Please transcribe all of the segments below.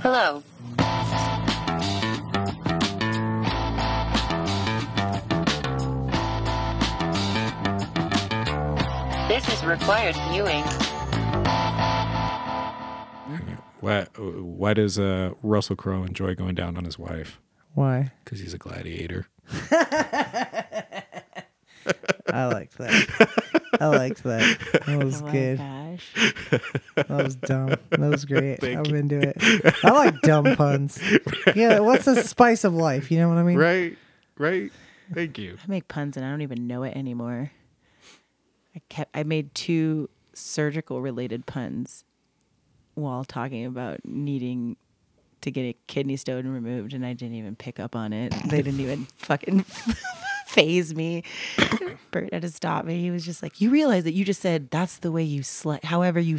Hello. This is required viewing. Why? Why does uh, Russell Crowe enjoy going down on his wife? Why? Because he's a gladiator. I liked that. I liked that. That was good. Oh gosh. That was dumb. That was great. I'm into it. I like dumb puns. Yeah, what's the spice of life? You know what I mean? Right. Right. Thank you. I make puns and I don't even know it anymore. I kept I made two surgical related puns while talking about needing to get a kidney stone removed and I didn't even pick up on it. They didn't even fucking phase me. Bert had to stop me. He was just like, "You realize that you just said that's the way you slice however you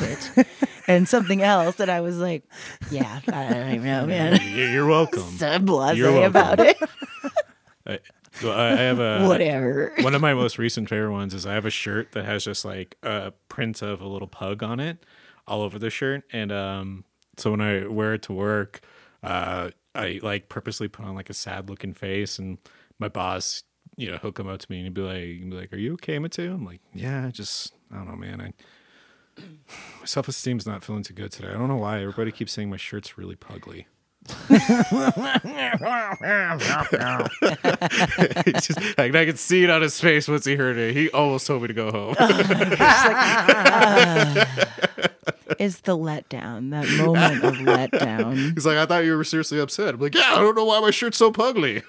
it." and something else and I was like, "Yeah, I don't even know, man." You're, you're welcome. so blasé welcome. about it. I, well, I I have a Whatever. one of my most recent favorite ones is I have a shirt that has just like a print of a little pug on it all over the shirt. And um, so when I wear it to work, uh, I like purposely put on like a sad looking face. And my boss, you know, he'll come up to me and he'll be like, he'll be like Are you okay, Mateo? I'm like, Yeah, I just, I don't know, man. I, my self esteem's not feeling too good today. I don't know why. Everybody keeps saying my shirt's really pugly. It's just, like, I could see it on his face once he heard it. He almost told me to go home. is the letdown, that moment of letdown. He's like, I thought you were seriously upset. I'm like, yeah, I don't know why my shirt's so pugly.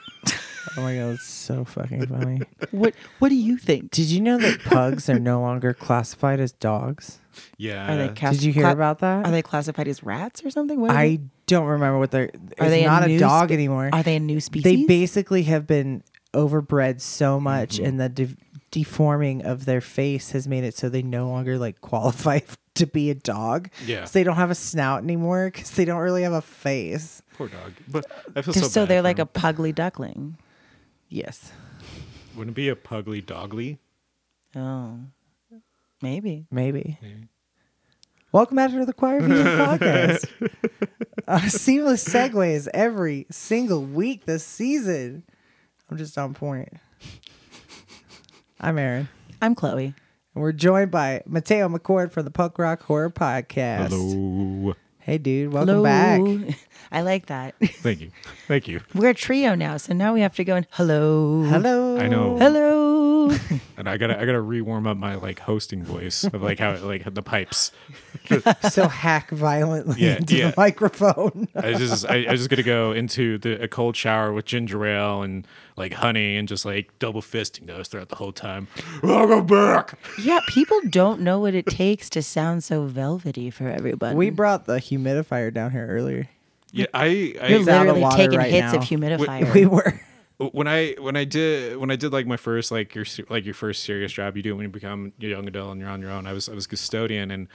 Oh my god, it's so fucking funny. What What do you think? Did you know that pugs are no longer classified as dogs? Yeah. Are they cast- Uh, Did you hear cla- about that? Are they classified as rats or something? What are I they- don't remember what they're. Are it's they a not a, new dog spe- anymore. are they a new species? They basically have been overbred so much, and the de- deforming of their face has made it so they no longer like qualify to be a dog. Yeah. so they don't have a snout anymore because they don't really have a face. Poor dog. But I feel They're- so, so, bad they're for like a him. pugly duckling. Yes, Wouldn't it be a pugly dogly? Oh, maybe. maybe. Welcome back to the Choir Vision podcast. Uh, seamless segues every single week this season. I'm just on point. I'm Aaron. I'm Chloe. And we're joined by Mateo McCord from the Punk Rock Horror Podcast. Hello. Hey, dude. Welcome back. I like that. Thank you. Thank you. We're a trio now, so now we have to go and hello, Hello. I know. hello. And I gotta I gotta re-warm up my like hosting voice of like how like the pipes. So hack violently Yeah, into yeah. the microphone. I just I, I just gotta go into the a cold shower with ginger ale and like honey and just like double fisting those throughout the whole time. Welcome back. yeah, people don't know what it takes to sound so velvety for everybody. we brought the humidifier down here earlier. Yeah, I, I You're It's out of literally water taking right hits now. of humidifier. We were. when I when I did when I did like my first like your se- like your first serious job, you do it when you become a young adult and you're on your own. I was I was custodian and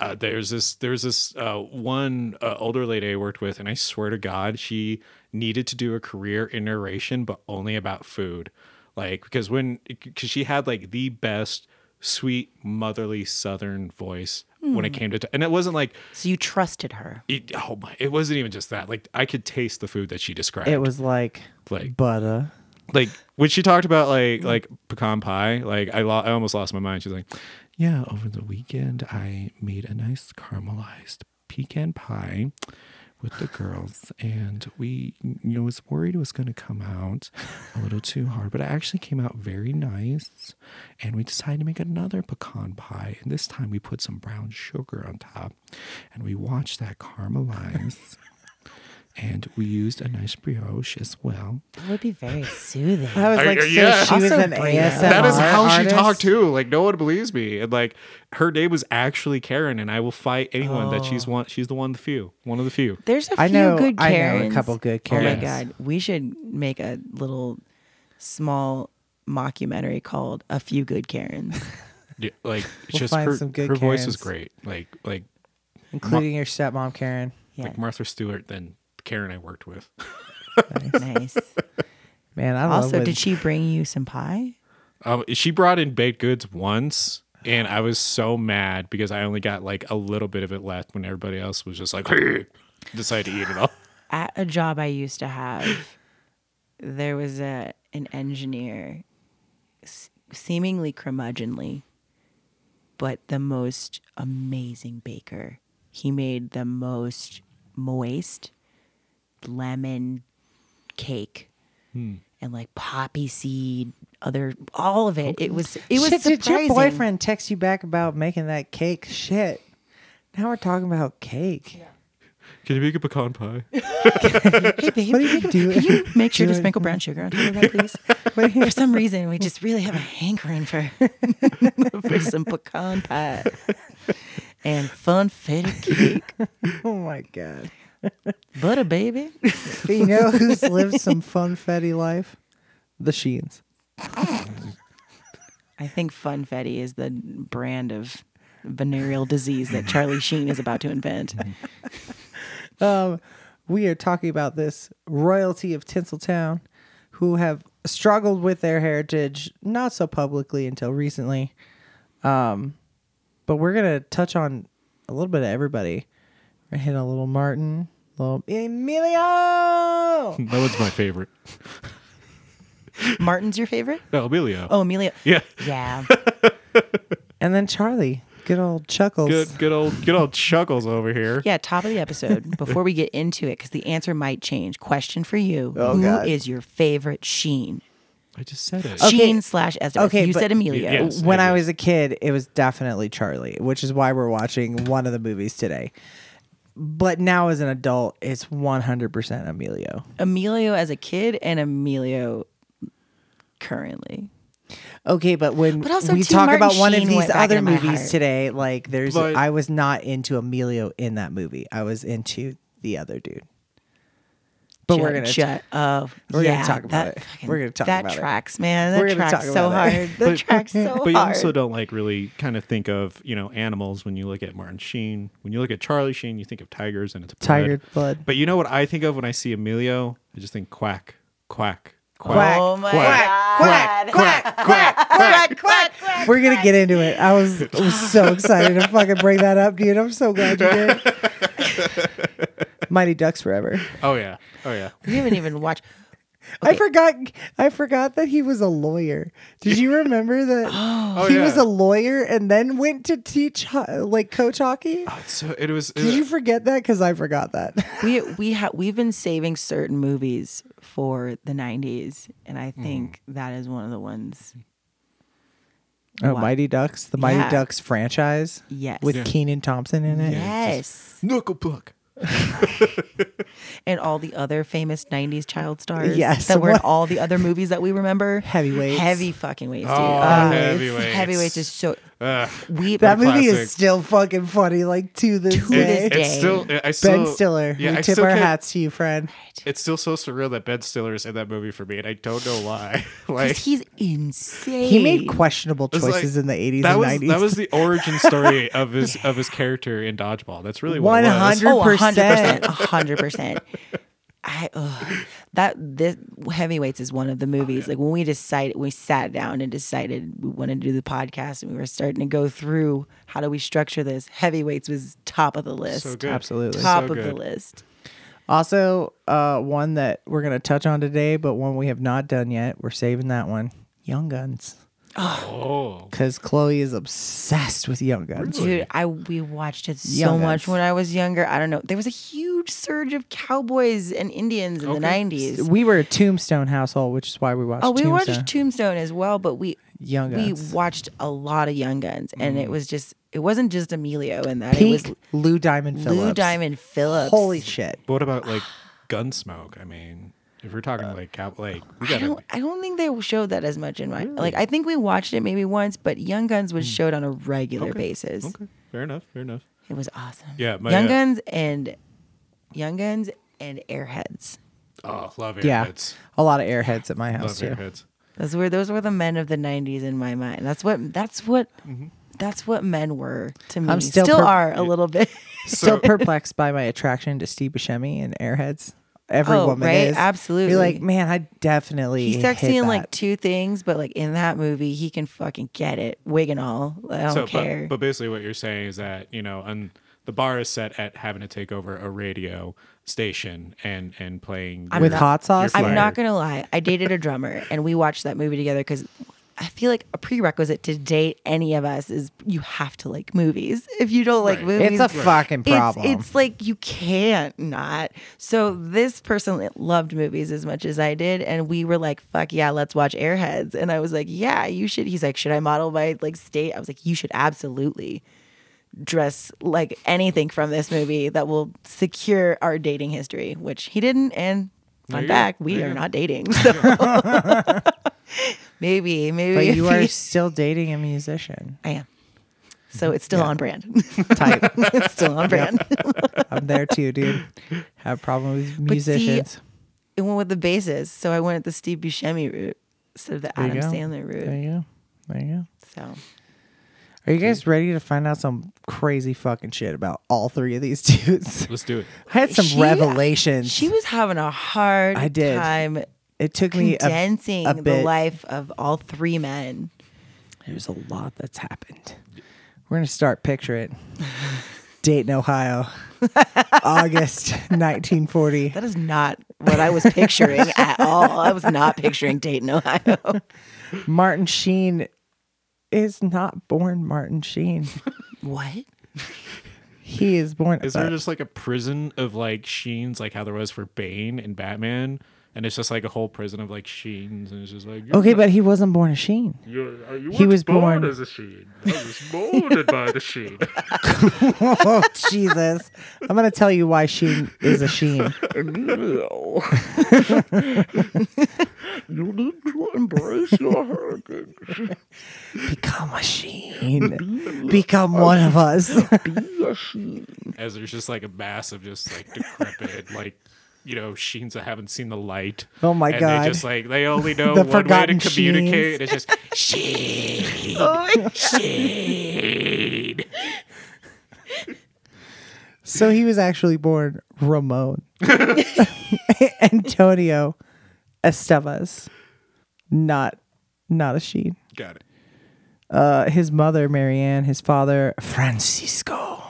uh, there's this there's this uh, one uh, older lady I worked with, and I swear to God, she needed to do a career in narration, but only about food, like because when because she had like the best sweet motherly Southern voice when it came to, t- and it wasn't like so you trusted her. it, oh my, it wasn't even just that. Like I could taste the food that she described. It was like, Like- butter. like when she talked about like like pecan pie, like I lo- I almost lost my mind. She's like, yeah, over the weekend I made a nice caramelized pecan pie with the girls, and we you know was worried it was going to come out a little too hard, but it actually came out very nice, and we decided to make another pecan pie, and this time we put some brown sugar on top, and we watched that caramelize. And we used a nice brioche as well. That would be very soothing. I was I- like, so yeah. she was Also an Brie. ASMR that is how artist? she talked too. Like no one believes me, and like her name was actually Karen, and I will fight anyone that Oh. she's one. She's the one, of the few, one of the few. There's a I few know- good I know a Karens. couple good Oh Karens. my god, we should make a little small mockumentary called "A Few Good Karens." Yeah, like We'll just find her, some good her voice Karens. was great. Like like Including your stepmom, Karen. Yeah, like Martha Stewart, then Karen I worked with. nice. Man, I love also, when- did she bring you some pie? Um, she brought in baked goods once. And I was so mad because I only got like a little bit of it left when everybody else was just like, hey, decide to eat it all. at a job I used to have, there was a an engineer, s- seemingly curmudgeonly, but the most amazing baker. He made the most moist lemon cake Hmm. and like poppy seed, other all of it. It was it was Oh. Shit, did your surprising. boyfriend text you back about making that cake? Shit. Now we're talking about cake. Can you make a pecan pie? Hey babe, What are you doing? hmm. can you make sure to doing? sprinkle brown sugar on top of that, please? What are you- For some reason, we just really have a hankering for, for some pecan pie and funfetti cake. oh my god. Butter, baby. But you know who's lived some funfetti life? The Sheens. I think funfetti is the brand of venereal disease that Charlie Sheen is about to invent. Um, we are talking about this royalty of Tinseltown who have struggled with their heritage, not so publicly until recently. Um, but we're going to touch on a little bit of everybody. We're going to hit a little Martin, little Emilio. That one's my favorite. Martin's your favorite? No, Emilio. Oh, Amelia. Yeah. Yeah. and then Charlie. Good old Chuckles. Good good old good old chuckles over here. Yeah, top of the episode before we get into it because the answer might change. Question for you: Who is Oh, God. your favorite Sheen? I just said it. Sheen slash Ezra. Okay, you but- said Amelia. Yeah. Yes, when I I agree. was a kid, it was definitely Charlie, which is why we're watching one of the movies today. But now as an adult, it's 100% Emilio. Emilio as a kid and Emilio currently. Okay, but when But also, we too, talk Martin about one of Sheen these went back other into my movies heart. today, like there's But- I was not into Emilio in that movie. I was into the other dude. But we're gonna shut up. we're gonna Yeah, talk about that it. fucking- We're gonna talk that about it. tracks, man. That We're gonna tracks talk so about it. hard. That tracks so but you hard. also don't like really kind of think of you know animals when you look at Martin Sheen. When you look at Charlie Sheen, you think of tigers and it's blood. Tiger blood. But you know what I think of when I see Emilio? I just think quack, quack, quack, oh my Quack, god. quack, quack, quack. We're gonna get into it. I was, I was so excited to fucking bring that up, dude. I'm so glad you did. Mighty Ducks Forever. Oh yeah, oh yeah. We haven't even watched. I forgot. I forgot that he was a lawyer. Did you remember that he was Oh, yeah. a lawyer and then went to teach ho- like coach hockey? So it was. Did you forget that? Because I forgot that. we we have we've been saving certain movies for the 90s and i Mm. think that is one of the ones Oh, Wow. Mighty Ducks, the Mighty Yeah. Ducks franchise yes with Keenan Thompson in it. yes uh, knuckle puck. and all the other famous 90s child stars Yes. that were in What- all the other movies that we remember Heavyweights. heavy fucking weights Oh, dude Uh, heavyweights. heavyweights is so Ugh. we That movie Classic. is still fucking funny, like to this To day. this It's day. still. I still. ben Stiller, Yeah, we I tip still our can't- hats to you, friend. It's still so surreal that Ben Stiller is in that movie for me, and I don't know why. like 'cause he's insane He made questionable It's like- choices in the 80s that and was, 90s. That was the origin story of his of his character in Dodgeball. That's really what it was. 100 Oh, 100%. 100%. I ugh, that this heavyweights is one of the movies. Like when we decided, we sat down and decided we wanted to do the podcast, and we were starting to go through how do we structure this. Heavyweights was top of the list, So good. Absolutely. top So of the good. list. Also, uh, one that we're going to touch on today, but one we have not done yet. We're saving that one. Young Guns. Oh. Because Chloe is obsessed with Young Guns. Dude, I we watched it so Young much Guns. when I was younger. I don't know. There was a huge surge of cowboys and Indians in the nineties. We were a Tombstone household, which is why we watched Oh, we Tombstone. watched Tombstone as well, but we Young we Guns. Mm. watched a lot of Young Guns, and it was just it wasn't just Emilio in that. Peak It was Lou Diamond Phillips. Lou Diamond Phillips. Holy shit. But what about like Gunsmoke? I mean, if we're talking Uh, like cow, like we I gotta. don't, I don't think they showed that as much in my like. I think we watched it maybe once, but Young Guns was Mm. showed on a regular basis. Okay, fair enough. Fair enough. It was awesome. Yeah, my, Young uh, Guns and Young Guns and Airheads. Oh, love airheads. Yeah. Love A lot of airheads at my house, too. airheads. Those were those were the men of the '90s in my mind. That's what that's what that's what men were to me. I'm still still per- are a little bit. Still perplexed by my attraction to Steve Buscemi and airheads. Every Oh, woman right? is. Absolutely. You're like, man, I definitely. He's sexy hit in that. like two things, but like in that movie, he can fucking get it, wig and all. I don't So, care. but, but basically, what you're saying is that you know, un, the bar is set at having to take over a radio station and and playing With your- hot sauce? your I'm flyer. not gonna lie. I dated a drummer, and we watched that movie together because I feel like a prerequisite to date any of us is you have to like movies. If you don't like Right. movies, It's a fucking it's- problem. It's, like you can't not. So this person loved movies as much as I did, and we were like, "Fuck yeah, let's watch Airheads." And I was like, "Yeah, you should." He's like, "Should I model my like state?" I was like, "You should absolutely." dress like anything from this movie that will secure our dating history, which he didn't. And There fun you go. fact, we There you are go. not dating. So maybe, maybe But if you are he- still dating a musician. I am. So it's still on brand. Type. it's still on brand. I'm there too, dude. Have a problem with see, musicians. it went with the basses, so I went at the Steve Buscemi route instead of the There you Adam go. Sandler There route. you go. There you go. So Are you guys ready to find out some crazy fucking shit about all three of these dudes? Let's do it. I had some She- revelations. she was having a hard I did. time it took me a, condensing a the bit. life of all three men. There's a lot that's happened. We're gonna start picture it. Dayton, Ohio, August 1940. That is not what I was picturing at all. I was not picturing Dayton, Ohio. Martin Sheen is not born Martin Sheen. What? He is born. Is there just like a prison of like Sheens, like how there was for Bane and Batman, and it's just like a whole prison of like Sheens, and it's just like okay, but he wasn't born a Sheen. uh, He was born, as a sheen. I was molded by the sheen. oh Jesus! I'm gonna tell you why Sheen is a Sheen. You need to embrace your heritage. Become a Sheen. Become one of us. Be a sheen. as there's just like a mass of just like decrepit, like you know, sheens that haven't seen the light. Oh my and God. They just like they only know The one way to forgotten Oh communicate. It's just sheen, sheen. So he was actually born Ramon Antonio Estevas, not not a Sheen. Got it. Uh, his mother Marianne, his father Francisco.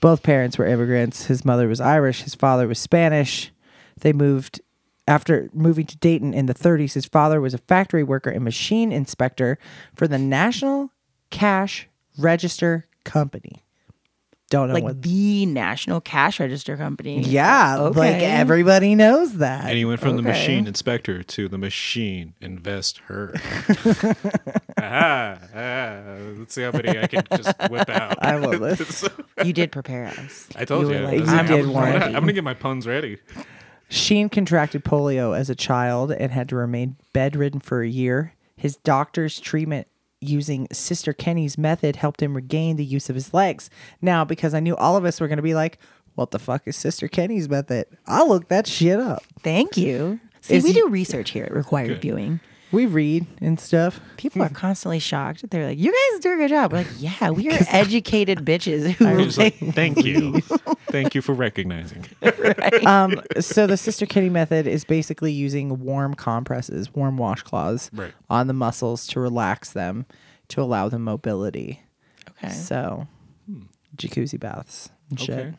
Both parents were immigrants. His mother was Irish. His father was Spanish. They moved after moving to Dayton in the 30s. His father was a factory worker and machine inspector for the National Cash Register Company. Don't know Like what the National Cash Register Company. yeah, like Okay. everybody knows that. And he went from the Okay. machine inspector to the machine invest her. aha, aha. Let's see how many I can just whip out. I love this. You did prepare us. I told were you. like, this- you I'm, did I'm warn gonna- me. I'm gonna get my puns ready. Sheen contracted polio as a child and had to remain bedridden for a year. His doctor's treatment using Sister Kenny's method helped him regain the use of his legs. Now, because I knew all of us were going to be like, what the fuck is Sister Kenny's method? I'll look that shit up. Thank you. See, Is- we do research here at Required Viewing. We read and stuff. People are constantly shocked. They're like, "You guys do a good job." We're like, "Yeah, we are educated bitches." Who He was like, like, thank you, thank you for recognizing. Um, so the Sister Kitty method is basically using warm compresses, warm washcloths Right. on the muscles to relax them to allow them mobility. okay, So jacuzzi baths and shit. Hmm. Okay.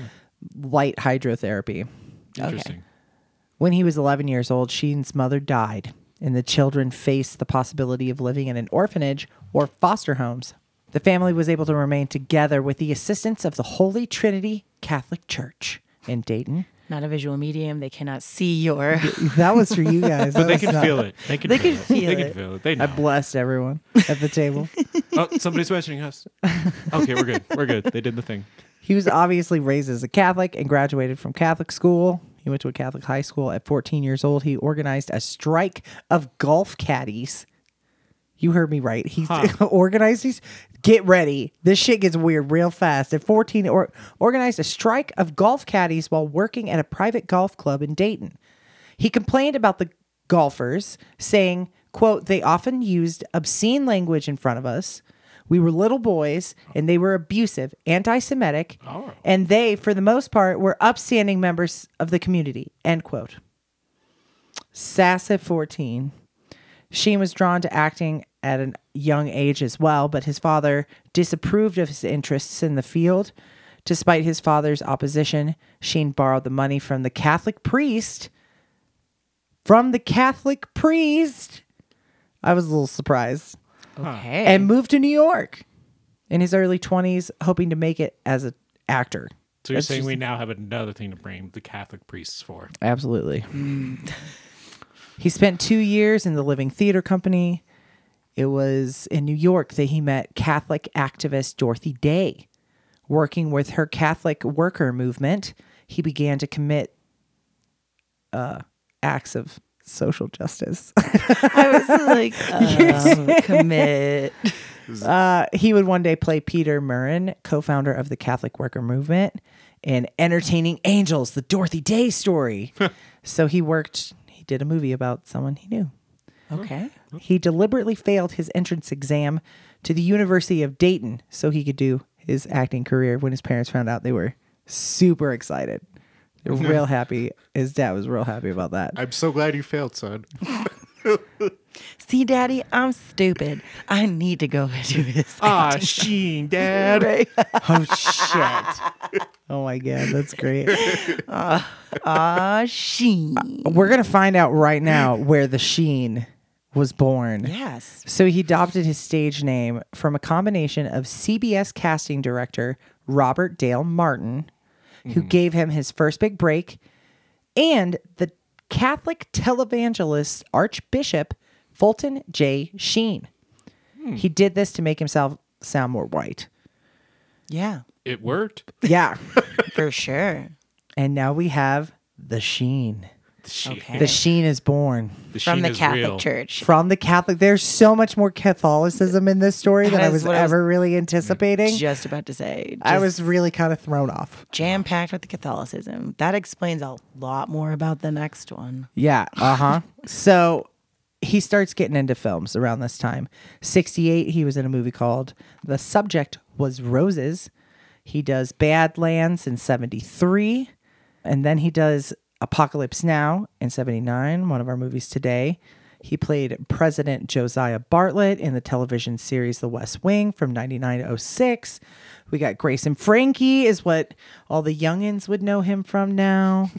Yeah. Light hydrotherapy. Interesting. When he was 11 years old, Sheen's mother died, and the children faced the possibility of living in an orphanage or foster homes. The family was able to remain together with the assistance of the Holy Trinity Catholic Church in Dayton. not a visual medium. They cannot see your. That was for you guys. But they can feel it. They can They feel can it. feel They can it. feel it. They I know. blessed everyone at the table. oh, somebody's watching us. Okay, we're good. We're good. They did the thing. He was obviously raised as a Catholic and graduated from Catholic school. He went to a Catholic high school at 14 years old. He organized a strike of golf caddies. You heard me right. He organized these. Get ready. This shit gets weird real fast. At 14, or, organized a strike of golf caddies while working at a private golf club in Dayton. He complained about the golfers, saying, quote, they often used obscene language in front of us. We were little boys and they were abusive, anti Semitic, and they, for the most part, were upstanding members of the community, end quote. Sass at 14. Sheen was drawn to acting at a young age as well, but his father disapproved of his interests in the field. Despite his father's opposition, Sheen borrowed the money from the Catholic priest. From the Catholic priest. I was a little surprised Okay. and moved to New York in his early 20s, hoping to make it as an actor. So you're That's saying just- we now have another thing to blame the Catholic priests for? Absolutely. he spent two years in the Living Theater Company. It was in New York that he met Catholic activist Dorothy Day. Working with her Catholic worker movement, he began to commit uh, acts of social justice. I was like, oh, commit. Uh, he would one day play Peter Murrin, co founder of the Catholic Worker Movement, in Entertaining Angels, the Dorothy Day story. so he worked, he did a movie about someone he knew. Okay. He deliberately failed his entrance exam to the University of Dayton so he could do his acting career. When his parents found out, they were super excited. They were real happy. His dad was real happy about that. I'm so glad you failed, son. See, Daddy, I'm stupid. I need to go do this. Ah, Sheen, Dad. oh, shit. Oh, my God. That's great. Ah, she. We're going to find out right now where the Sheen was born. Yes. So he adopted his stage name from a combination of CBS casting director Robert Dale Martin, who gave him his first big break, and the Catholic televangelist Archbishop Fulton J. Sheen. He did this to make himself sound more white. Yeah, It worked. Yeah. for sure. and now we have the Sheen. The Sheen, Okay. The Sheen is born From Sheen the is Catholic real. Church. from the Catholic. There's so much more Catholicism in this story That than I is was what I was ever really anticipating. Just about to say. I just was really kind of thrown off. jam packed with the Catholicism. That explains a lot more about the next one. Yeah. Uh huh. so he starts getting into films around this time. 68, he was in a movie called The Subject Was Roses. He does Badlands in 73. And then he does Apocalypse Now in 79, one of our movies today. He played President Josiah Bartlett in the television series The West Wing from 99 to 06. We got Grace and Frankie, is what all the youngins would know him from now.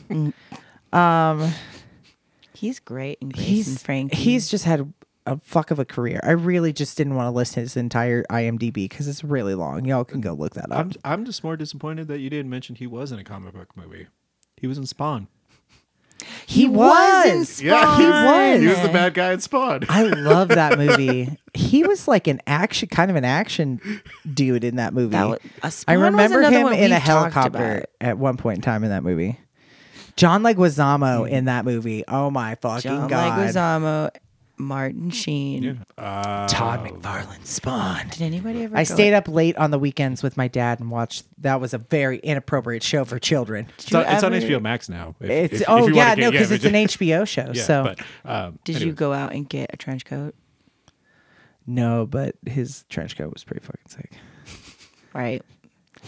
He's great and Grace he's and Frankie. He's just had a fuck of a career. I really just didn't want to list his entire IMDb because it's really long. Y'all can go look that up. I'm I'm just more disappointed that you didn't mention he was in a comic book movie. He was in Spawn. he was in Yeah, he Spawn. He was. was the bad guy in Spawn. I love that movie. he was like an action, kind of an action dude in that movie. That was- uh, I Spawn was remember another him one in a we've talked helicopter about. at one point in time in that movie. John Leguizamo in that movie. Oh my fucking Mm. John god! Leguizamo, Martin Sheen. Todd McFarlane Spawn. Did anybody ever? I go- stayed up late on the weekends with my dad and watched. That was a very inappropriate show for children. It's you on, it's on ever- HBO Max now. if- It's if- if oh you wanna yeah, get- no, because but it's an ju- HBO show. yeah, so but, um, Did you go out and get a trench coat? no, but his trench coat was pretty fucking sick. Right.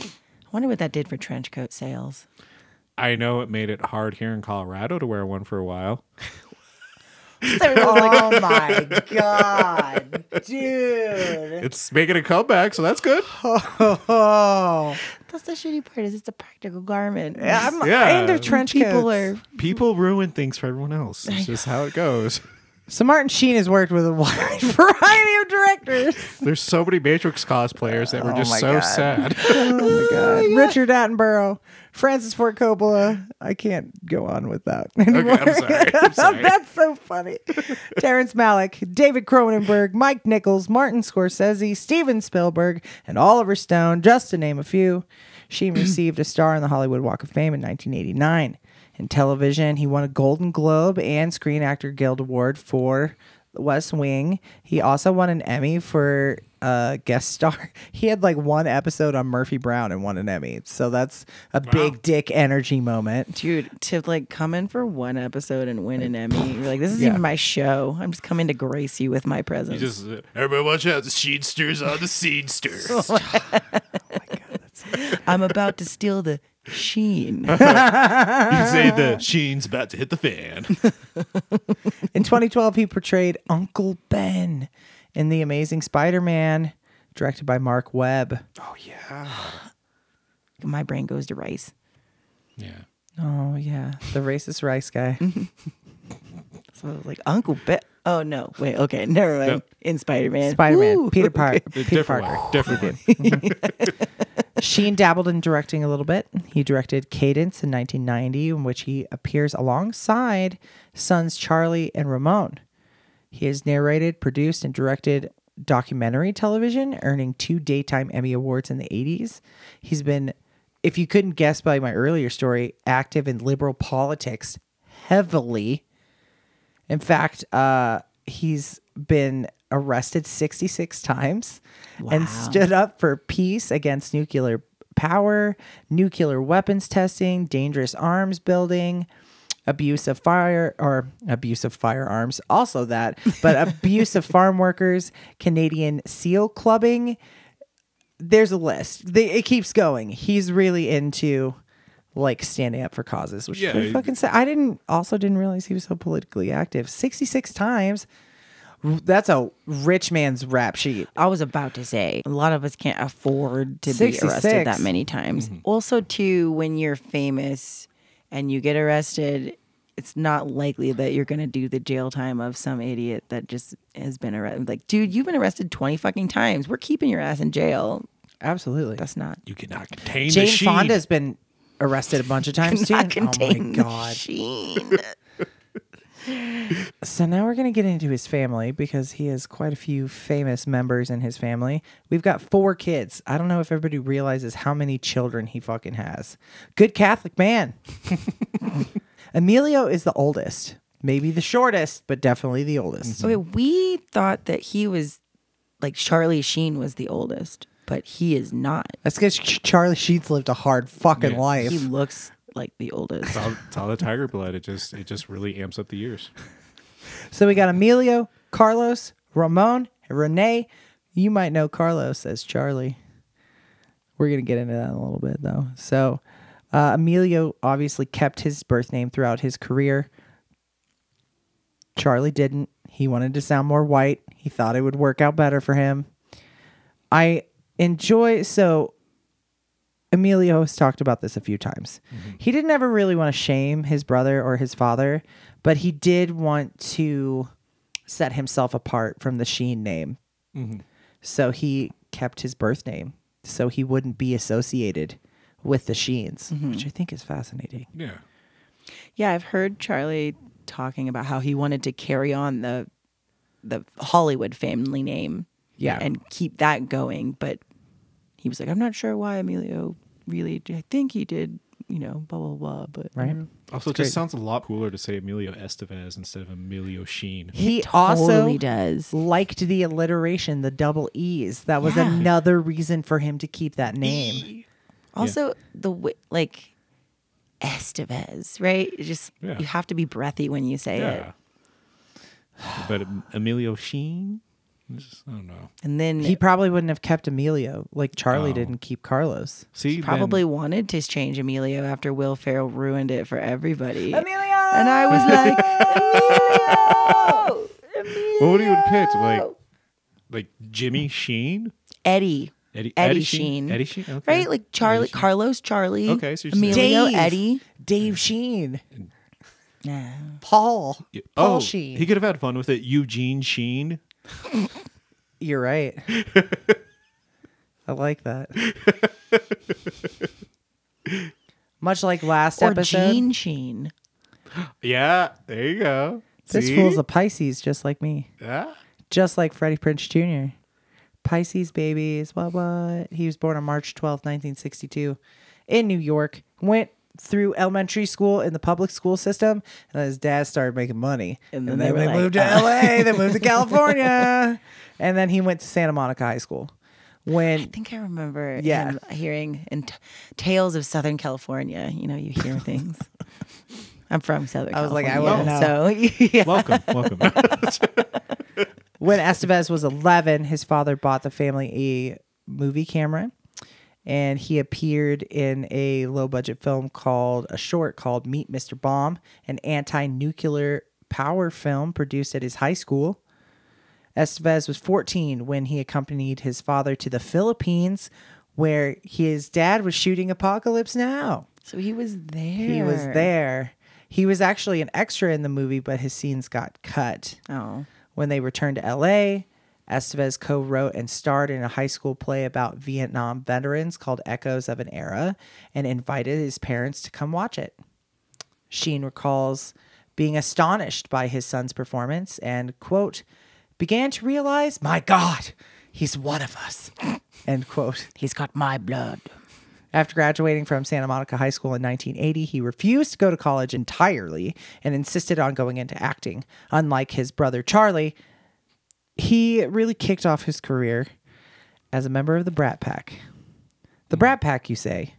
I wonder what that did for trench coat sales. I know it made it hard here in Colorado to wear one for a while. oh my god, dude! It's making a comeback, so that's good. Oh, That's the shitty part. Is it's a practical garment. I'm Yeah. into trench People coats. are People ruin things for everyone else. It's just how it goes. So Martin Sheen has worked with a wide variety of directors. There's so many Matrix cosplayers that were just Oh my so God. sad. Oh my god, Richard Attenborough, Francis Ford Coppola. I can't go on with that anymore. okay, I'm sorry. I'm sorry. That's so funny. Terrence Malick, David Cronenberg, Mike Nichols, Martin Scorsese, Steven Spielberg, and Oliver Stone, just to name a few. Sheen received a star on the Hollywood Walk of Fame in 1989. In television, he won a Golden Globe and Screen Actor Guild Award for The West Wing. He also won an Emmy for uh, guest star. He had like one episode on Murphy Brown and won an Emmy. So that's a big dick energy moment. Dude, to like come in for one episode and win an Emmy, you're like, this isn't even my show. I'm just coming to grace you with my presence. Just, uh, Everybody watch out. The Sheensters are the Sheensters. I'm about to steal the sheen. you say the Sheen's about to hit the fan. In 2012, he portrayed Uncle Ben in The Amazing Spider Man, directed by Mark Webb. Oh yeah. My brain goes to rice. Yeah. Oh, yeah. The racist rice guy. So I was like, Uncle Bet. Oh no! Wait. Okay. Never mind. In Spider Man. Spider Man. Peter, Par- Peter different Parker. one. Different one. Sheen dabbled in directing a little bit. He directed Cadence in 1990, in which he appears alongside sons Charlie and Ramon. He has narrated, produced, and directed documentary television, earning two Daytime Emmy Awards in the 80s. He's been, if you couldn't guess by my earlier story, active in liberal politics heavily. In fact, uh, he's been arrested 66 times and stood up for peace against nuclear power, nuclear weapons testing, dangerous arms building, abuse of fire or abuse of firearms, also that, but abuse of farm workers, Canadian seal clubbing. There's a list. They, it keeps going. He's really into like standing up for causes, which Yeah, is pretty he- fucking sad. I didn't also didn't realize he was so politically active. 66 times. That's a rich man's rap sheet. I was about to say a lot of us can't afford to be 66. arrested that many times. Mm-hmm. Also, too, when you're famous and you get arrested, it's not likely that you're going to do the jail time of some idiot that just has been arrested. Like, dude, you've been arrested twenty fucking times. We're keeping your ass in jail. Absolutely. That's not. You cannot contain Jane the sheen. Fonda's been arrested a bunch of times too. Not Oh my contain the god! sheen. So now we're gonna get into his family because he has quite a few famous members in his family. We've got four kids. I don't know if everybody realizes how many children he fucking has. Good Catholic man. Emilio is the oldest, maybe the shortest, but definitely the oldest. Wait, we thought that he was like Charlie Sheen was the oldest, but he is not. That's because Charlie Sheets lived a hard fucking Yeah. life. He looks like the oldest. It's all, it's all the tiger blood. It just it just really amps up the years. So we got Emilio, Carlos, Ramon, and Renee. You might know Carlos as Charlie. We're going to get into that in a little bit, though. So uh, Emilio obviously kept his birth name throughout his career. Charlie didn't. He wanted to sound more white. He thought it would work out better for him. I enjoy so Emilio has talked about this a few times. He didn't ever really want to shame his brother or his father, but he did want to set himself apart from the Sheen name. So he kept his birth name so he wouldn't be associated with the Sheens, which I think is fascinating. Yeah. Yeah, I've heard Charlie talking about how he wanted to carry on the the Hollywood family name. Yeah. And keep that going, but he was like, I'm not sure why Emilio really did- I think he did, you know, blah blah blah. But mm-hmm. Right? Also, it just sounds a lot cooler to say Emilio Estevez instead of Emilio Sheen. He totally also does. liked the alliteration, the double E's. That was Yeah. another reason for him to keep that name. Also the wi- like Estevez, right? It just Yeah. you have to be breathy when you say it. Yeah. But Em- Emilio Sheen, It's just- I don't know. And then He probably wouldn't have kept Emilio like Charlie Oh. didn't keep Carlos. See, then- probably wanted to change Emilio after Will Ferrell ruined it for everybody. Emilio! And I was like, Emilio! what would he would pitch like, like Jimmy Sheen, Eddie. Hmm. Eddie, Eddie Sheen. Eddie Sheen, okay. Right? Like Charlie, Carlos, Charlie. Okay, so you're saying- Emilio, Dave. Eddie. Dave Sheen, Nah. Paul, Y- Paul oh, Sheen. He could have had fun with it. Eugene Sheen. You're right. I like that. Much like last Or episode, Gene Sheen. Yeah, there you go. this See? fool's a Pisces just like me, Yeah. just like Freddie Prince Jr. Pisces babies, what what? He was born on March twelfth, nineteen 1962 in New York. Went through elementary school in the public school system, and then his dad started making money. And And then then, they were they like, "Ah." moved to LA, then moved to California. And then he went to Santa Monica High School. I When think I remember Yeah. him hearing and t- tales of Southern California. You know, you hear things. I'm from Southern I was like, I California. wouldn't So, yeah. Welcome, welcome. when Estevez was 11, his father bought the family a movie camera and he appeared in a low budget film called a short called Meet Mr. Bomb, an anti nuclear power film produced at his high school. Estevez was 14 when he accompanied his father to the Philippines, where his dad was shooting Apocalypse Now. So he was there. He was there. He was actually an extra in the movie, but his scenes got cut. Oh. When they returned to LA, Estevez co wrote and starred in a high school play about Vietnam veterans called Echoes of an Era and invited his parents to come watch it. Sheen recalls being astonished by his son's performance and, quote, began to realize, my God, he's one of us, end quote. He's got my blood. After graduating from Santa Monica High School in 1980, he refused to go to college entirely and insisted on going into acting. Unlike his brother Charlie, he really kicked off his career as a member of the Brat Pack. The Brat Pack, you say?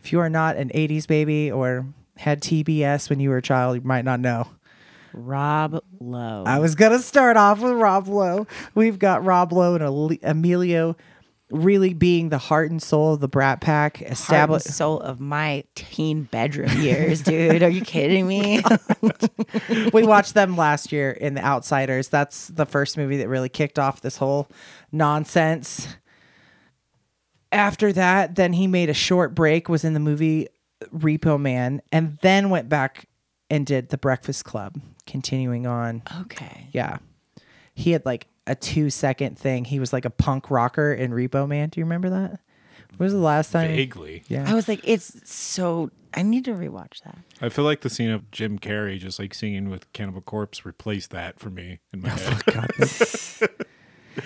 If you are not an 80s baby or had TBS when you were a child, you might not know. Rob Lowe. I was gonna start off with Rob Lowe. We've got Rob Lowe and Ale- Emilio really being the heart and soul of the Brat Pack. Heart and Established soul of my teen bedroom years, dude. Are you kidding me? we watched them last year in The Outsiders. That's the first movie that really kicked off this whole nonsense. After that, then he made a short break, was in the movie Repo Man, and then went back and did The Breakfast Club, continuing on. okay. Yeah. He had like a two second thing. He was like a punk rocker in Repo Man. Do you remember that? When was the last time? Vaguely. Yeah. I was like, it's so. I need to rewatch that. I feel like the scene of Jim Carrey just like singing with Cannibal Corpse replaced that for me in my head.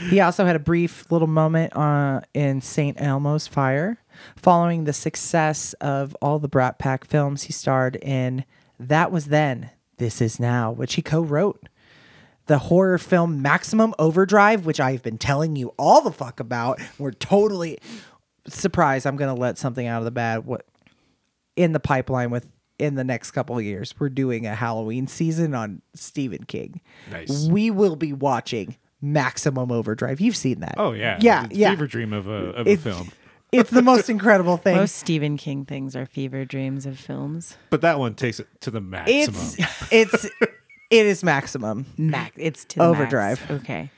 He also had a brief little moment uh, in St. Elmo's Fire. Following the success of all the Brat Pack films, he starred in That Was Then, This Is Now, which he co wrote. The horror film Maximum Overdrive, which I've been telling you all the fuck about. We're totally surprised. I'm going to let something out of the bag. What in the pipeline with in the next couple of years. We're doing a Halloween season on Stephen King. Nice. We will be watching Maximum Overdrive. You've seen that. Oh yeah, Yeah, It's yeah. Fever dream of a of It's- a film. It's the most incredible thing. Most Stephen King things are fever dreams of films. But that one takes it to the maximum. it's it's it is maximum. Mac, it's to the max. Overdrive. Okay.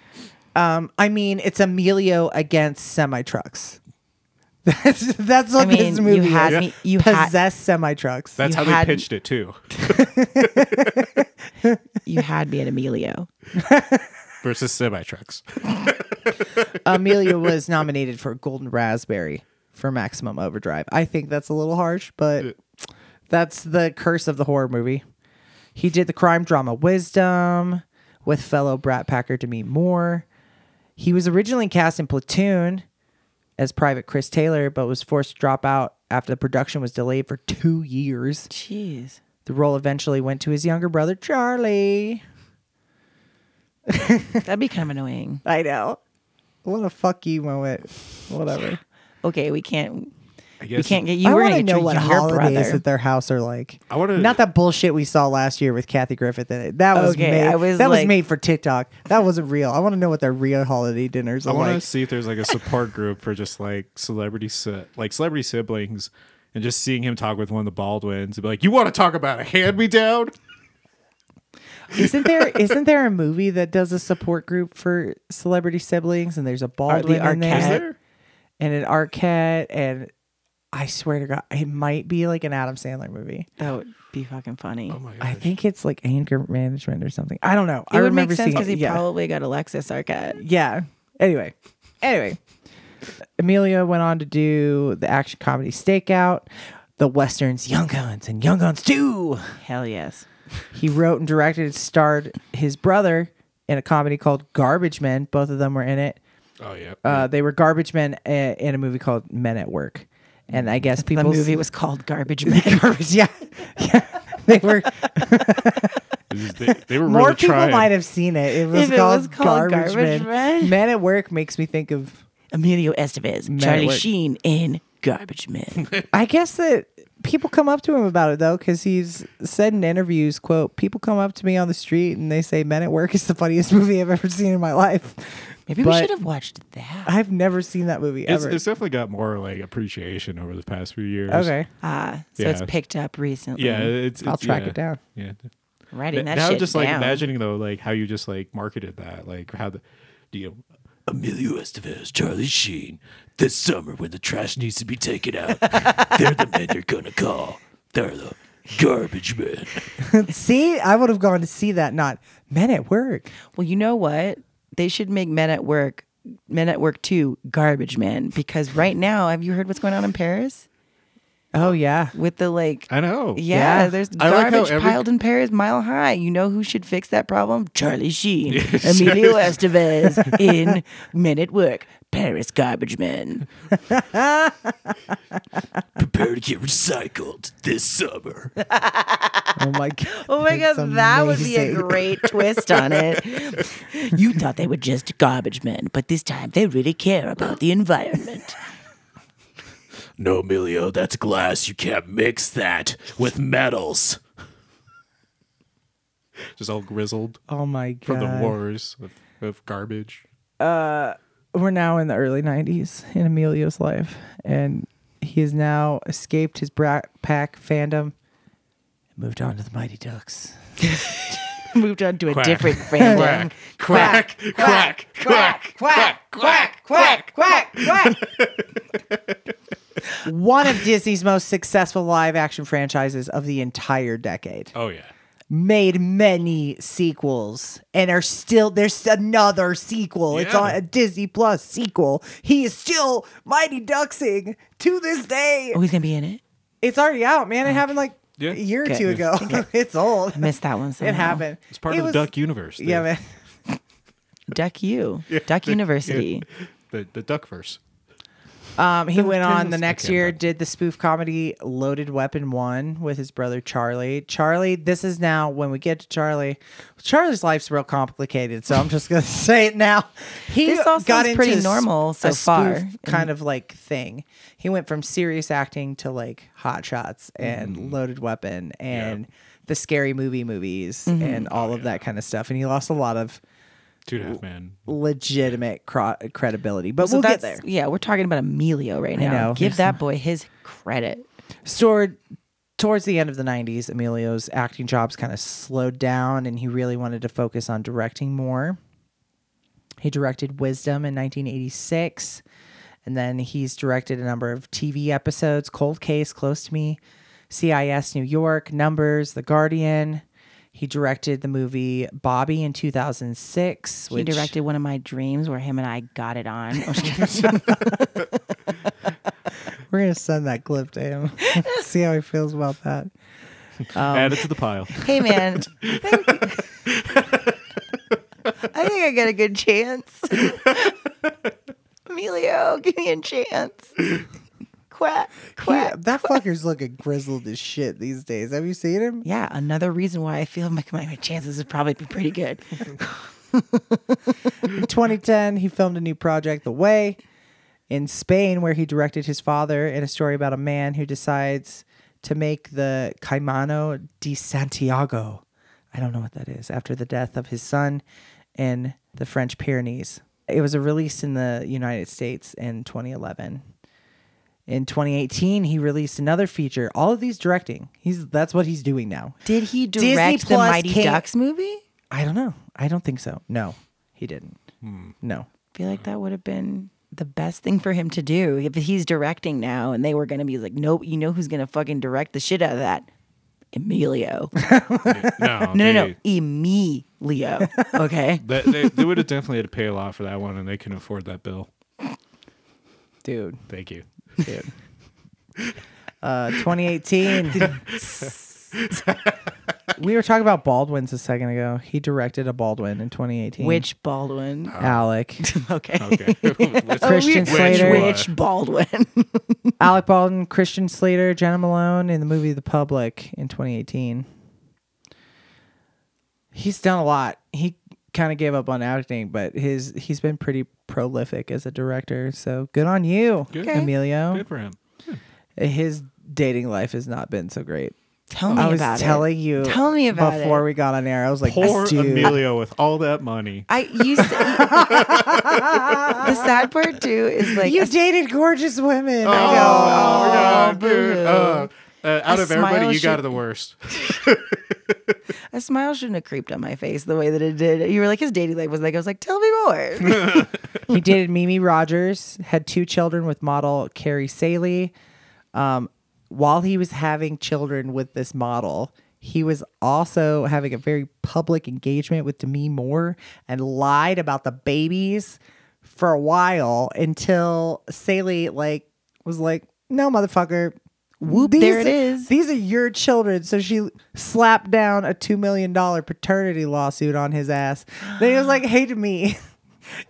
I mean, it's Emilio against semi trucks. That's that's what I mean, this movie you had is. me. You had possess semi trucks. That's you how they had- pitched it too. you had me at Emilio. Versus semi trucks. Amelia was nominated for a Golden Raspberry for Maximum Overdrive. I think that's a little harsh, but that's the curse of the horror movie. He did the crime drama Wisdom with fellow Brat Packer Demi Moore. He was originally cast in Platoon as Private Chris Taylor, but was forced to drop out after the production was delayed for two years. Jeez. The role eventually went to his younger brother, Charlie. That'd be kind of annoying. I know. What a fuck you moment. Whatever. Okay, we can't. I We guess can't get you. I were want gonna to get know your what younger holidays brother. at their house are like. I wanna- not that bullshit we saw last year with Kathy Griffith in it. That was Okay, made. I was that was like- made for TikTok. That wasn't real. I want to know what their real holiday dinners I are want to like. see if there's like a support group for just like celebrity si- like celebrity siblings and just seeing him talk with one of the Baldwins and be like, "You want to talk about a hand me down?" Isn't there isn't there a movie that does a support group for celebrity siblings? And there's a Baldwin in Arquette? there, and an Arquette, and I swear to God, it might be like an Adam Sandler movie. That would be fucking funny. Oh I think it's like anger management or something. I don't know. it I would remember make sense seeing it. because he yeah. probably got Alexis Arquette. yeah. Anyway, anyway, Emilio went on to do the action comedy Stakeout, the westerns Young Guns and Young Guns Two. Hell yes. He wrote and directed and starred his brother in a comedy called Garbage Men. Both of them were in it. Oh yeah. Uh, they were garbage men uh, in a movie called Men at Work, and I guess The people movie was called Garbage Men. garbage. Yeah, yeah. They were It was- they, they were more really people trying. might have seen it. It was, If it called, was called Garbage, Garbage Men. Men. Men at Work makes me think of Emilio Estevez, at Charlie Work. Sheen in Garbage Men. I guess that people come up to him about it though, because he's said in interviews, "quote People come up to me on the street and they say Men at Work is the funniest movie I've ever seen in my life." Maybe we But should have watched that. I've never seen that movie It's, ever. it's definitely got more like appreciation over the past few years. okay, Mm-hmm. Ah, so it's Yeah. picked up recently. Yeah, it's, I'll it's- track yeah. it down. Yeah. writing that now shit just like down. imagining though, like how you just like marketed that, like how the you know, Emilio Estevez, Charlie Sheen. This summer, when the trash needs to be taken out, they're the men you're gonna call. They're the garbage men. see, I would have gone to see that, not Men at Work. Well, you know what? They should make Men at Work, Men at Work 2, Garbage Men. Because right now, have you heard what's going on in Paris? Oh yeah, With the like. I know. yeah, there's I like how garbage every- piled in Paris mile high. You know who should fix that problem? Charlie Sheen, Emilio Estevez in Men at Work, Paris Garbage Men. Prepare to get recycled this summer. oh my god, Oh my That's god, that would be a amazing. great twist on it. You thought they were just garbage men, but this time they really care about the environment. No, Emilio, that's glass. You can't mix that with metals. Just all grizzled oh my god. from the wars of, of garbage. we're now in the early 90s in Emilio's life, and he has now escaped his Brat Pack fandom and moved on to the Mighty Ducks. Moved on to a different fandom. Quack, quack, quack, quack, quack, quack, quack, quack. One of Disney's most successful live action franchises of the entire decade. Oh yeah. Made many sequels and are still there's another sequel. It's Yeah. on a Disney Plus sequel. He is still Mighty Ducksing to this day. Oh, he's gonna be in it. It's already out, man. It happened like Yeah. a year or Okay. two ago. it's old. Missed that one. Somehow. It happened. It's part It of was- the duck universe. The, Yeah, man. Duck U, Duck University. The the duck verse. Um, he went on the next Okay, year, did the spoof comedy Loaded Weapon One with his brother Charlie. Charlie, this is now when we get to Charlie. Charlie's life's real complicated, so I'm just gonna say it now. He This all got sounds into pretty s- normal so a spoof far. kind of like thing. He went from serious acting to like Hot Shots and Mm-hmm. Loaded Weapon and the scary movie movies Mm-hmm. and all Oh, of that kind of stuff. And he lost a lot of Two and a half man. legitimate cro- credibility, but So we'll get there. that's- Yeah, we're talking about Emilio right now. know. Give that boy his credit. toward towards the end of the 90s emilio's acting jobs kind of slowed down and he really wanted to focus on directing more he directed wisdom in 1986 and then he's directed a number of tv episodes cold case close to me cis new york numbers the guardian he directed the movie bobby in 2006 He which directed one of my dreams where him and I got it on. I'm just kidding. we're gonna send that clip to him see how he feels about that Um. Add it to the pile. hey man, I think I think I got a good chance. Emilio, give me a chance. Quack, Yeah, quack. that fucker's looking grizzled as shit these days. Have you seen him? Yeah, another reason why I feel like my, my chances would probably be pretty good. In 2010, he filmed a new project, The Way, in Spain, where he directed his father in a story about a man who decides to make the Caimano de Santiago. I don't know what that is. After the death of his son in the French Pyrenees. It was released in the United States in 2011. In 2018, he released another feature. All of these directing. He's that's what he's doing now. Did he Disney direct the Plus Mighty can't- Ducks movie? I don't know. I don't think so. No, he didn't. No. feel like that would have been the best thing for him to do if he's directing now and they were going to be like nope you know who's going to fucking direct the shit out of that emilio No, no no no they- emilio okay That, they, they would have definitely had to pay a lot for that one, and they couldn't afford that bill. Dude, Thank you. dude. uh, 2018. we were talking about Baldwin's a second ago. He directed a Baldwin in 2018. which baldwin Alec. okay, Okay. Ah, Christian Slater. which baldwin Alec Baldwin, Christian Slater, Jenna Malone in the movie The Public in 2018. He's done a lot. He kind of gave up on acting, but his he's been pretty prolific as a director. So good on you, Good. Okay. Emilio. Good for him. His dating life has not been so great. tell me I was about telling it you. Tell me about before it. we got on air. I was like, Poor dude, Emilio with all that money. i used to, the sad part too is like you I- dated gorgeous women. Oh, I know. God, dude. boo. Uh, uh, out A of everybody, smile you got should- the worst. A smile shouldn't have creeped on my face the way that it did. You were like, his dating life was like, I was like, tell me more. He dated Mimi Rogers, had two children with model Carrie Saley. Um, while he was having children with this model, he was also having a very public engagement with Demi Moore and lied about the babies for a while until Saley like was like, "No, motherfucker." Whoop! there it is." These are your children. So she slapped down a two million dollar paternity lawsuit on his ass. Then he was like, "Hey, to me."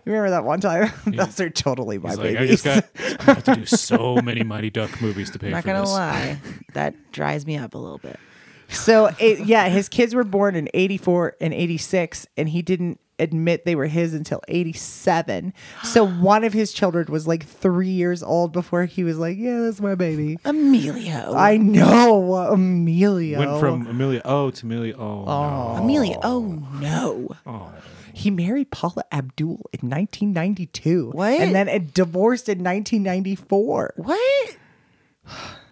You remember that one time? Those are totally my He's like, I babies. just got I have to do so many Mighty Duck movies to pay Not for gonna this. lie, that dries me up a little bit. so it, yeah, his kids were born in '84 and '86, and he didn't admit they were his until '87. So one of his children was like three years old before he was like, "Yeah, that's my baby." Emilio, I know, Emilio. Went from Amelia O to Amelia O. Oh. Emilio. Oh no, he married Paula Abdul in 1992. What? And then it divorced in 1994. what?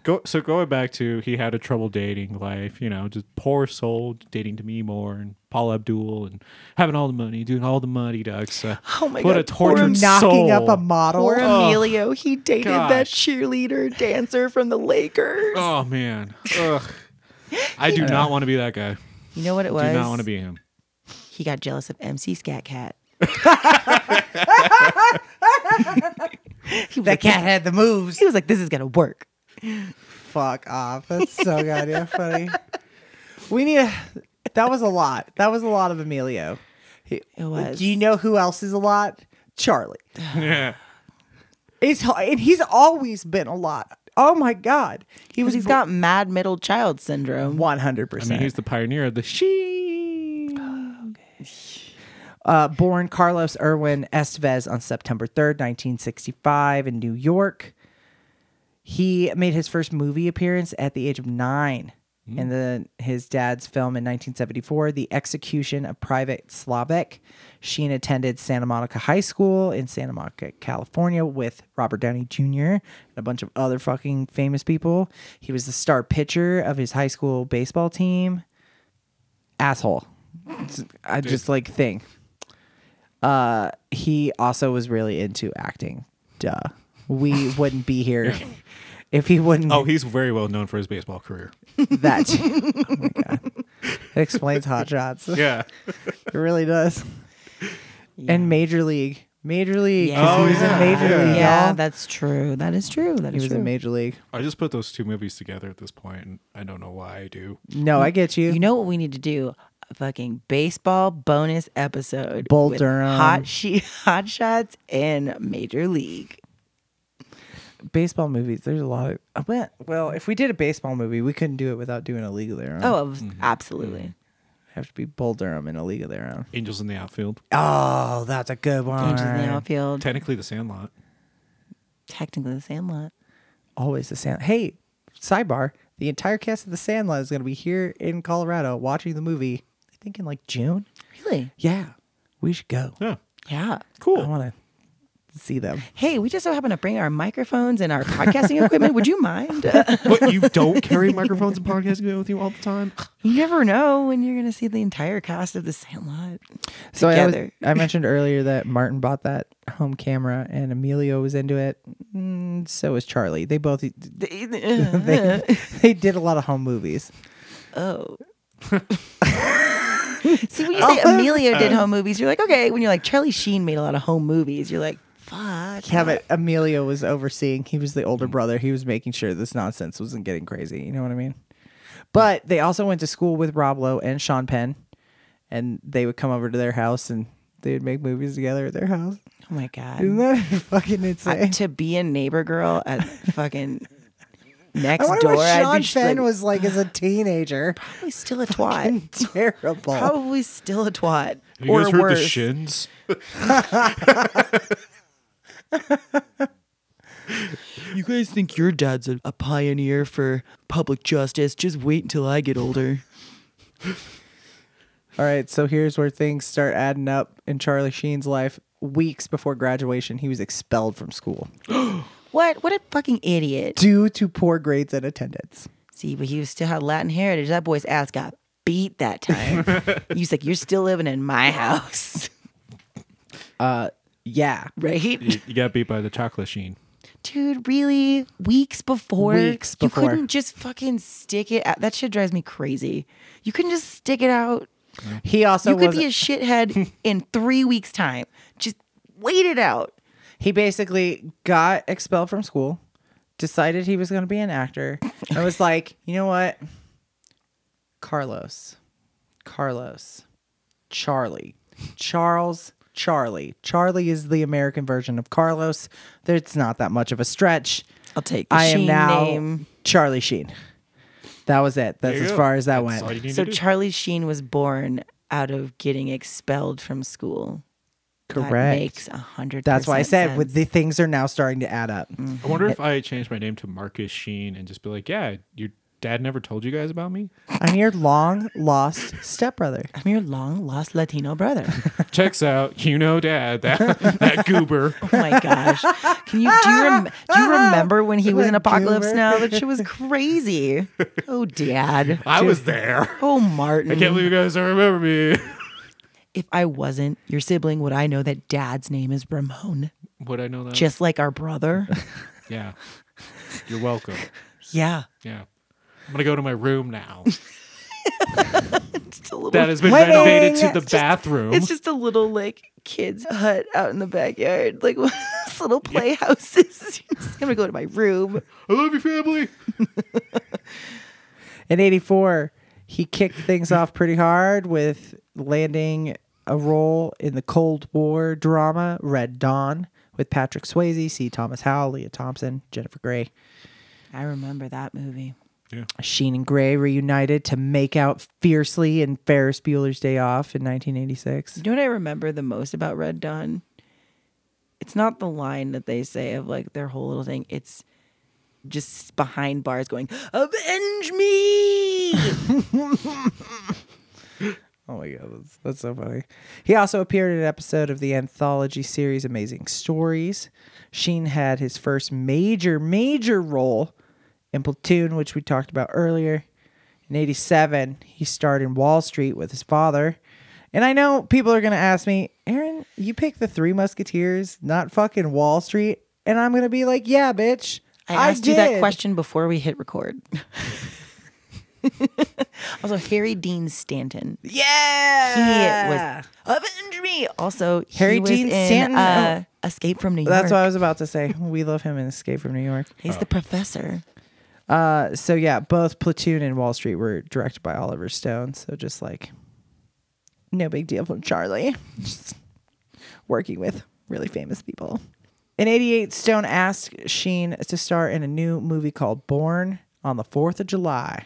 Go, so going back to he had a trouble dating life, you know, just poor soul dating to me more and Paul Abdul and having all the money, doing all the money ducks. Uh, Oh my what God, a poor tortured Knocking soul. up a model. Poor Emilio. He dated that gosh. cheerleader dancer from the Lakers. Oh man. Ugh. I do not want to be that guy. You know what it was? Do not want to be him. He got jealous of MC Scat Cat. he, was That like, cat had the moves. he was like, "This is gonna work." Fuck off. That's so goddamn funny. We need a, that was a lot. That was a lot of Emilio. He- It was. Do you know who else is a lot? Charlie. Yeah. It's and he's always been a lot. Oh my god. He was Because he's got mad middle child syndrome. one hundred I mean, percent. he's the pioneer of the she. Uh, born Carlos Irwin Estevez on September 3rd, 1965, in New York. He made his first movie appearance at the age of nine in the, his dad's film in 1974, The Execution of Private Slavik. Sheen attended Santa Monica High School in Santa Monica, California, with Robert Downey Jr. and a bunch of other fucking famous people. He was the star pitcher of his high school baseball team. Asshole. It's- I just like thing Uh, he also was really into acting. Duh. We wouldn't be here if he wouldn't Oh, he's very well known for his baseball career. that. oh my God. It explains hot shots. It Yeah. really does. And Major League. Major League. 'cause Oh, he was yeah. in Major Yeah, League. y'all. that's true. That is true. That he is was true. in Major League. I just put those two movies together at this point, and I don't know why I do. No, I get you. you know what we need to do? A fucking baseball bonus episode. Bull with Durham. Hot, she- hot shots and Major League. baseball movies, there's a lot of. I went, well, if we did a baseball movie, we couldn't do it without doing a League of Their Own. Oh, of- Mm-hmm. absolutely. have to be Bull Durham in a League of Their Own. Angels in the Outfield. Oh, that's a good one. Angels in the outfield. Technically, The Sandlot. Technically, the Sandlot. always the Sand. Hey, sidebar: the entire cast of the Sandlot is going to be here in Colorado watching the movie. I think in like June. Really? Yeah, we should go. Yeah. Yeah. I Cool. want to see them. Hey, we just so happen to bring our microphones and our podcasting equipment. Would you mind? But you don't carry microphones and podcasting with you all the time? you never know when you're going to see the entire cast of the Sandlot. So I, always- Together. I mentioned earlier that Martin bought that home camera, and Emilio was into it. Mm, so was Charlie. They both they, they did a lot of home movies. Oh. See, when you say Oh. Emilio Uh. did home movies, you're like, okay. When you're like, Charlie Sheen made a lot of home movies, you're like, fuck. Yeah, but Emilio was overseeing. He was the older brother. He was making sure this nonsense wasn't getting crazy. You know what I mean? But they also went to school with Rob Lowe and Sean Penn, and they would come over to their house and they would make movies together at their house. Oh my God. Isn't that fucking I- insane? to be a neighbor girl at fucking I next wonder door. what I'd Sean be just Penn like, was like as a teenager. probably still a twat. Terrible. Probably still a twat. Have you or guys heard worse. the shins? You guys think your dad's a, a pioneer for public justice? Just wait until I get older. All right, so here's where things start adding up in Charlie Sheen's life. Weeks before graduation, he was expelled from school What? What a fucking idiot. due to poor grades and attendance. See, but he was still had Latin heritage. That boy's ass got feet that time. He's like, you're still living in my house, Yeah. right? You got beat by the chocolate sheen. Dude, really? Weeks before? Weeks before. You couldn't just fucking stick it out. That shit drives me crazy. You couldn't just stick it out. He also you could was be a shithead in three weeks' time. Just wait it out. he basically got expelled from school, decided he was going to be an actor, and was like, you know what? Carlos, Carlos, Charlie, Charles, Charlie. Charlie is the American version of Carlos. It's not that much of a stretch. I'll take the I am Sheen now name. Charlie Sheen. That was it. That's as far as that That's all you went. need So to do. Charlie Sheen was born out of getting expelled from school. That Correct. makes a hundred. That's why I percent said with the sense. Mm. things are now starting to add up. I wonder if I changed my name to Marcus Sheen and just be like, yeah, your dad never told you guys about me. I'm your long lost stepbrother. I'm your long lost Latino brother. Checks out, you know, dad, that that goober. Oh my gosh! Can you do you, rem- do you remember when he was in Apocalypse Now? That shit was crazy. Oh, Dad. I was there. Oh, Martin. I can't believe you guys don't remember me. if I wasn't your sibling, would I know that Dad's name is Ramon, Would I know that? just like our brother? yeah. You're welcome. yeah. Yeah. I'm gonna go to my room now. It's a little. That has been Winning! renovated to the It's just- bathroom. It's just a little like kids hut out in the backyard, like one of those little playhouses. You're just gonna go to my room. I love you, family. In 84, he kicked things off pretty hard with landing a role in the Cold War drama Red Dawn with Patrick Swayze, C. Thomas Howell, Leah Thompson, Jennifer Grey. I remember that movie. Sheen and Grey reunited to make out fiercely in Ferris Bueller's Day Off in 1986. You know what I remember the most about Red Dawn? It's not the line that they say of like their whole little thing. It's just behind bars going, "Avenge me!" Oh my god, that's, that's so funny. He also appeared in an episode of the anthology series Amazing Stories. Sheen had his first major, major role in Platoon, which we talked about earlier. In 87, he starred in Wall Street with his father. And I know people are going to ask me, Aaron, you pick the Three Musketeers, not fucking Wall Street. And I'm going to be like, yeah, bitch. I asked you that did." question before we hit record. also, Harry Dean Stanton. Yeah. He was Avenge Me. Also, Harry he was Dean in, Stanton, Uh, Escape from New York. That's what I was about to say. We love him in Escape from New York. He's the professor. so yeah, both Platoon and Wall Street were directed by Oliver Stone. So just like, no big deal from Charlie. Just working with really famous people. In '88, Stone asked Sheen to star in a new movie called Born on the Fourth of July,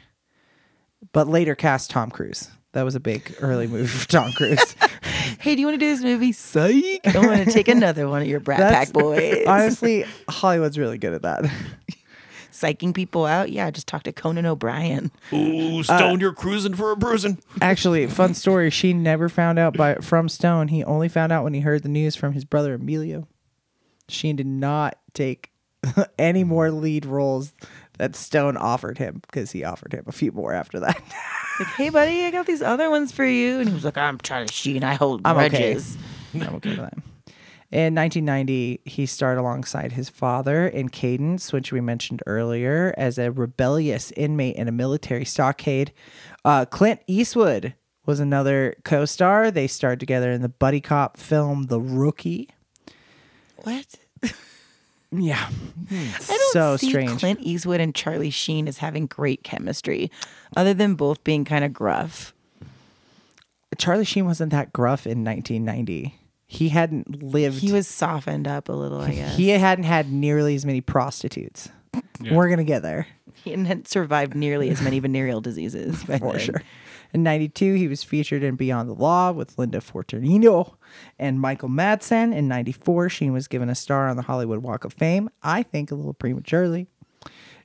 but later cast Tom Cruise. That was a big early movie for Tom Cruise. Hey, do you want to do this movie? Psych. I want to take another one of your Brat That's- Pack boys. Honestly, Hollywood's really good at that. Psyching people out. Yeah, just talk to Conan O'Brien. Uh, Ooh, Stone, you're cruising for a bruising. Actually, fun story. She never found out by from Stone. He only found out when he heard the news from his brother Emilio. Sheen did not take any more lead roles that Stone offered him because he offered him a few more after that. Like, hey, buddy, I got these other ones for you. And he was like, I'm Charlie Sheen. I hold I'm okay. grudges. I'm okay with that. In 1990, he starred alongside his father in Cadence, which we mentioned earlier, as a rebellious inmate in a military stockade. Uh, Clint Eastwood was another co star. They starred together in the buddy cop film The Rookie. What? Yeah. I don't Hmm. so see strange. Clint Eastwood and Charlie Sheen as having great chemistry, other than both being kind of gruff. Charlie Sheen wasn't that gruff in 1990. He hadn't lived. He was softened up a little, I guess. He hadn't had nearly as many prostitutes. We're gonna get there He hadn't survived nearly as many venereal diseases. By for then. sure. In '92, he was featured in Beyond the Law with Linda Fortunino and Michael Madsen. In '94, Sheen was given a star on the Hollywood Walk of Fame. I think a little prematurely.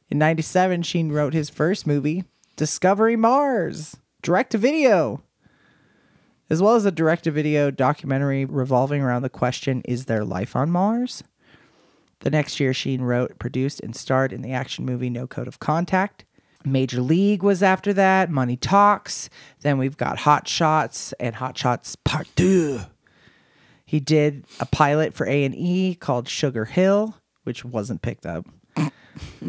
In '97, Sheen wrote his first movie, Discovery Mars, direct to video, as well as a direct to video documentary revolving around the question Is there life on Mars? The next year, Sheen wrote, produced, and starred in the action movie No Code of Contact. Major League was after that. Money Talks. Then we've got Hot Shots and Hot Shots Part Two. He did a pilot for A and E called Sugar Hill, which wasn't picked up.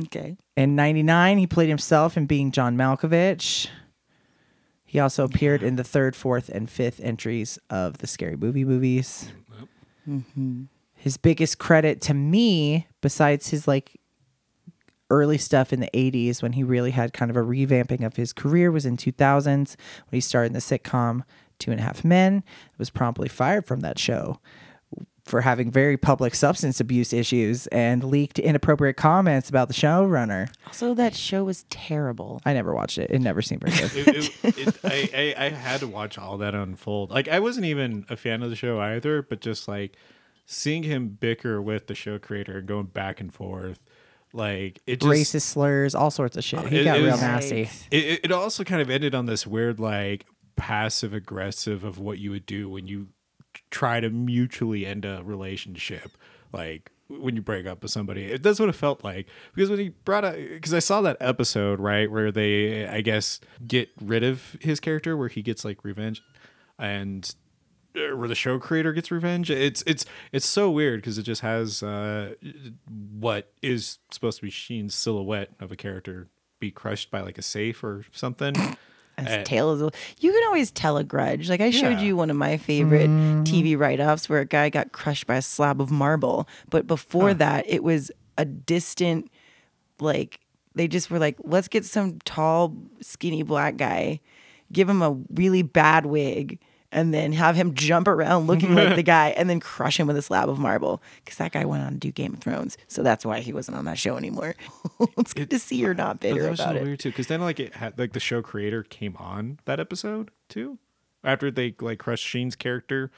Okay. In 99, he played himself in being John Malkovich. He also appeared in the third, fourth, and fifth entries of the Scary Movie movies. His biggest credit to me, besides his like early stuff in the 80s when he really had kind of a revamping of his career, was in 2000s when he starred in the sitcom Two and a Half Men. Was promptly fired from that show for having very public substance abuse issues and leaked inappropriate comments about the showrunner. Also, that show was terrible. I never watched it. It never seemed very good. it, it, it, I, I, I had to watch all that unfold. Like I wasn't even a fan of the show either, but just like seeing him bicker with the show creator and going back and forth, like it just Racist slurs, all sorts of shit. He It- got it real was- nasty. It- It, it also kind of ended on this weird, like, passive aggressive of what you would do when you try to mutually end a relationship. Like, when you break up with somebody, it, that's what it felt like. Because when he brought up, because I saw that episode, right, where they, I guess, get rid of his character, where he gets, like, revenge. And uh, where the show creator gets revenge it's it's it's so weird because it just has uh what is supposed to be Sheen's silhouette of a character be crushed by like a safe or something. His tail is. You can always tell a grudge. Like I showed Eh. Yeah. Mm. you one of my favorite TV write-offs where a guy got crushed by a slab of marble, but before Oh. that, it was a distant, like they just were like, let's get some tall, skinny black guy, give him a really bad wig. And then have him jump around looking like the guy and then crush him with a slab of marble. Because that guy went on to do Game of Thrones. So that's why he wasn't on that show anymore. it's good to see you're But not bitter that was so about it. weird too, because then like it had like the show creator came on that episode too, after they like crushed Sheen's character,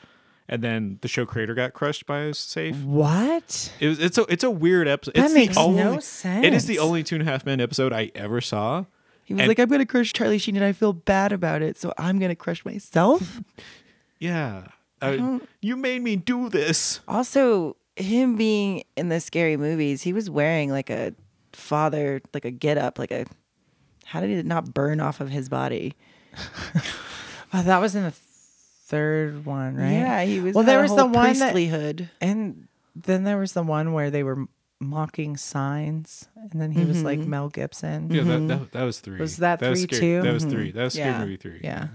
and then the show creator got crushed by a safe. What? It was, it's a it's a weird episode. That it's makes the no only, It is sense. the only Two and a Half Men episode I ever saw. He was And- like, I'm going to crush Charlie Sheen and I feel bad about it. So I'm going to crush myself. Yeah, I, you made me do this. also, him being in the scary movies, he was wearing like a father, like a get up, like a. How did it not burn off of his body? Oh, that was in the third one, right? Yeah, he was. Well, had there a was the whole one that, priestly hood. and then there was the one where they were m- mocking signs, and then he was like Mel Gibson. Yeah, that, that, that was three. Was that was three, scary- too? That was three. That was scary Yeah. movie three. Yeah.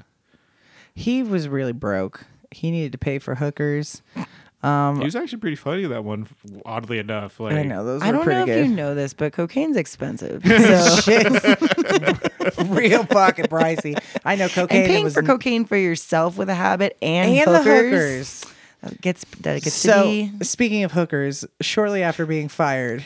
He was really broke. He needed to pay for hookers. He was actually pretty funny that one, oddly enough. Like I know those I were don't pretty know good. if you know this, but cocaine's expensive. So, Real pocket pricey. I know cocaine and paying was for cocaine for yourself with a habit and, and the hookers. that gets that gets to So be speaking of hookers, shortly after being fired,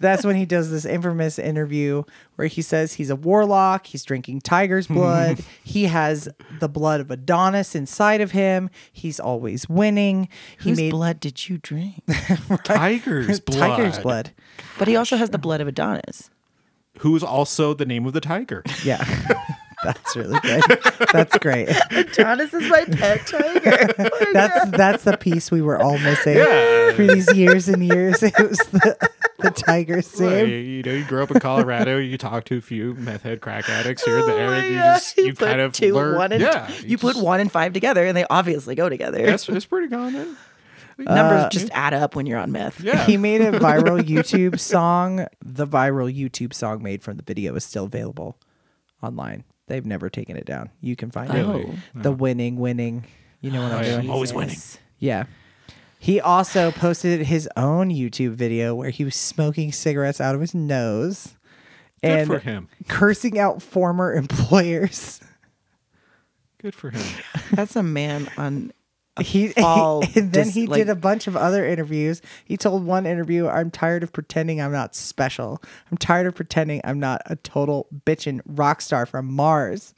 that's when he does this infamous interview where he says he's a warlock, he's drinking tiger's blood, he has the blood of Adonis inside of him, he's always winning. whose he made blood did you drink? Tiger's blood. tiger's blood. but he also has the blood of Adonis. Who's also the name of the tiger? Yeah. That's really good. That's great. Adonis is my pet tiger. That's that's the piece we were all missing Yeah. for these years and years. It was the, the tiger Like, scene. you know, you grew up in Colorado. You talk to a few meth head crack addicts Oh here and there. and you Yeah, just you, put kind of two, learn. one and yeah, you, put just- one and five together, and they obviously go together. That's it's pretty common. Numbers just add up when you're on meth. Yeah, He made a viral YouTube song. The viral YouTube song made from the video is still available online. They've never taken it down. You can find Really? Oh, it. The winning, winning. You know what I'm doing? always winning. Yeah. He also posted his own YouTube video where he was smoking cigarettes out of his nose Good and for him. cursing out former employers. Good for him. That's a man on. He fall, and then just, he like- did a bunch of other interviews. He told one interview, "I'm tired of pretending I'm not special. I'm tired of pretending I'm not a total bitchin' rock star from Mars."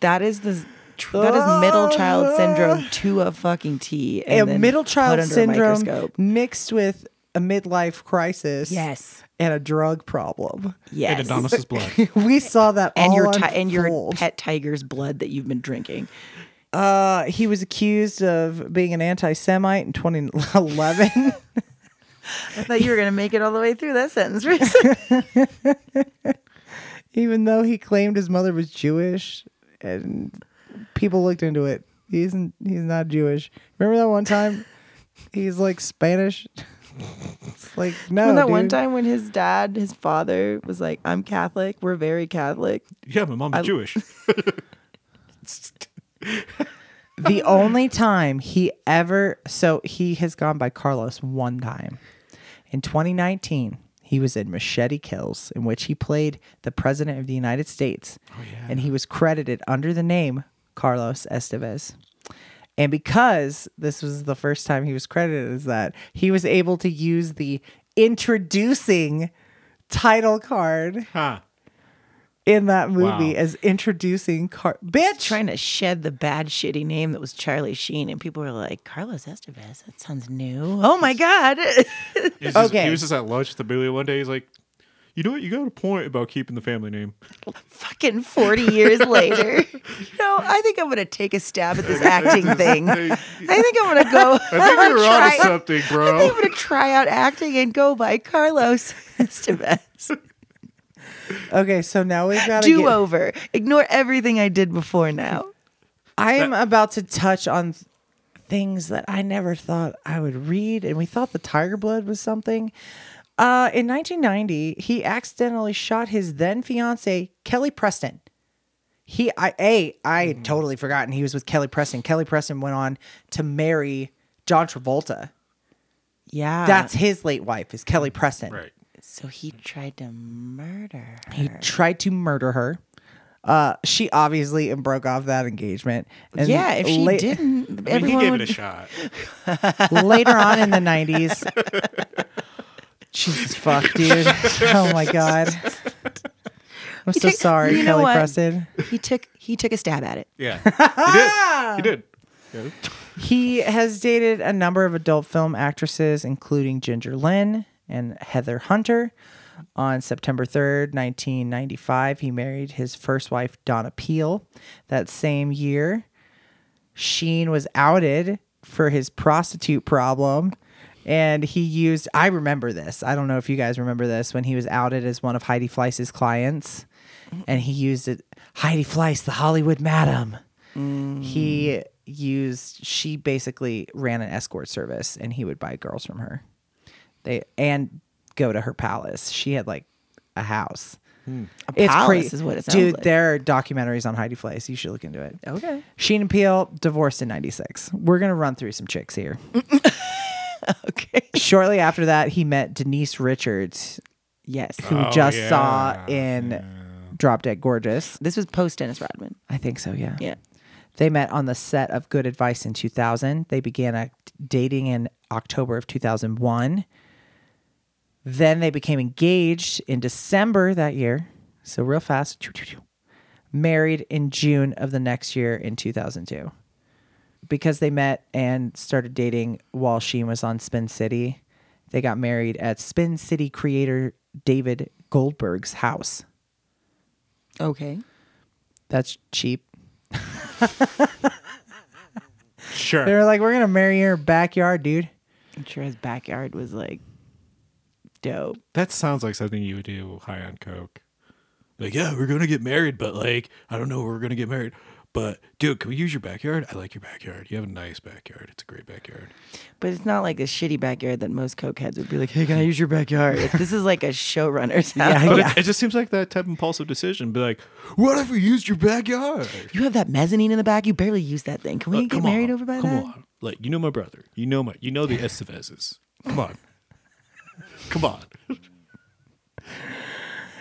That is the. tr- That is middle child syndrome to a fucking T. And a then middle child put under a syndrome microscope. mixed with a midlife crisis, Yes. and a drug problem. Yes. And Adonis's blood. we saw that and all your ti- and your unfold. pet tiger's blood that you've been drinking. Uh, he was accused of being an anti-Semite in 2011. I thought you were gonna make it all the way through that sentence. even though he claimed his mother was Jewish, and people looked into it. He isn't. He's not Jewish. Remember that one time? he's like Spanish. it's like no. Remember that one dude. time when his dad, his father, was like, "I'm Catholic. We're very Catholic." Yeah, my mom's I- Jewish. the only time he ever so he has gone by Carlos one time. In 2019, he was in Machete Kills, in which he played the president of the United States. Oh, And he was credited under the name Carlos Estevez. And because this was the first time he was credited as that, he was able to use the introducing title card huh. in that movie Wow. as introducing car bitch Trying to shed the bad, shitty name that was Charlie Sheen, and people were like, "Carlos Estevez. That sounds new. Oh my god." He's just- Okay. He was just at lunch with the Billy one day. He's like, you know what? You got a point about keeping the family name. Fucking 40 years later. You know, I think I'm going to take a stab at this acting thing. I think I'm going to go. I think I'm you're gonna onto try- something, I think I'm bro. going to try out acting and go by Carlos Estevez. okay so now we've got to Do over. Ignore everything I did before now. I am about to touch on th- things that I never thought I would read, and we thought the tiger blood was something. Uh, in 1990, he accidentally shot his then fiance Kelly Preston. He, I, a, I Mm. had totally forgotten he was with Kelly Preston. Kelly Preston went on to marry John Travolta. Yeah. That's his late wife, is Kelly Preston. Right. so he tried to murder. her. He tried to murder her. Uh, she obviously broke off that engagement. And yeah, if she la- didn't, I mean, he everyone gave would it a shot. later on in the 90s. Jesus fuck, dude. Oh my god. I'm so took- sorry, you know Kelly what? Preston. he took he took a stab at it. Yeah. He did. He did. He has dated a number of adult film actresses, including Ginger Lynn and Heather Hunter. On September 3rd, 1995, he married his first wife, Donna Peel. That same year, Sheen was outed for his prostitute problem. And he used, I remember this. I don't know if you guys remember this when he was outed as one of Heidi Fleiss's clients. And he used it, Heidi Fleiss, the Hollywood madam he used she basically ran an escort service and he would buy girls from her they and go to her palace she had like a house Hmm. A it's palace crazy is what it sounds dude like. there are documentaries on heidi fleiss you should look into it Okay. sheen and peel divorced in 96 we're gonna run through some chicks here Okay. shortly after that he met denise richards Yes. who Oh, just yeah, saw in drop dead gorgeous This was post Dennis Rodman. i think so yeah Yeah. They met on the set of Good Advice in 2000. They began act- dating in October of 2001. Then they became engaged in December that year. So, real fast. Choo, choo, choo. Married in June of the next year in 2002. Because they met and started dating while Sheen was on Spin City, they got married at Spin City creator David Goldberg's house. Okay. That's cheap. Sure. They were like, we're going to marry your backyard, dude. I'm sure his backyard was like dope. That sounds like something you would do high on coke. Like, yeah, we're gonna get married, but like, I don't know where we're gonna get married. But dude, can we use your backyard? I like your backyard. You have a nice backyard. It's a great backyard. But it's not like a shitty backyard that most coke heads would be like, "Hey, can I use your backyard?" this is like a showrunner's house. But it, it just seems like that type of impulsive decision. Be like, what if we used your backyard? You have that mezzanine in the back. You barely use that thing. Can we Like, get married over by come that? on. Like, you know my brother. You know my. You know the Estevezes. Come on. come on.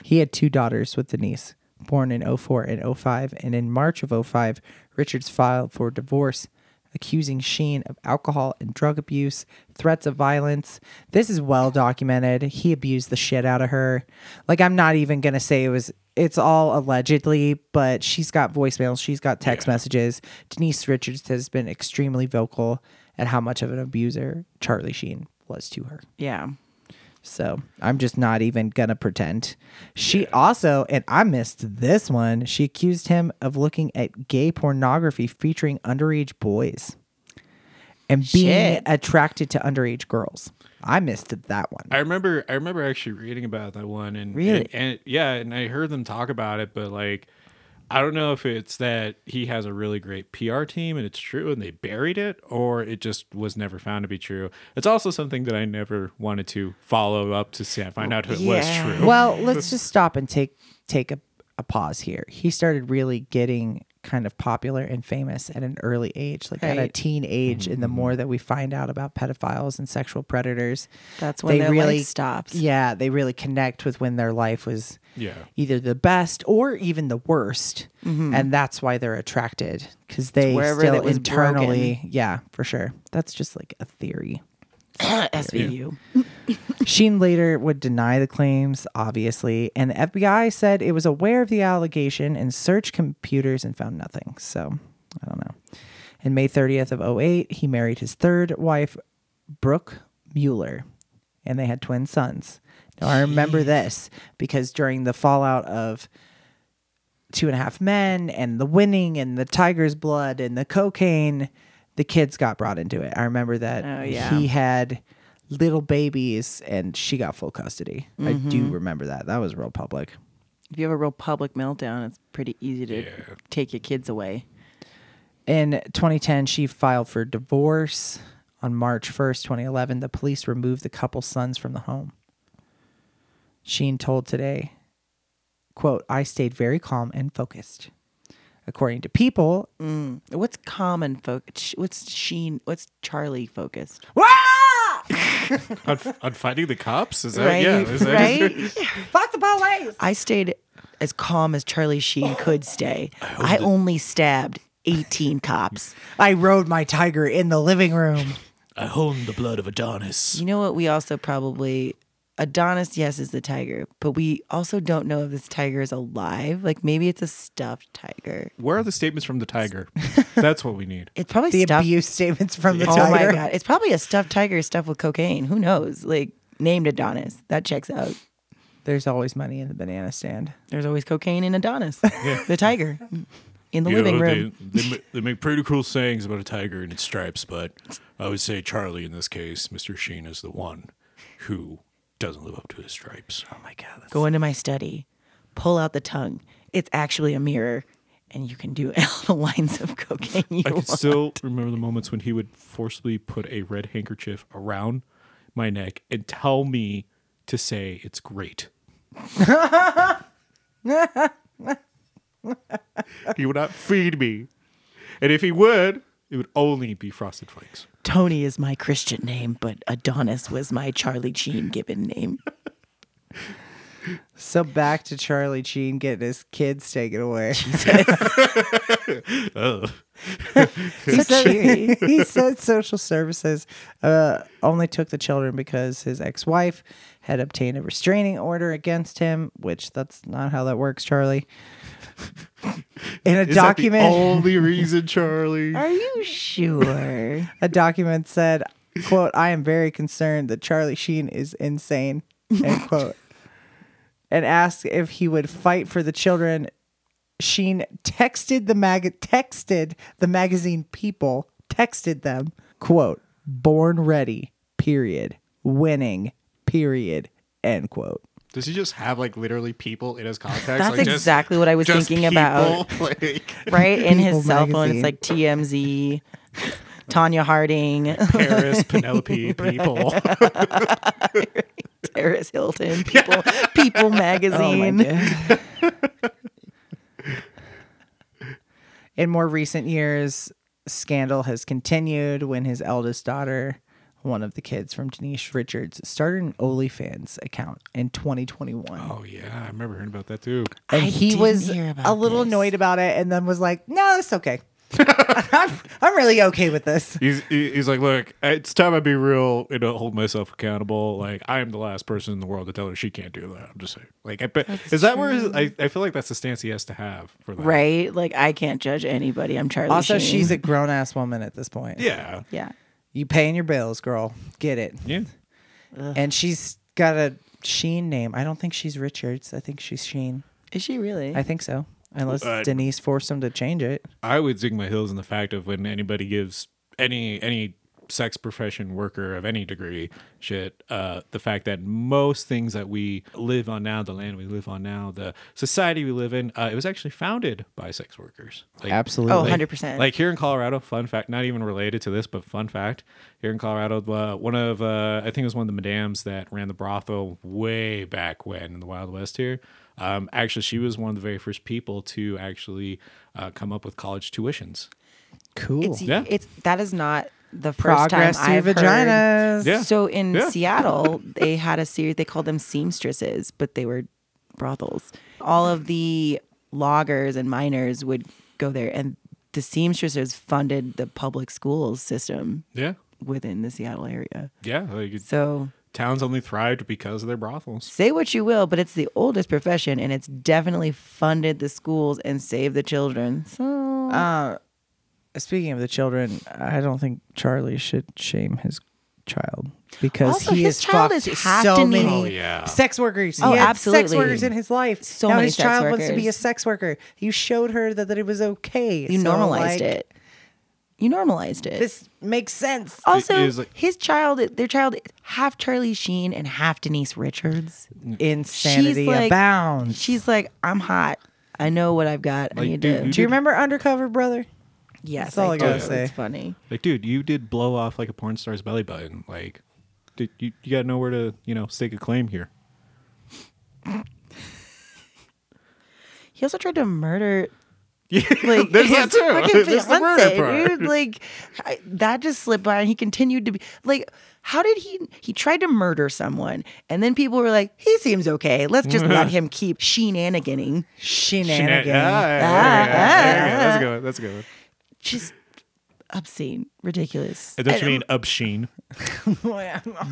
He had two daughters with Denise, born in 04 and 05, and in March of 05, Richards filed for divorce, accusing Sheen of alcohol and drug abuse, threats of violence. This is well documented. He abused the shit out of her. Like I'm not even going to say it was it's all allegedly, but she's got voicemails, she's got text messages. Denise Richards has been extremely vocal at how much of an abuser Charlie Sheen was to her. Yeah. So I'm just not even gonna pretend. She also, and I missed this one, she accused him of looking at gay pornography featuring underage boys and being Shit. attracted to underage girls. I missed that one. I remember I remember actually reading about that one and Really? and, and- yeah, and I heard them talk about it, but like I don't know if it's that he has a really great PR team and it's true and they buried it or it just was never found to be true. It's also something that I never wanted to follow up to see find out if it was true. Well, let's just stop and take take a, a pause here. He started really getting kind of popular and famous at an early age, like at a Right. teen age. And the more that we find out about pedophiles and sexual predators, That's when their life stops. Yeah, they really connect with when their life was Yeah. either the best or even the worst, and that's why they're attracted because they Mm-hmm. wherever still that was internally, yeah, for sure. That's just like a theory. SVU. Sheen later would deny the claims, obviously, and the FBI said it was aware of the allegation and searched computers and found nothing. So, I don't know. In May 30th of 08, he married his third wife, Brooke Mueller, and they had twin sons. Now, I remember this because during the fallout of Two and a Half Men and the winning and the tiger's blood and the cocaine, the kids got brought into it. I remember that Oh, yeah. he had little babies and she got full custody. I Mm-hmm. do remember that. That was real public. If you have a real public meltdown, it's pretty easy to take your kids away. In 2010, she filed for divorce. On March 1st, 2011, the police removed the couple's sons from the home. Sheen told Today, quote, I stayed very calm and focused. According to People, Mm. What's common focus? What's Sheen? What's Charlie focused? on, on fighting the cops? Is that Right, yeah? Is that, right. fuck the police. I stayed as calm as Charlie Sheen could stay. I only stabbed eighteen cops. I rode my tiger in the living room. I hone the blood of Adonis. You know what? We also probably Adonis, yes, is the tiger, but we also don't know if this tiger is alive. Like maybe it's a stuffed tiger. Where are the statements from the tiger? That's what we need. It's probably The stuffed. abuse statements from the oh tiger. my god! It's probably a stuffed tiger stuffed with cocaine. Who knows? Like named Adonis. That checks out. There's always money in the banana stand. There's always cocaine in Adonis, the tiger, in the You living know, room. They, they, ma- they make pretty cool sayings about a tiger and its stripes, but I would say Charlie in this case, Mr. Sheen is the one who doesn't live up to his stripes. Oh my god. Go into my study, pull out the tongue. It's actually a mirror, and you can do all the lines of cocaine you I want. could still remember the moments when he would forcibly put a red handkerchief around my neck and tell me to say it's great. he would not feed me. And if he would, it would only be frosted flakes. Tony is my Christian name, but Adonis was my Charlie Sheen given name. So back to Charlie Sheen getting his kids taken away. Oh. So cheery. he said social services uh, only took the children because his ex-wife had obtained a restraining order against him which that's not how that works charlie in a document Is that the only reason, Charlie. Are you sure? a document said quote i am very concerned that charlie sheen is insane end quote and asked if he would fight for the children sheen texted the mag texted the magazine people texted them quote born ready period winning period end quote Does he just have like literally people in his contacts? That's like, just- exactly what I was just thinking about. people, like, Right in his People cell phone, magazine. it's like TMZ, Tanya Harding, Paris, Penelope, people. Paris Hilton, People, Oh People Magazine. God. In more recent years, scandal has continued when his eldest daughter, one of the kids from Denise Richards, started an OnlyFans account in 2021. Oh yeah, I remember hearing about that too. and I he didn't was hear about a little this. annoyed about it and then was like, no, it's okay. I'm, I'm really okay with this. He's he- he's like, look, it's time I be real and don't hold myself accountable. Like I am the last person in the world to tell her she can't do that. I'm just saying. Like, I bet is that where his, I I feel like that's the stance he has to have for that. Right? Like I can't judge anybody. I'm Charlie. Also, Sheen. she's a grown ass woman at this point. Yeah. yeah. You paying your bills, girl. Get it. Yeah. And she's got a Sheen name. I don't think she's Richards. I think she's Sheen. Is she really? I think so. Unless Uh, Denise forced him to change it. I would zig my heels in the fact of when anybody gives any any sex profession worker of any degree shit uh the fact that most things that we live on now the land we live on now the society we live in uh, it was actually founded by sex workers Like, Absolutely. Oh, like- 100%. Like here in Colorado, fun fact, not even related to this, but fun fact. Here in Colorado, uh, one of, uh, I think it was one of the madams that ran the brothel way back when in the Wild West here. Um, actually, she was one of the very first people to actually uh, come up with college tuitions. cool. It's, Yeah. it's that is not the first Progress time I've to heard. vaginas. Yeah. So in Yeah. Seattle, they had a series. They called them seamstresses, but they were brothels. All of the loggers and miners would go there, and the seamstresses funded the public schools system Yeah. within the Seattle area. Yeah. Like, So towns only thrived because of their brothels. say what you will, but it's the oldest profession, and it's definitely funded the schools and saved the children. So uh, Speaking of the children, I don't think Charlie should shame his child because Also, he his has child fucked is half so to need- many Oh, yeah. sex workers. Oh, he had Sex absolutely. workers in his life. So now many his sex child wants to be a workers. sex worker. You showed her that, that it was okay. you So, like, normalized it. You normalized it. This makes sense. Also, It is like- his child, their child, half Charlie Sheen and half Denise Richards. Insanity she's like, abounds. She's like, I'm hot. I know what I've got. I Like, need dude, to. you Do you remember Undercover Brother? yes, that's all I do. gotta say. It's funny. Like, dude, you did blow off like a porn star's belly button. Like, dude, you, you got nowhere to, you know, stake a claim here. He also tried to murder. like his fucking There's the murder fiance, part. dude. Like I, that just slipped by, and he continued to be like, "How did he? He tried to murder someone, and then people were like, he seems okay. Let's just let him keep shenaniganing.' Ah, Shenanigans. That's a good one. That's a good one. Just obscene, ridiculous. Don't you mean obscene?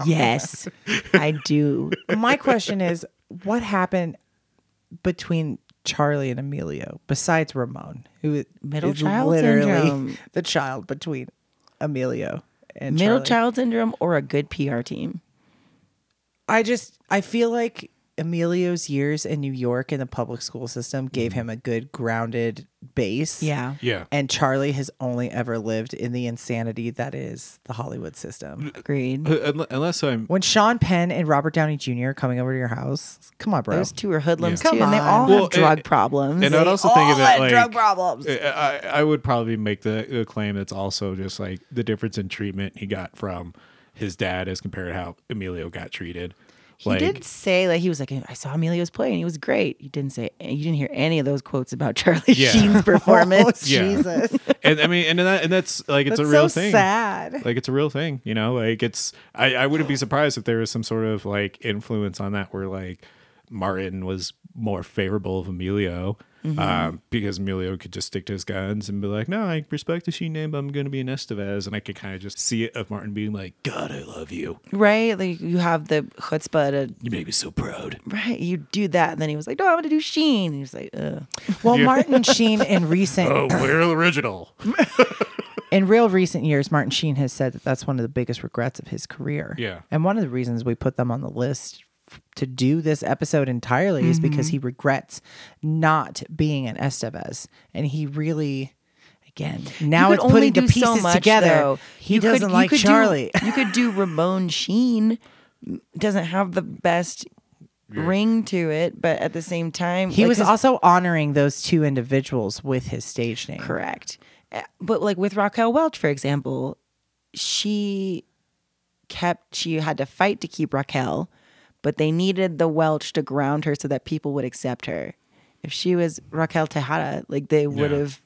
Yes, I do. My question is, what happened between Charlie and Emilio besides Ramon, who is- Middle is child literally syndrome. the child between Emilio and Middle Charlie? child syndrome or a good PR team. I just I feel like Emilio's years in New York in the public school system gave him a good grounded base. Yeah. Yeah. And Charlie has only ever lived in the insanity that is the Hollywood system. Agreed. Unless I'm. When Sean Penn and Robert Downey Jr. coming over to your house, come on, bro. Those two are hoodlums Yeah. too, Come and they all on. Well, have drug and- problems. And I'd also think of it like problems. I, I I would probably make the, the claim that's also just like the difference in treatment he got from his dad as compared to how Emilio got treated. He did say that he was like, I saw Emilio's play and he was great. You didn't say, you didn't hear any of those quotes about Charlie Yeah. Sheen's performance. Yeah. Jesus. and I mean, and that and that's like it's That's a real so thing. sad. Like it's a real thing, you know. Like it's I I wouldn't be surprised if there was some sort of like influence on that where like Martin was more favorable of Emilio. Um, because Emilio could just stick to his guns and be like, "No, I respect the she name, but I'm going to be an Estevez," and I could kind of just see it of Martin being like, "God, I love you. Right? Like you have the chutzpah to, You make me so proud." right? You do that. And then he was like, no, I'm going to do Sheen. And he was like, Ugh. Well, Martin Sheen in recent Oh, we're original. in real recent years, Martin Sheen has said that that's one of the biggest regrets of his career. Yeah. And one of the reasons we put them on the list f- to do this episode entirely is because Mm-hmm. he regrets not being an Estevez. And he really, again, now You it's could only putting the do pieces together. though. He You could- doesn't you like could do- Charlie. you could do Ramon Sheen. Doesn't have the best ring to it, but at the same time, he like, was 'cause- also honoring those two individuals with his stage name. correct. Uh, But like with Raquel Welch, for example, she kept she had to fight to keep Raquel, but they needed the Welch to ground her so that people would accept her. If she was Raquel Tejada, like they would Yeah. have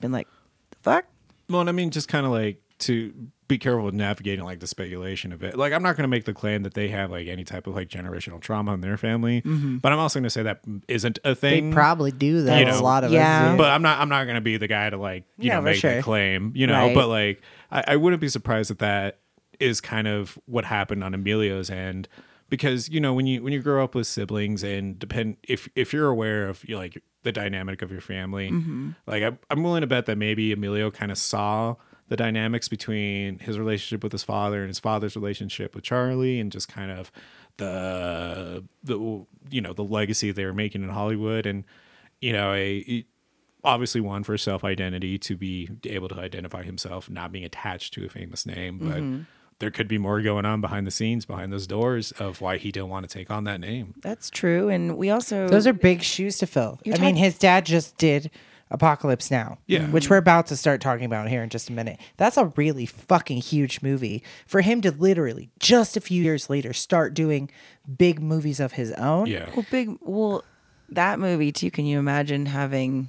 been like, the fuck. Well, and I mean, just kind of like to be careful with navigating like the speculation of it. Like, I'm not going to make the claim that they have like any type of like generational trauma in their family, but I'm also going to say that isn't a They thing. probably do, though. You know, a lot of yeah. us. do. but I'm not. I'm not going to be the guy to like you No, know for make sure. the claim. You know, Right. but like I, I wouldn't be surprised that that is kind of what happened on Emilio's end because you know when you when you grow up with siblings and depend if if you're aware of you know, like the dynamic of your family, Mm-hmm. like I, I'm willing to bet that maybe Emilio kind of saw the dynamics between his relationship with his father and his father's relationship with Charlie and just kind of the the you know the legacy they were making in Hollywood and you know a obviously one for self identity to be able to identify himself, not being attached to a famous name, but there could be more going on behind the scenes, behind those doors of why he didn't want to take on that name. That's true. And we also Those are big shoes to fill. I You're mean, talking- his dad just did Apocalypse Now, Yeah. which we're about to start talking about here in just a minute. That's a really fucking huge movie for him to literally just a few years later start doing big movies of his own. Yeah. well, big well that movie too. Can you imagine having you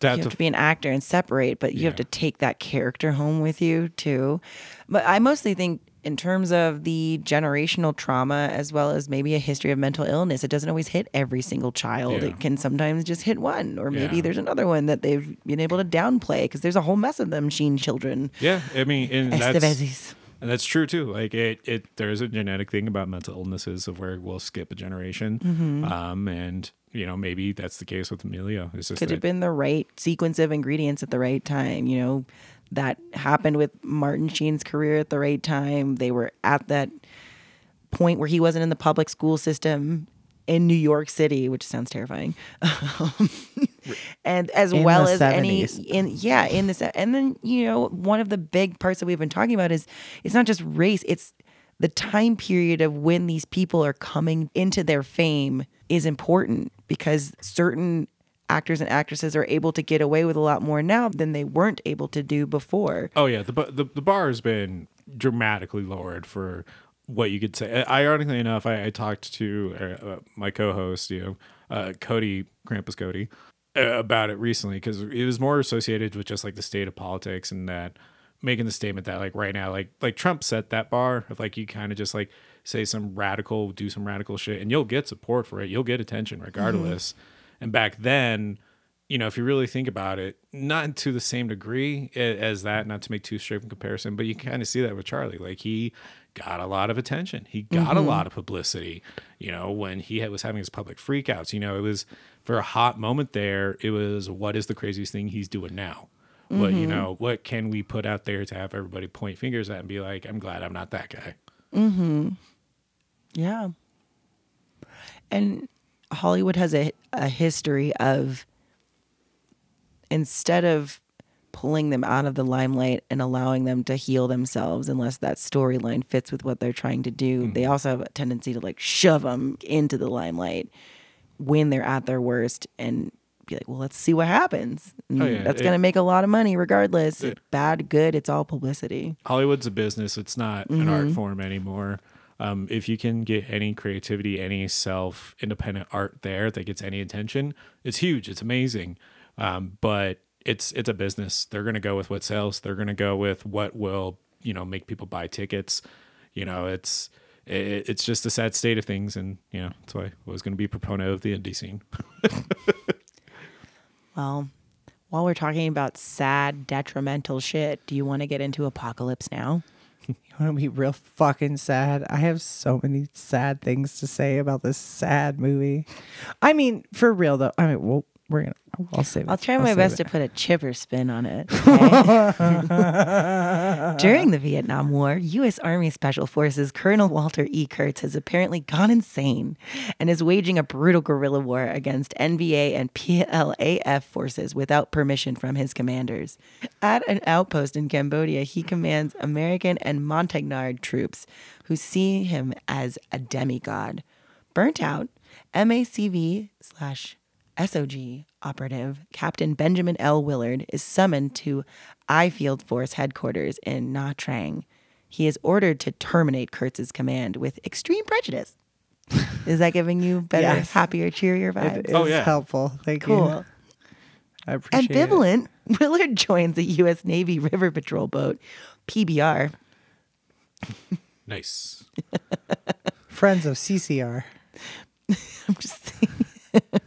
That's have a, to be an actor and separate, but you have to take that character home with you too. But I mostly think in terms of the generational trauma as well as maybe a history of mental illness, it doesn't always hit every single child. Yeah. It can sometimes just hit one, or maybe Yeah. there's another one that they've been able to downplay because there's a whole mess of them Sheen children. yeah, I mean, and that's, Estevezes. and that's true too. Like it, it there is a genetic thing about mental illnesses of where we'll skip a generation, um, and you know maybe that's the case with Emilio. It's just Could that- have been the right sequence of ingredients at the right time. You know, that happened with Martin Sheen's career at the right time. They were at that point where he wasn't in the public school system in New York City, which sounds terrifying. and as In well the as any 70s. in yeah, in this and then, you know, one of the big parts that we've been talking about is it's not just race, it's the time period of when these people are coming into their fame is important because certain actors and actresses are able to get away with a lot more now than they weren't able to do before. Oh yeah, the bu- the the bar has been dramatically lowered for what you could say. I- Ironically enough, I, I talked to uh, uh, my co-host, you know, uh, Cody Krampus Cody, uh, about it recently because it was more associated with just like the state of politics and that making the statement that like right now, like like Trump set that bar of like you kind of just like say some radical, do some radical shit, and you'll get support for it, you'll get attention regardless. And back then, you know, if you really think about it, not to the same degree a- as that, not to make too straight of a comparison, but you kind of see that with Charlie. Like he got a lot of attention, he got a lot of publicity. You know, when he had, was having his public freakouts, you know, it was for a hot moment there. It was what is the craziest thing he's doing now? What you know, what can we put out there to have everybody point fingers at and be like, I'm glad I'm not that guy. Yeah. And Hollywood has a, a history of instead of pulling them out of the limelight and allowing them to heal themselves unless that storyline fits with what they're trying to do, Hmm. they also have a tendency to like shove them into the limelight when they're at their worst and be like, well, let's see what happens. And Oh, yeah. That's It- going to make a lot of money regardless. Bad, good, it's all publicity. Hollywood's a business. It's not an art form anymore. Um, if you can get any creativity, any self independent art there that gets any attention, it's huge. It's amazing. Um, but it's it's a business. They're gonna go with what sells. They're gonna go with what will you know make people buy tickets. You know, it's it, it's just a sad state of things, and you know that's why I was gonna be a proponent of the indie scene. Well, while we're talking about sad, detrimental shit, do you want to get into Apocalypse Now? You want to be real fucking sad? I have so many sad things to say about this sad movie. I mean, for real though. I mean, well, we're gonna. I'll save. It. I'll try my save best it. to put a chipper spin on it. okay? During the Vietnam War, U.S. Army Special Forces Colonel Walter E. Kurtz has apparently gone insane and is waging a brutal guerrilla war against NVA and PLAF forces without permission from his commanders. At an outpost in Cambodia, he commands American and Montagnard troops who see him as a demigod. Burnt out, MACV slash SOG operative Captain Benjamin L. Willard is summoned to I Field Force headquarters in Nha Trang. He is ordered to terminate Kurtz's command with extreme prejudice. Is that giving you better, Yes. happier, cheerier vibes? It Oh, is yeah. helpful. Thank you. cool. I appreciate it. Ambivalent, Willard joins the U.S. Navy River Patrol boat, PBR, nice. Friends of CCR. I'm just thinking, I'm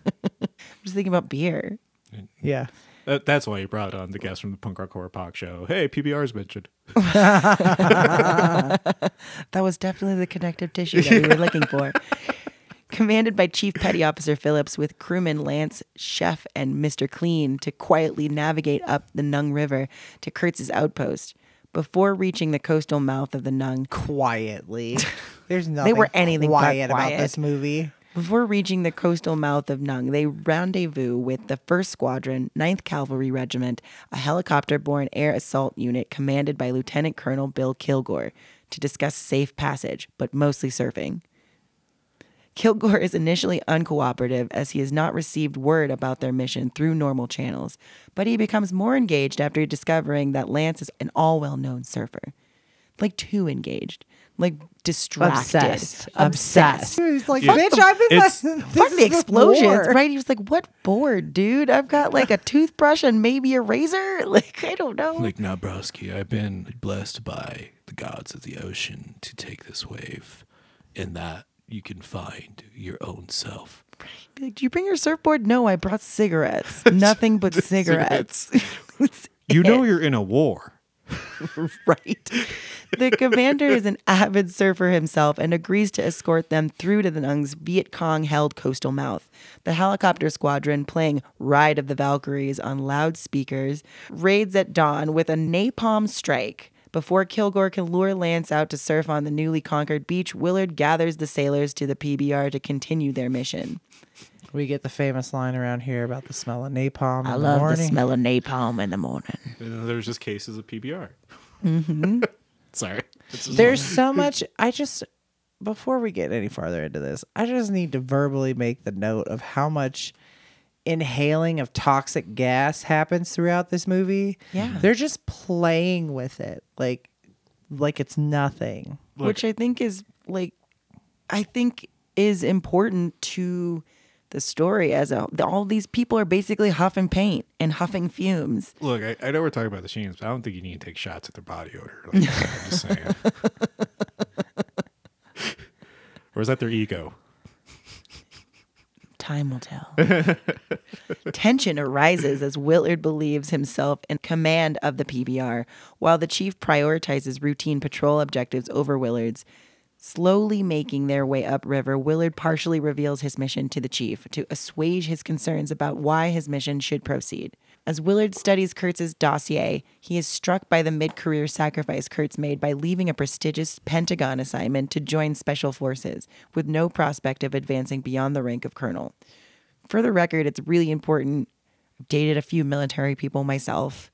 just thinking about beer. Yeah. That, that's why you brought on the guest from the Punk Rock Horror Pop Show. Hey, PBR's mentioned. That was definitely the connective tissue that we were looking for. Commanded by Chief Petty Officer Phillips, with crewmen Lance, Chef, and Mr. Clean to quietly navigate up the Nung River to Kurtz's outpost. Before reaching the coastal mouth of the Nung, quietly. There's nothing They were anything but quiet, quiet. about this movie. Before reaching the coastal mouth of Nung, they rendezvous with the 1st Squadron, 9th Cavalry Regiment, a helicopter borne air assault unit commanded by Lieutenant Colonel Bill Kilgore, to discuss safe passage, but mostly surfing. Kilgore is initially uncooperative as he has not received word about their mission through normal channels, but he becomes more engaged after discovering that Lance is an all well known surfer. Like, too engaged, like, distracted, Obsessed. obsessed. He's like, bitch, I've been It's- Fuck the explosions, right? He was like, "What board, dude? I've got like a toothbrush and maybe a razor. Like, I don't know." Like Nabrowski, I've been blessed by the gods of the ocean to take this wave, and that you can find your own self. Be like, "Do you bring your surfboard?" No, I brought cigarettes. Nothing but cigarettes. That's You know it, you're in a war. right. The commander is an avid surfer himself and agrees to escort them through to the Nung's Viet Cong held coastal mouth. The helicopter squadron, playing Ride of the Valkyries on loudspeakers, raids at dawn with a napalm strike. Before Kilgore can lure Lance out to surf on the newly conquered beach, Willard gathers the sailors to the PBR to continue their mission. We get the famous line around here about the smell of napalm. I in love the, morning. the smell of napalm in the morning. And then there's just cases of PBR. Sorry. It's just- There's so much. I just before we get any farther into this, I just need to verbally make the note of how much inhaling of toxic gas happens throughout this movie. Yeah. they're just playing with it, like like it's nothing. which I think is like, I think is important to the story as a. the- All these people are basically huffing paint and huffing fumes. Look, I, I know we're talking about the Sheens, but I don't think you need to take shots at their body odor. Like, I'm just saying. or is that their ego? Time will tell. Tension arises as Willard believes himself in command of the PBR, while the chief prioritizes routine patrol objectives over Willard's. Slowly making their way upriver, Willard partially reveals his mission to the chief to assuage his concerns about why his mission should proceed. As Willard studies Kurtz's dossier, he is struck by the mid career sacrifice Kurtz made by leaving a prestigious Pentagon assignment to join Special Forces, with no prospect of advancing beyond the rank of colonel for the record, it's really important. I've dated a few military people myself.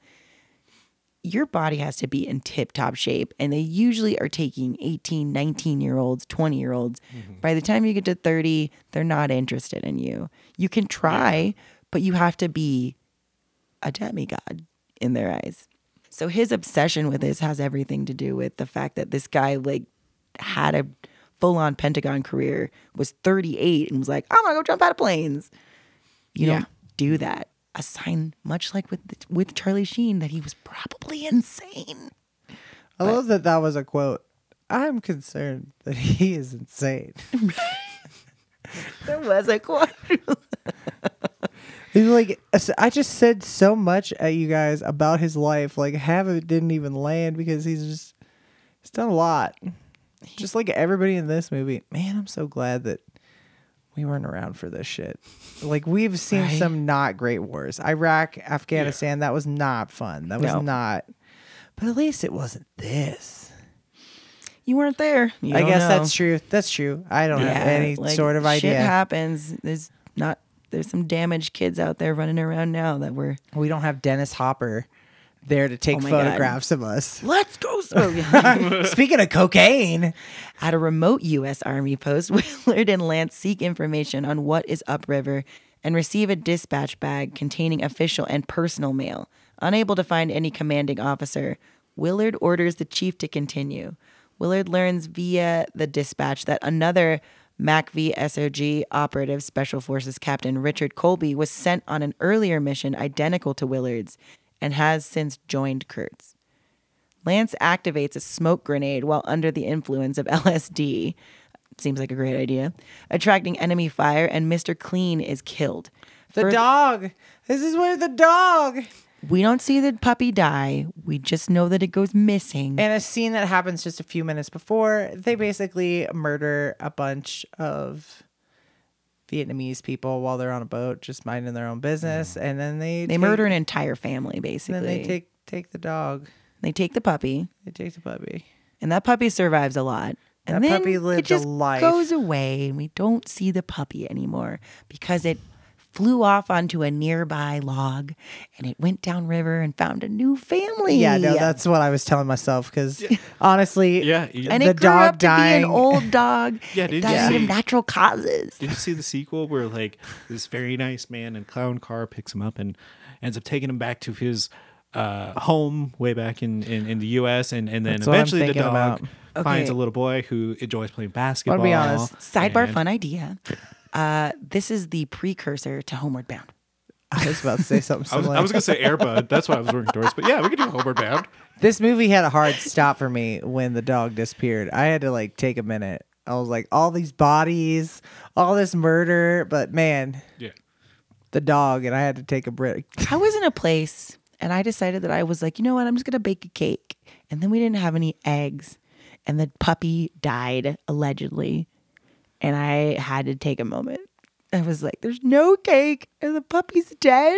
Your body has to be in tip top shape, and they usually are taking 18, 19 year olds, 20 year olds. By the time you get to 30, they're not interested in you. You can try, but you have to be a demigod in their eyes. So his obsession with this has everything to do with the fact that this guy like had a full on Pentagon career, was 38 and was like, I'm gonna go jump out of planes. You don't do that. A sign much like with with Charlie Sheen that he was probably insane. I love that that was a quote. I'm concerned that he is insane. There was a quote. He's like, I just said so much at you guys about his life. Like, half of it didn't even land because he's just, he's done a lot. Just like everybody in this movie. Man, I'm so glad that we weren't around for this shit. Like, we've seen some not great wars Iraq, Afghanistan. That was not fun. That was No. not, but at least it wasn't this. You weren't there. You I don't guess know. that's true. That's true. I don't have Yeah, any like, sort of idea. Shit happens. There's not there's some damaged kids out there running around now that were we don't have Dennis Hopper there to take Oh my God. photographs of us. let's go so Speaking of cocaine, At a remote U.S. Army post, Willard and Lance seek information on what is upriver and receive a dispatch bag containing official and personal mail. Unable to find any commanding officer, Willard orders the chief to continue. Willard learns via the dispatch that another MACV SOG operative Special Forces Captain Richard Colby was sent on an earlier mission identical to Willard's and has since joined Kurtz. Lance activates a smoke grenade while under the influence of LSD. Seems like a great idea. Attracting enemy fire, and Mr. Clean is killed. the Fur- dog. This is where the dog. we don't see the puppy die. We just know that it goes missing. And a scene that happens just a few minutes before, they basically murder a bunch of Vietnamese people while they're on a boat, just minding their own business, Mm. and then they they take- murder an entire family, basically. And then they take take the dog. They take the puppy, They take the puppy. and that puppy survives a lot. And That then puppy lived it a just life. goes away, and we don't see the puppy anymore because it flew off onto a nearby log, and it went downriver and found a new family. Yeah, no, that's what I was telling myself because honestly, Yeah, you- and the it grew dog up to dying. be an old dog. Yeah, it did you died of see- natural causes. Did you see the sequel where like this very nice man in clown car picks him up and ends up taking him back to his uh, home way back in, in, in the U.S. and and then That's what I'm eventually the thinking dog about. finds Okay. a little boy who enjoys playing basketball. honest. Sidebar and- fun idea. Uh, this is the precursor to Homeward Bound. I was about to say something I was, similar. I was gonna say Airbud. That's why I was working towards. But yeah, we could do Homeward Bound. this movie had a hard stop for me when the dog disappeared. I had to like take a minute. I was like, all these bodies, all this murder, but man, Yeah. the dog, and I had to take a break. I was in a place and I decided that I was like, you know what? I'm just going to bake a cake. And then we didn't have any eggs. And the puppy died allegedly. And I had to take a moment. I was like, there's no cake and the puppy's dead.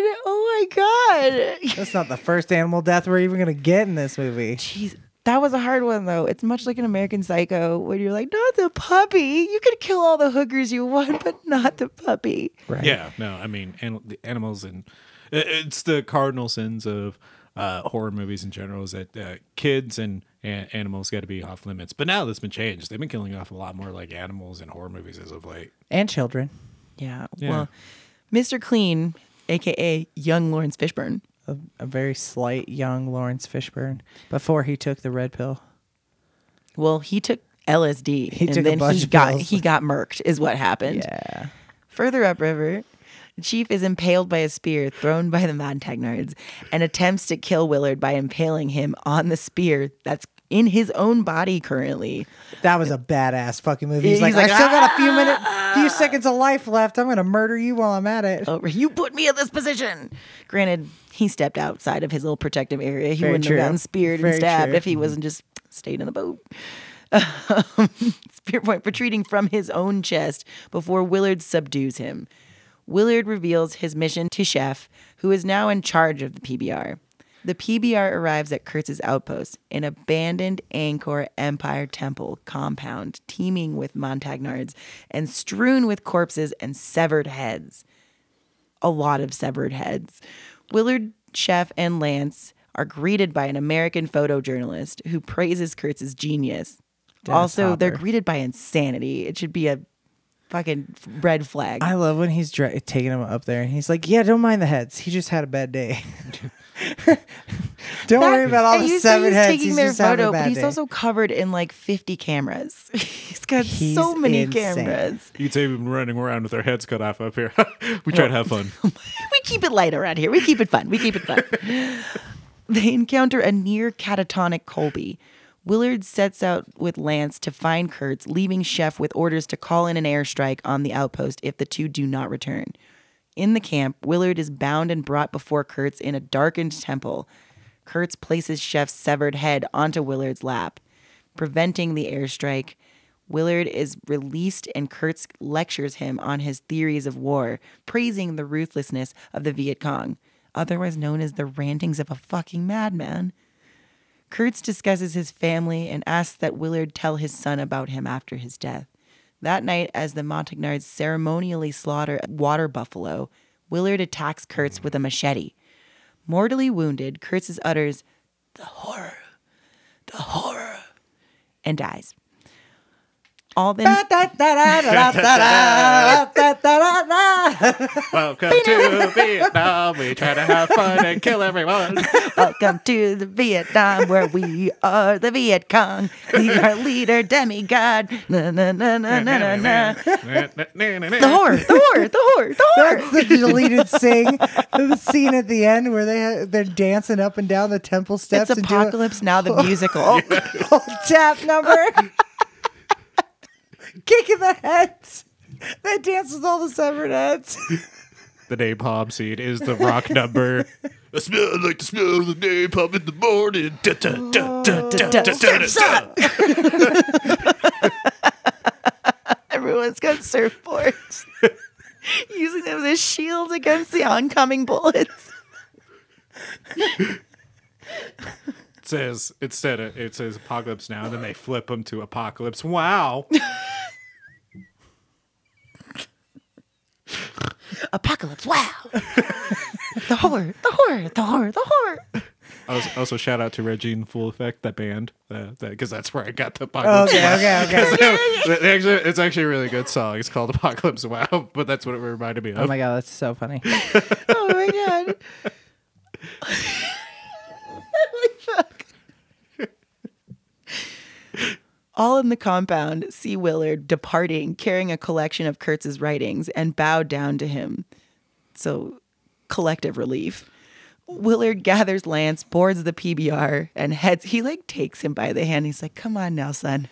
Oh my God. That's not the first animal death we're even gonna get in this movie. Jeez. That was a hard one though. It's much like an American Psycho when you're like, not the puppy. You could kill all the hookers you want, but not the puppy. Right. Yeah, no, I mean, an- the animals and it- it's the cardinal sins of uh, horror movies in general is that uh, kids and, and animals got to be off limits. But now that's been changed. They've been killing off a lot more like animals in horror movies as of late. And children. Yeah. Well, Mr. Clean, aka young Lawrence Fishburne. A, a very slight young Lawrence Fishburne before he took the red pill. Well, he took LSD He and took a then bunch he of got pills. he got murked is what happened. Yeah. Further upriver, the Chief is impaled by a spear thrown by the Montagnards and attempts to kill Willard by impaling him on the spear that's in his own body currently. That was a badass fucking movie. He's, He's like, like, I still got a few minutes, few seconds of life left. I'm gonna murder you while I'm at it. Over you put me in this position. Granted, he stepped outside of his little protective area. He Very wouldn't true. have gotten speared Very and stabbed true. if he wasn't just stayed in the boat. spear point retreating from his own chest before Willard subdues him. Willard reveals his mission to Chef, who is now in charge of the PBR. The PBR arrives at Kurtz's outpost, an abandoned Angkor Empire temple compound teeming with Montagnards and strewn with corpses and severed heads a lot of severed heads. Willard, Chef, and Lance are greeted by an American photojournalist who praises Kurtz's genius. also, they're greeted by insanity. It should be a fucking red flag. I love when he's dra- taking him up there and he's like, "Yeah, don't mind the heads. He just had a bad day. don't worry about all and the you say seven he's heads. taking he's their just having photo, a bad but he's day. also covered in like 50 cameras. he's got He's so many insane. cameras. You'd say we've been running around with our heads cut off up here. we try to have fun. we keep it light around here. We keep it fun. We keep it fun. they encounter a near catatonic Colby. Willard sets out with Lance to find Kurtz, leaving Chef with orders to call in an airstrike on the outpost if the two do not return. In the camp, Willard is bound and brought before Kurtz in a darkened temple. Kurtz places Chef's severed head onto Willard's lap, preventing the airstrike. Willard is released and Kurtz lectures him on his theories of war, praising the ruthlessness of the Viet Cong, otherwise known as the rantings of a fucking madman. Kurtz discusses his family and asks that Willard tell his son about him after his death. That night, as the Montagnards ceremonially slaughter a water buffalo, Willard attacks Kurtz with a machete. Mortally wounded, Kurtz utters, The horror, the horror, and dies. All then. Welcome to Vietnam. We try to have fun and kill everyone. Welcome to the Vietnam where we are the Viet Cong. We are leader, demigod. Na, na, na, na, na, na, na. The horror, the horror, the horror, the horror. That's the deleted sing, the scene at the end where they they're dancing up and down the temple steps. It's and doing a Apocalypse Now, the musical. whole tap number, kicking the heads. They dance with all the severed heads. The napalm seed is the rock number. I smell like the smell of the napalm in the morning. Da, da, da, da, da, da, da, da, da. Everyone's got surfboards, using them as shields against the oncoming bullets. says instead of, it says apocalypse now, and then they flip them to apocalypse. Wow. Apocalypse! Wow. the horror! The horror! The horror! The horror! also, also shout out to Regine Full Effect, that band, because that's where I got the apocalypse. Okay, okay, okay. They actually, it's actually a really good song. It's called Apocalypse Wow, but that's what it reminded me Oh of. my god, that's so funny. Oh my god! Holy fuck! All in the compound, see Willard departing, carrying a collection of Kurtz's writings, and bow down to him. So, collective relief. Willard gathers Lance, boards the PBR, and heads. He like takes him by the hand. He's like, "Come on now, son."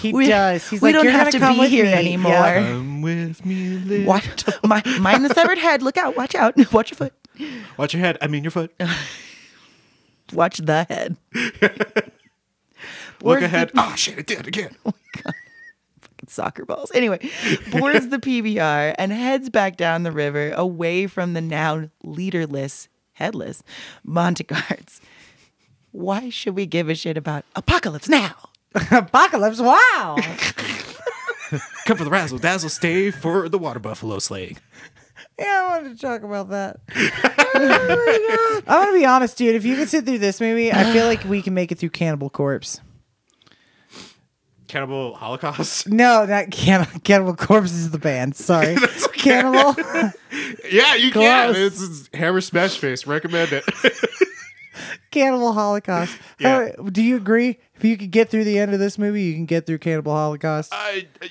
He does. He's like, don't "You're gonna have to come be with here me." Yeah. anymore." Come with me, little- Watch my mind the severed head. Look out! Watch out! Watch your foot. Watch your head. I mean your foot. Watch the head. Look Boards the ahead. Oh shit! It did it again. soccer balls. Anyway, boards the PBR and heads back down the river away from the now leaderless, headless Montegards. Why should we give a shit about apocalypse now? Apocalypse, wow. Come for the razzle dazzle. Stay for the water buffalo slaying. Yeah, I wanted to talk about that. oh my god. I'm gonna be honest, dude. If you can sit through this movie, I feel like we can make it through Cannibal Corpse. Cannibal Holocaust. No, not Cannibal. Cannibal Corpse is the band. Sorry, Cannibal. Yeah, you can. Close. It's, it's Hammer Smash Face. Recommend it. Cannibal Holocaust. Yeah. Uh, do you agree? If you could get through the end of this movie, you can get through Cannibal Holocaust. I, I-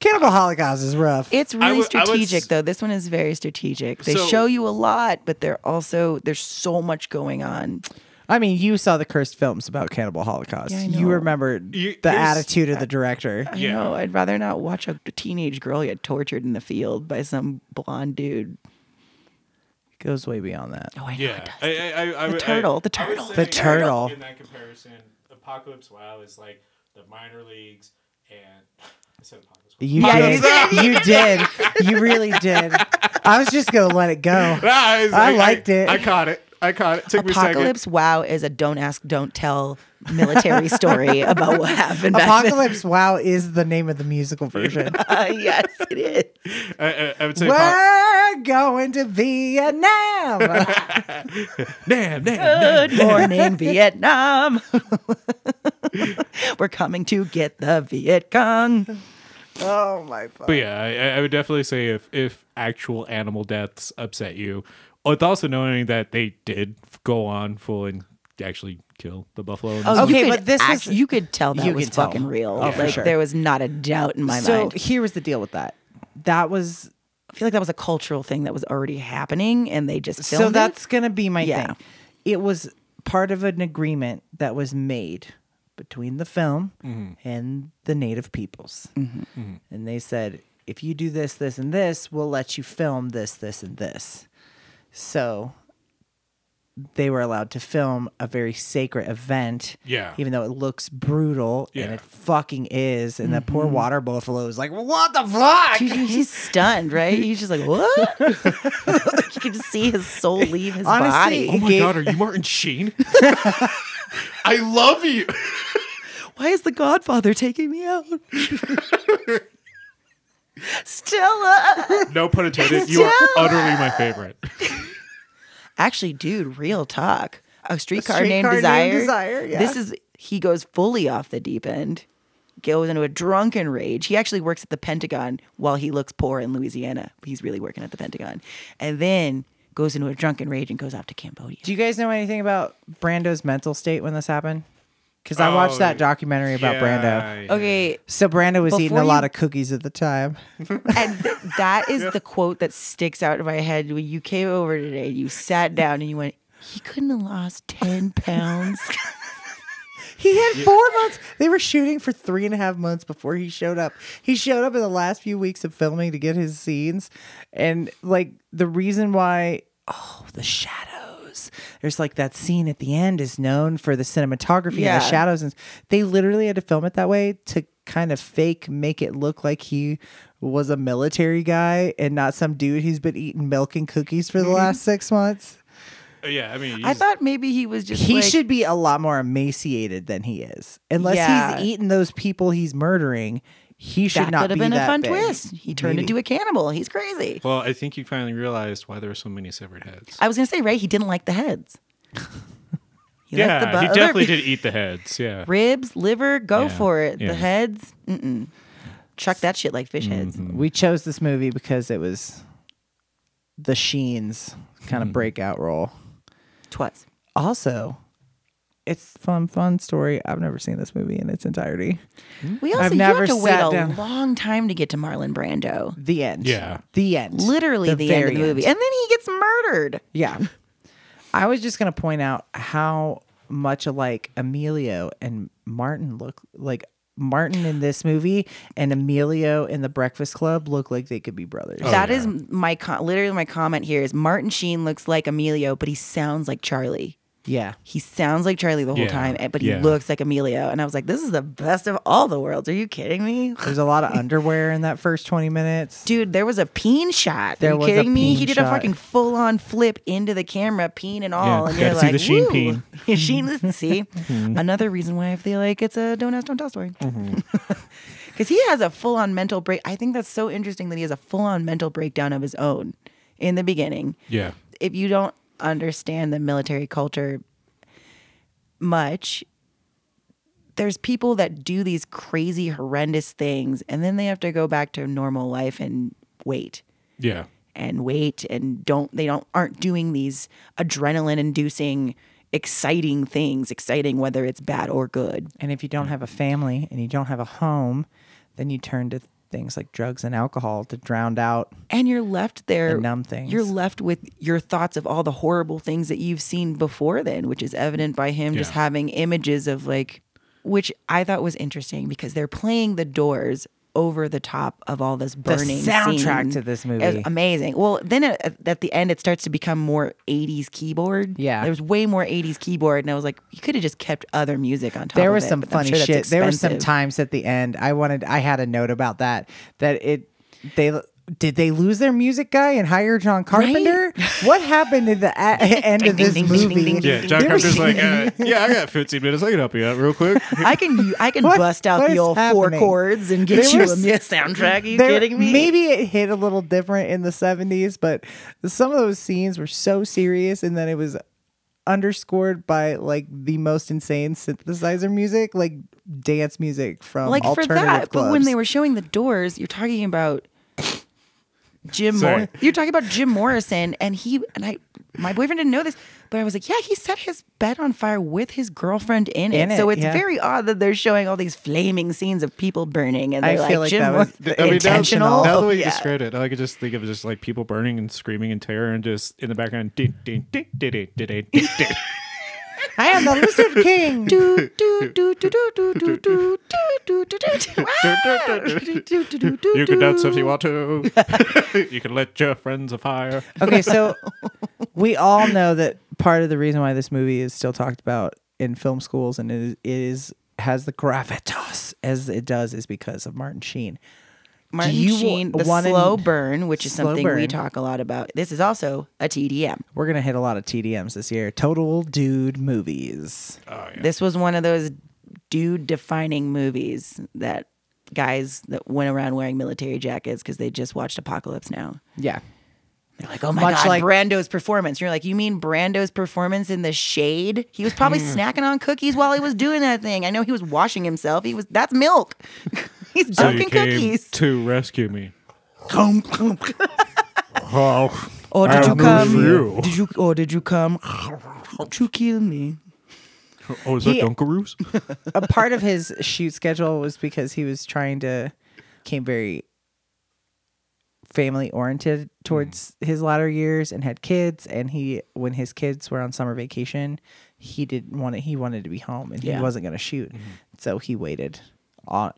Cannibal Holocaust is rough. It's really would- I would strategic, s- though. This one is very strategic. They So- show you a lot, but they're also there's so much going on. I mean, you saw the cursed films about Cannibal Holocaust. Yeah, I know. you remember You- the here's- attitude of the director. I Yeah. know. I'd rather not watch a teenage girl get tortured in the field by some blonde dude. It goes way beyond that. Oh, I know. yeah. I, I, I, I, The would- I- turtle. The I would turtle. say The turtle. In that comparison, Apocalypse Wow is like the minor leagues and. I said Apocalypse Wow. You Yeah, did. You did. You really did. I was just gonna let it go. Nah, I, was I like- liked it. I caught it. I caught it. Took me a second. Apocalypse Wow is a don't ask, don't tell military story about what happened. back then. Apocalypse Wow is the name of the musical version. Uh, yes, it is. I, I, I would say Apo- We're going to Vietnam. damn, damn, damn. Good morning, Vietnam. We're coming to get the Viet Cong. oh my fuck. But yeah, I, I would definitely say if if actual animal deaths upset you, with also knowing that they did go on full and actually kill the buffalo. in this Oh, one. Okay, you could but this act- was- you could tell that you was could tell. fucking real. Oh, for like sure. there was not a doubt in my So mind. here was the deal with that. That was I feel like that was a cultural thing that was already happening, and they just filmed so it. that's gonna be my Yeah. thing. It was part of an agreement that was made between the film Mm-hmm. and the native peoples, Mm-hmm. and they said, if you do this, this, and this, we'll let you film this, this, and this. So they were allowed to film a very sacred event. Yeah. Even though it looks brutal, Yeah. and it fucking is, and that poor Mm-hmm. water buffalo is like, what the fuck? Dude, he's stunned, right? He's just like, what? you can just see his soul leave his Honestly, body. Oh my Gave- god, are you Martin Sheen? I love you. Why is the Godfather taking me out? Stella! No pun intended. You are utterly my favorite. Actually, dude, real talk. A streetcar, Streetcar named Named Desire. Desire, yeah. This is, he goes fully off the deep end, goes into a drunken rage. He actually works at the Pentagon while he looks poor in Louisiana. He's really working at the Pentagon. And then goes into a drunken rage and goes off to Cambodia. Do you guys know anything about Brando's mental state when this happened? Because I watched Oh, that documentary about Brando. Okay, So Brando was eating Before a lot you- of cookies at the time. And th- that is the quote that sticks out in my head when you came over today. You sat down and you went, he couldn't have lost 10 pounds. He had four months. They were shooting for three and a half months before he showed up. He showed up in the last few weeks of filming to get his scenes. And like the reason why, oh, the shadows. There's like that scene at the end is known for the cinematography Yeah. and the shadows. And they literally had to film it that way to kind of fake make it look like he was a military guy and not some dude who's been eating milk and cookies for the last six months. yeah, I mean, I thought maybe he was just he like- should be a lot more emaciated than he is. Unless Yeah. he's eating those people he's murdering, he should that not could have be been a that fun big. twist. He turned Maybe. into a cannibal. He's crazy. well, I think he finally realized why there were so many severed heads. I was gonna say, Ray, he didn't like the heads. He yeah, liked the he other definitely pe- did eat the heads. Yeah. Ribs, liver, go Yeah, for it. yeah. The heads, mm-mm. chuck that shit like fish heads. We chose this movie because it was the Sheen's kind Mm-hmm. of breakout role. Twas. Also, it's fun, fun story. I've never seen this movie in its entirety. We also I've you never have to wait sat a down- long time to get to Marlon Brando. The end. Yeah. The end. Literally the, end very of the movie, and then he gets murdered. Yeah. I was just gonna point out how much alike Emilio and Martin look like Martin in this movie and Emilio in the Breakfast Club look like they could be brothers. Oh, That is my con- literally my comment here is Martin Sheen looks like Emilio, but he sounds like Charlie. Yeah. He sounds like Charlie the whole Yeah, time, eh, but he yeah. looks like Emilio. And I was like, this is the best of all the worlds. Are you kidding me? There's a lot of underwear in that first twenty minutes. Dude, there was a peen shot. There Are you was a kidding me? peen He did a shot. fucking full on flip into the camera, peen and all. and Yeah, gotta you're see like, the Sheen "Woo." peen. Yeah, Sheen, see? Another reason why I feel like it's a don't ask, don't tell story. Because he has a full on mental break. I think that's so interesting that he has a full on mental breakdown of his own in the beginning. Yeah. if you don't understand the military culture much, there's people that do these crazy, horrendous things, and then they have to go back to normal life and wait Yeah. and wait and don't they don't aren't doing these adrenaline inducing exciting things exciting whether it's bad or good And if you don't have a family and you don't have a home, then you turn to things like drugs and alcohol to drown out. and you're left there The numb things. you're left with your thoughts of all the horrible things that you've seen before then which is evident by him just Yeah. having images of like which i thought was interesting because they're playing the doors over the top of all this burning soundtrack scene. to this It was movie. amazing well then at, at the end it starts to become more 80s keyboard Yeah. there's way more 80s keyboard and i was like you could have just kept other music on top There of was it, some but I'm funny sure that's shit. There were some expensive. times at the end. I wanted. I had a note about that. That it. They did they lose their music guy and hire John Carpenter? What happened at the a- end of this movie? Yeah. John There was- Carpenter's like, uh, yeah, I got 15 minutes. I can help you out real quick. I can I can What- bust out what is the old happening? four chords and get There you a was- mu- soundtrack. Are you there- kidding me? Maybe it hit a little different in the seventies, but some of those scenes were so serious, and then it was underscored by like the most insane synthesizer music, like dance music from like for alternative that. But when clubs. they were showing the doors, you're talking about Jim. Sorry. Mor- you're talking about Jim Morrison, and he and I. My boyfriend didn't know this, but I was like, "Yeah, he set his bed on fire with his girlfriend in it." In it, so it's yeah. very odd that they're showing all these flaming scenes of people burning, and I they're feel like like, "Jim that was- Morrison, I mean, now- intentional." Now, the way you Yeah. described it, I could just think of just like people burning and screaming in terror and just in the background. "Ding, ding, ding, ding, ding, ding, ding, ding, ding." I am the Lizard King. do do do do do do do do do do do do. Ah! Do, do, do, do, do, You can dance do. if you want to. you can let your friends afire. Okay, so we all know that part of the reason why this movie is still talked about in film schools and it is, it is has the gravitas as it does is because of Martin Sheen. Martin you Sheen, the wanna- slow burn, which is Slow something we burn. talk a lot about. This is also a TDM. Oh, We're gonna hit a lot of TDMs this year. Total dude movies. This was one of those dude defining movies that guys that went around wearing military jackets because they just watched Apocalypse Now. Yeah. They're like, oh my Much God, like- Brando's performance. You're like, you mean Brando's performance in the shade? He was probably snacking on cookies while he was doing that thing. I know he was washing himself. He was, that's milk. He's So dunking you came cookies. to rescue me. Oh, Or did you have come? news for you. Did you or did you come to kill me? Oh, is that He- Dunkaroos? a part of his shoot schedule was because he was trying to came very family oriented towards Mm-hmm. his latter years and had kids and he when his kids were on summer vacation he didn't want it he wanted to be home and he Yeah. wasn't going to shoot Mm-hmm. so he waited on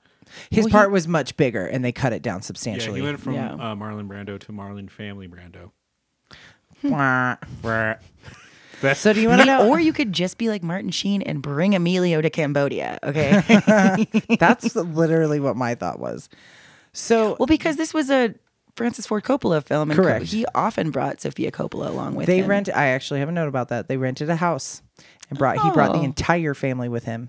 his part was much bigger and they cut it down Yeah, substantially he went from Yeah. uh, Marlon Brando to Marlon Family Brando. Wah. That's so do you want to know Or you could just be like Martin Sheen and bring Emilio to Cambodia. Okay. that's literally what my thought was so Well, because this was a Francis Ford Coppola film. And Correct. he often brought Sophia Coppola along with They him. rent. I actually have a note about that. They rented a house and brought. He brought the Oh. entire family with him,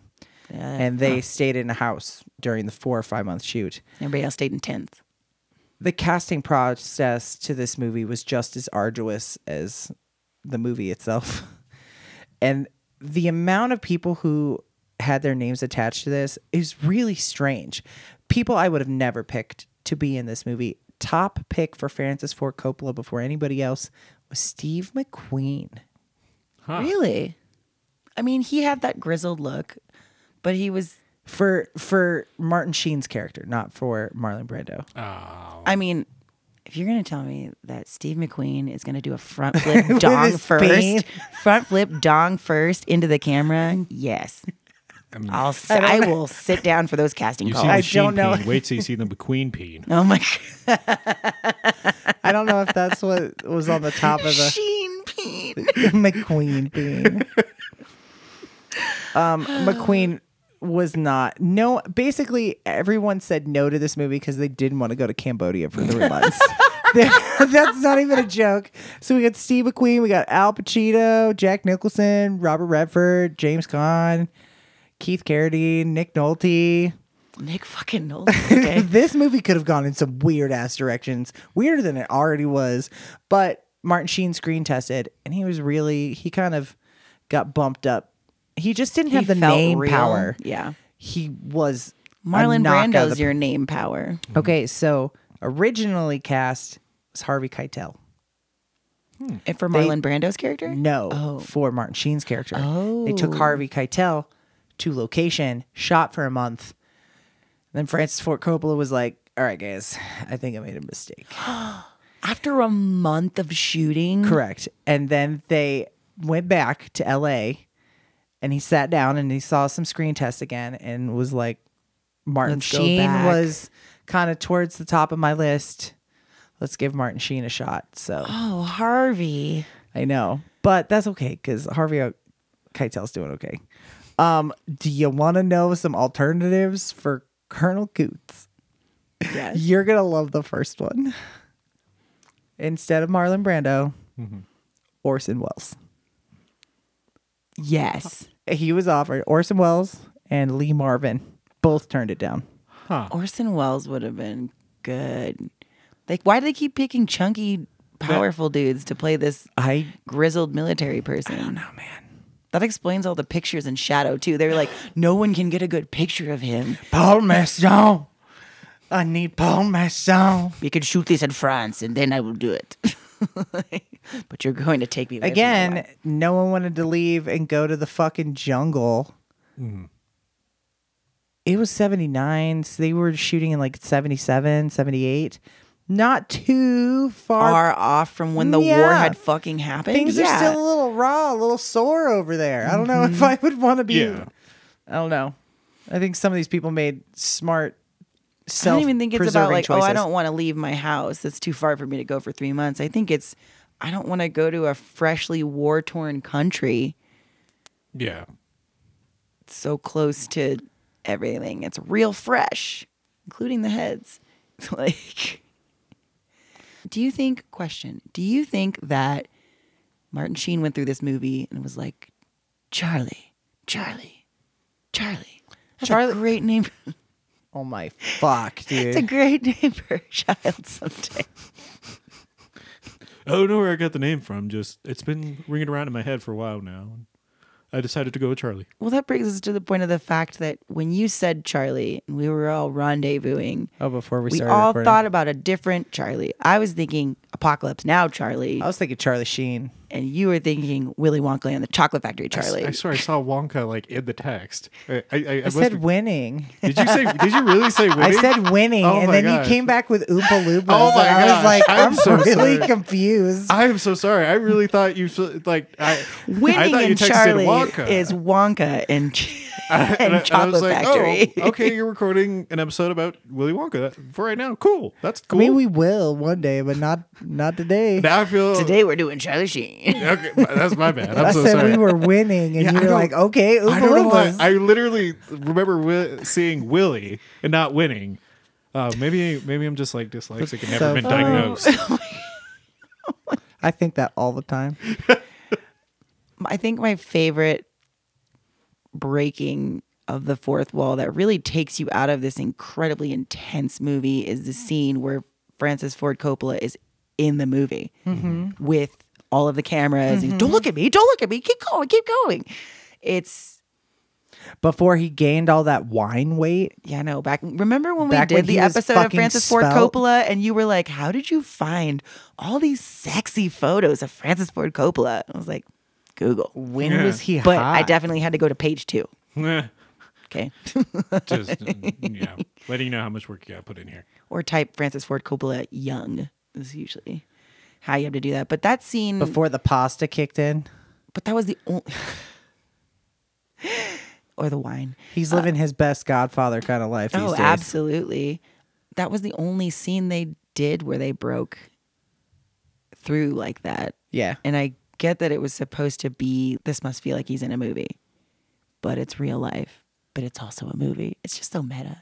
and they stayed in a house during the four or five month shoot. Everybody else stayed in tents. The casting process to this movie was just as arduous as the movie itself, and the amount of people who had their names attached to this is really strange. People I would have never picked to be in this movie. Top pick for Francis Ford Coppola before anybody else was Steve McQueen. Really? I mean, he had that grizzled look, but he was. for for Martin Sheen's character, not for Marlon Brando. I mean, if you're gonna tell me that Steve McQueen is gonna do a front flip With dong his first, spade. front flip dong first into the camera, yes, I'll s- I will sit down for those casting You've calls. seen Oh, the I Sheen don't know. peen. Wait till you see the McQueen peen. oh my I don't know if that's what was on the top of god, the Sheen Peen. McQueen being. Um, McQueen was not no. Basically, everyone said no to this movie because they didn't want to go to Cambodia for three months. That- That's not even a joke. So we got Steve McQueen, we got Al Pacino, Jack Nicholson, Robert Redford, James Caan, Keith Carradine, Nick Nolte. Nick fucking Nolte. Okay. this movie could have gone in some weird ass directions, weirder than it already was. But Martin Sheen screen tested, and he was really he kind of got bumped up. He just didn't have He the felt name real. power. Yeah. He was a Marlon knockout of Brando's the- your name power. okay. So originally cast was Harvey Keitel. And for Marlon Brando's character? No, Oh. for Martin Sheen's character. They took Harvey Keitel to location, shot for a month. Then Francis Ford Coppola was like, "All right, guys, I think I made a mistake." After a month of shooting. Correct. And then they went back to LA and he sat down and he saw some screen tests again and was like, Martin Let's go Sheen back. was kind of towards the top of my list. Let's give Martin Sheen a shot. So Oh, Harvey. I know, but that's okay because Harvey O- Keitel's doing okay. Um, do you want to know some alternatives for Colonel Coots? Yes. You're gonna love the first one. Instead of Marlon Brando, Orson Welles. Yes. He was offered Orson Welles and Lee Marvin. Both turned it down. Orson Welles would have been good. Like, why do they keep picking chunky, powerful dudes to play this I grizzled military person? I don't know, man. That explains all the pictures in Shadow, too. They were like, no one can get a good picture of him. Paul Masson. I need Paul Masson. We could shoot this in France and then I will do it. but you're going to take me away from my Again, wife. no one wanted to leave and go to the fucking jungle. Mm-hmm. It was 79, so they were shooting in like 77, 78. Not too far. Far off from when the war Yeah. had fucking happened. Things yeah. are still a little raw, a little sore over there. I don't know if I would want to be. Mm-hmm. Yeah. I don't know. I think some of these people made smart I self don't even think it's about like, choices. oh, I don't want to leave my house. It's too far for me to go for three months. I think it's, I don't want to go to a freshly war torn country Yeah. so close to everything. It's real fresh, including the heads. It's like, do you think, question, do you think that Martin Sheen went through this movie and was like, Charlie, Charlie, Charlie? That's Charlie- a great name. Oh my fuck, dude. It's a great name for a child someday. I don't know Oh, where I got the name from. Just it's been ringing around in my head for a while now. I decided to go with Charlie. Well, that brings us to the point of the fact that when you said Charlie and we were all rendezvousing, oh, before we, we started all recording. thought about a different Charlie. I was thinking Apocalypse Now Charlie, I Oh. was thinking Charlie Sheen. and you were thinking Willy Wonka and the Chocolate Factory Charlie. I swear I saw Wonka like in the text. I, I, I, I must said be- winning. did you say? Did you really say? I Winnie? said winning, Oh and my then gosh. you came back with Oompa Loompas. Oh my and I gosh. was like, I'm I'm, so really sorry. confused. I am so sorry. I really thought you s- like I. I Winning thought you and texted Charlie Wonka. is Wonka and, and, And I- and I Chocolate was like, Factory. oh, okay, you're recording an episode about Willy Wonka That- for right now. Cool, that's I cool. mean, we will one day, but not not today. now I feel Today we're doing Charlie Sheen. Okay, that's my bad. I'm I so said sorry. we were winning, and Yeah, you I were don't- like, okay, Oompa I don't know why. Loompas. I literally remember wi- seeing Willie and not winning. Uh, maybe maybe I'm just like dyslexic and never So been funny. diagnosed. I think that all the time. I think my favorite breaking of the fourth wall that really takes you out of this incredibly intense movie is the scene where Francis Ford Coppola is in the movie with all of the cameras. He's, don't look at me, don't look at me, keep going, keep going. It's Before he gained all that wine weight, yeah, no. Back remember when Back we did when the he was episode of fucking Francis Ford svelte? Coppola, and you were like, "How did you find all these sexy photos of Francis Ford Coppola?" I was like, "Google." when was he but hot? I definitely had to go to page two. Okay. just mm, yeah, letting you know how much work you got put in here. or type Francis Ford Coppola young is usually how you have to do that. But that scene Before the pasta kicked in, but that was the only or the wine. he's living his best Godfather kind of life these oh, days. absolutely. That was the only scene they did where they broke through like that. Yeah. And I get that it was supposed to be this must feel like he's in a movie. But it's real life, but it's also a movie. It's just so meta.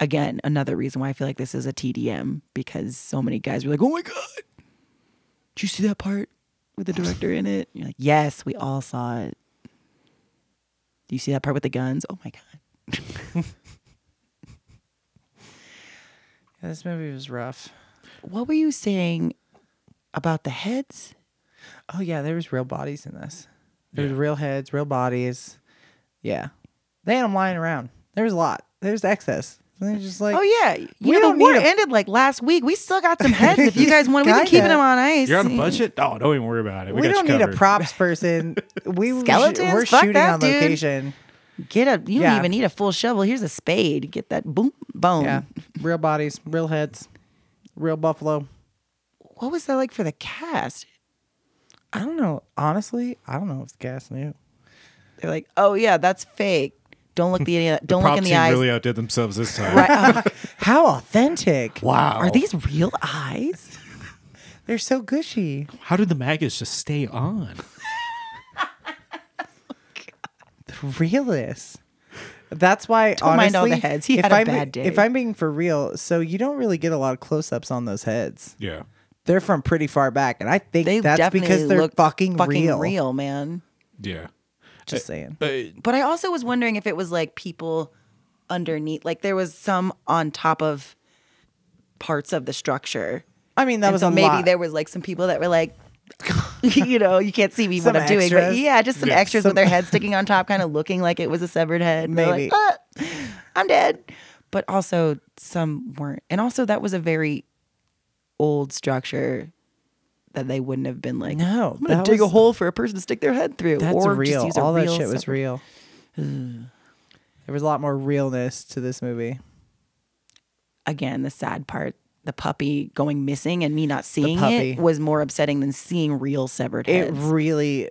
Again, another reason why I feel like this is a TDM because so many guys were like, "Oh my god. Did you see that part with the director in it?" And you're like, "Yes, we all saw it." Do you see that part with the guns? Oh my god. Yeah, This movie was rough. What were you saying about the heads? Oh yeah, there was real bodies in this. There was real heads, real bodies. Yeah, they had them lying around. There was a lot. There was excess. And they're just like, Oh yeah, you We know don't the war need a- ended like last week. We still got some heads. If you guys want, we can Kinda. keeping them on ice. You're on a budget? Oh, don't even worry about it. We, we got don't you need a covered. props person. We Skeletons? We're Fuck shooting that, on dude. location. Mm, Get a. You Yeah. don't even need a full shovel. Here's a spade. Get that boom bone. Yeah, real bodies, real heads, real buffalo. What was that like for the cast? I don't know. Honestly, I don't know if the cast knew. They're like, oh yeah, that's fake. Don't look the, don't look Prop in the team eyes. really outdid themselves this time. How authentic! Wow. Are these real eyes? They're so gushy. How did the maggots just stay on? realist. That's why Don't honestly, mind all the heads. He if had a I'm- bad day. If I'm being for real, so you don't really get a lot of close-ups on those heads. Yeah. They're from pretty far back, and I think They that's definitely because they're look fucking, real. real, man. Yeah. Just saying. But I also was wondering if it was like people underneath, like there was some on top of parts of the structure. I mean, that and was so a maybe lot. there was like some people that were like, you know, you can't see me Some what I'm doing, but extras. yeah, just some Yeah. extras Some- with their head sticking on top, kind of looking like it was a severed head. And they're Maybe. like, "Ah, I'm dead. But also some weren't, and also that was a very old structure that they wouldn't have been like. no, I'm gonna that dig a was- hole for a person to stick their head through. That's or Just real. use a All that real shit was separate- real. there was a lot more realness to this movie. again the sad part the puppy going missing and me not seeing puppy. it was more upsetting than seeing real severed It heads. really.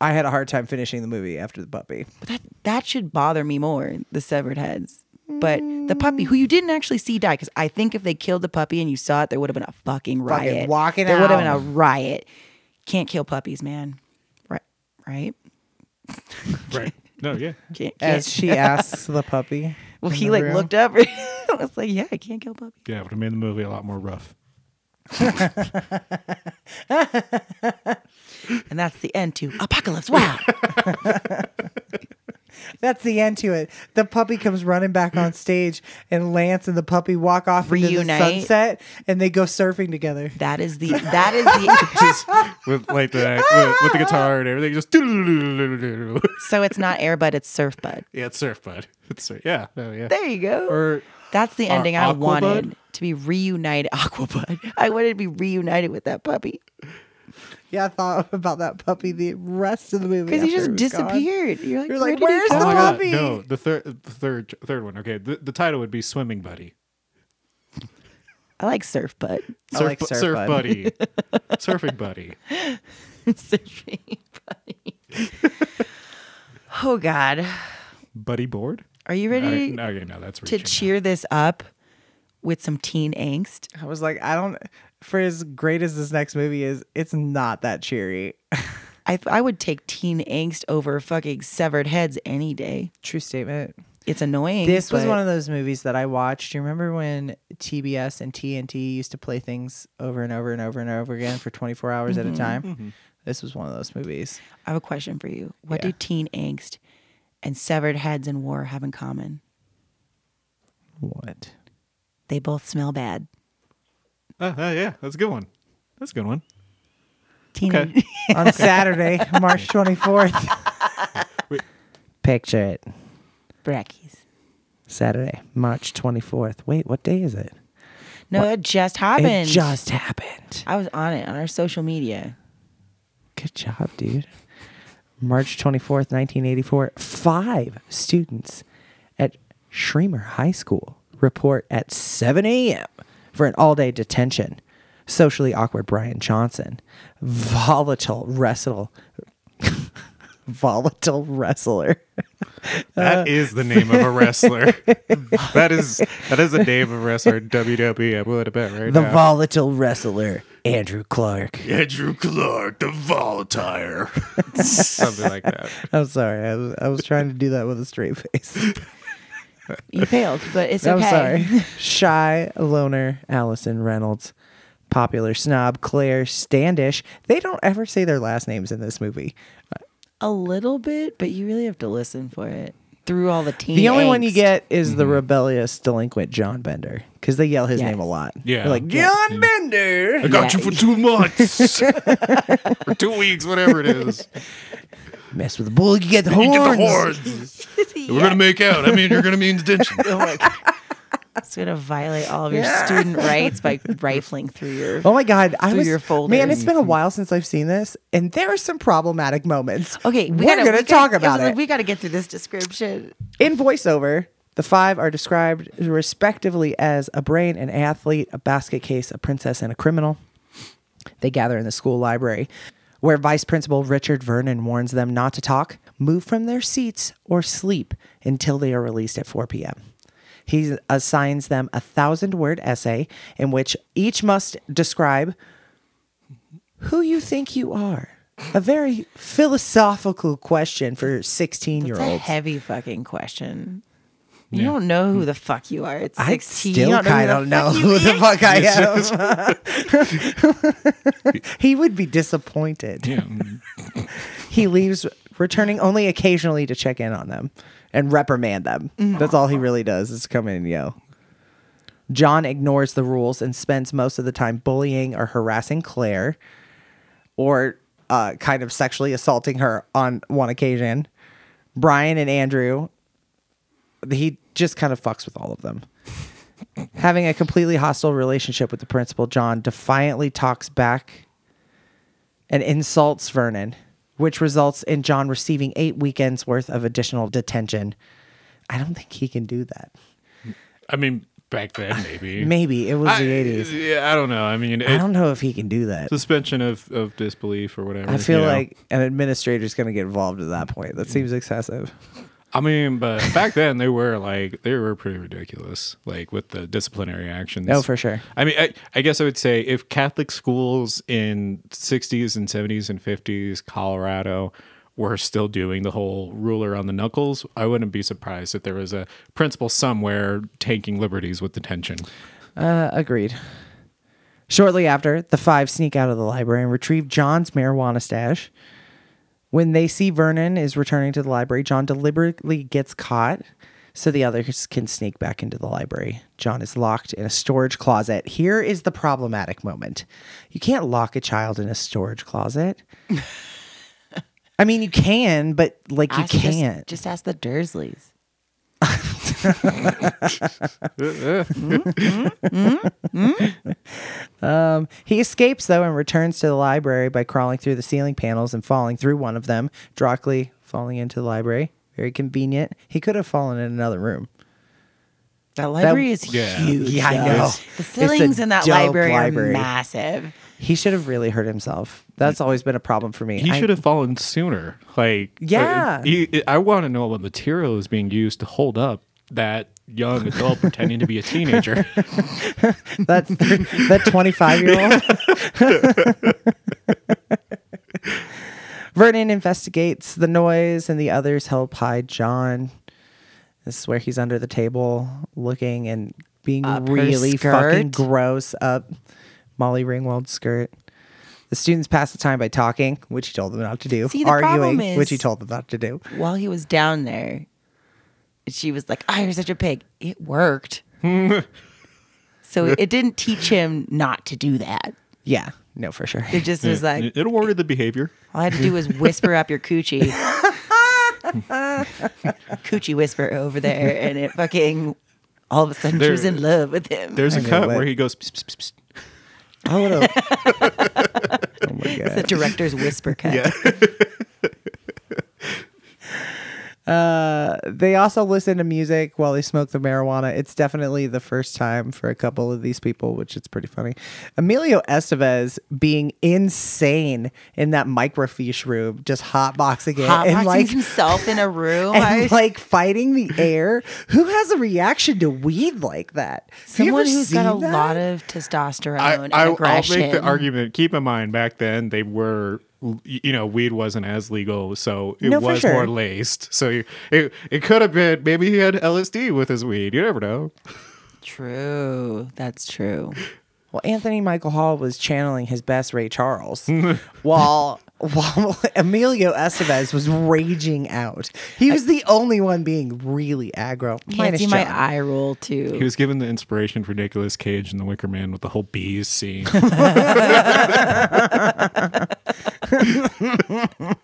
I had a hard time finishing the movie after the puppy. but that that should bother me more the severed heads. But the Mm. puppy who you didn't actually see die because I think if they killed the puppy and you saw it, there would have been a fucking riot. Fucking walking there would have been out. a riot. Can't kill puppies, man. Right? Right? Right. No, yeah. Can't. can't. As she asks the puppy. well, in he the like room. looked up. and I was like, yeah, I can't kill puppies. Yeah, it would have made the movie a lot more rough. And that's the end to apocalypse. Wow. That's the end to it. The puppy comes running back on stage, and Lance and the puppy walk off into the Reunite. sunset, and they go surfing together. that is the that is the Just with like the with, with the guitar and everything, just so it's not airbud, it's surfbud. yeah, it's surf bud. It's surf. Yeah, no, yeah. There you go. Or That's uh, the ending I Aquabud? wanted to be reunited. Aquabud. I wanted to be reunited with that puppy Yeah, I thought about that puppy the rest of the movie because he after just it was gone. disappeared. You're like, You're Where like, did he "Where's go?" the Oh my God, puppy? No, the third, the third, third one. Okay, the, the title would be Swimming Buddy. I like surf bud. I Surf, like bu- Surf surf Bud. buddy, surfing buddy. Surfing buddy. oh God, Buddy board? are you Okay, ready no, okay, no, that's to reaching. cheer this up with some teen angst? I was like, I don't. For as great as this next movie is, it's not that cheery. I I would take teen angst over fucking severed heads any day. True statement. It's annoying. This was but one of those movies that I watched. You remember when TBS and TNT used to play things over and over and over and over again for 24 hours Mm-hmm. at a time? This was one of those movies. I have a question for you. What Yeah. do teen angst and severed heads in war have in common? What? They both smell bad. Uh, uh, yeah, that's a good one. That's a good one. Teen Okay. On Saturday, March 24th. Picture it. brackies. Saturday, March 24th. Wait, what day is it? No, it just happened. It just happened. I was on it on our social media. Good job, dude. March 24th, 1984, five students at Schremer High School report at 7 a.m. for an all day detention. Socially awkward Brian Johnson, volatile wrestle, volatile wrestler. Uh, That is the name of a wrestler. that is that is the name of a wrestler. in WWE. I will bet right The now. volatile wrestler, Andrew Clark. Andrew Clark, the volatile. Something like that. I'm sorry. I was, I was trying to do that with a straight face. You failed, but it's okay. I'm sorry. Shy, loner, Allison Reynolds, popular snob, Claire Standish. They don't ever say their last names in this movie. A little bit, but you really have to listen for it through all the teen. The only one you angst. get is the rebellious delinquent John Bender because they yell his Yes. name a lot. Yeah. They're like, John Bender. I got Yeah. you for two months, or two weeks, whatever it is. Mess with the bull, you get the You horns. get the horns. We're gonna make out. I mean, you're gonna be in detention. oh It's gonna violate all of your student rights by rifling through your. Oh my God. I Through was, your folders. man, it's been a while since I've seen this, and there are some problematic moments. Okay, we we are gotta, going we to gotta- talk I was about like, it. we got to get through this description. In voiceover, the five are described respectively as a brain, an athlete, a basket case, a princess, and a criminal. They gather in the school library, where Vice Principal Richard Vernon warns them not to talk, move from their seats, or sleep until they are released at 4 p.m. He assigns them a thousand word essay in which each must describe who you think you are. A very philosophical question for 16 year It's a olds. heavy fucking question. You don't know who the fuck you are. It's I sixteen. you still don't know who kind the of know who the fuck I am. he would be disappointed. he leaves, returning only occasionally to check in on them and reprimand them. That's all he really does is come in and yell. John ignores the rules and spends most of the time bullying or harassing Claire or uh, kind of sexually assaulting her on one occasion. Brian and Andrew, he just kind of fucks with all of them. Having a completely hostile relationship with the principal, John defiantly talks back and insults Vernon, which results in John receiving eight weekends worth of additional detention. I don't think he can do that. I mean, back then maybe. Maybe it was I, the 80s. Yeah, I don't know. I mean, I it- don't know if he can do that. suspension of, of disbelief or whatever. I feel you know? Mm. like an administrator's going to get involved at that point. That seems excessive. I mean, but back then they were like they were pretty ridiculous, like with the disciplinary actions. Oh, for sure. I mean, I, I guess I would say if Catholic schools in '60s and '70s and '50s Colorado were still doing the whole ruler on the knuckles, I wouldn't be surprised if there was a principal somewhere taking liberties with detention. Uh, agreed. Shortly after, the five sneak out of the library and retrieve John's marijuana stash. When they see Vernon is returning to the library, John deliberately gets caught so the others can sneak back into the library. John is locked in a storage closet. Here is the problematic moment you can't lock a child in a storage closet. I mean, you can, but like you Ask- just- can't. Just, ask the Dursleys. He escapes though and returns to the library by crawling through the ceiling panels and falling through one of them, directly falling into the library. Very convenient. He could have fallen in another room. That library is Yeah. huge. Yeah, I though. know. The It's a ceilings in that dope library, library. are massive. He should have really hurt himself. That's always been a problem for me. He I- should have fallen sooner. Like, uh, Yeah. he- I want to know what material is being used to hold up that young adult pretending to be a teenager. that that 25 year old. Vernon investigates the noise and the others help hide John. This is where he's under the table looking and being Up her really fucking skirt. gross up Molly Ringwald's skirt. The students pass the time by talking, which he told them not to do, See, the problem arguing, which he is- told them not to do. While he was down there, she was like, "Oh, you're such a pig." It worked. so it didn't teach him not to do that. Yeah, no, for sure. It just was like, It, it awarded the behavior. All I had to do was whisper up your coochie. coochie whisper over there, and it fucking all of a sudden she was in love with him. There's a know cut what- where he goes. "Psst, psst, psst." I would have. oh my god. It's the director's whisper cut. they also listen to music while they smoke the marijuana. It's definitely the first time for a couple of these people, which it's pretty funny. Emilio Estevez being insane in that microfiche room, just hotboxing it Hot and like himself in a room. I- and like fighting the air. Who has a reaction to weed like that? Have you someone ever who's got a seen that? lot of testosterone and I, aggression. will make the argument. Keep in mind, back then they were, you know, weed wasn't as legal, so it No, for was sure. more laced. So you, it it could have been maybe he had LSD with his weed. You never know. True, that's true. Well, Anthony Michael Hall was channeling his best Ray Charles, while while Emilio Estevez was raging out. He was the only one being really aggro. Can't Minus see my John. eye roll too. He was given the inspiration for Nicolas Cage and The Wicker Man with the whole bees scene. The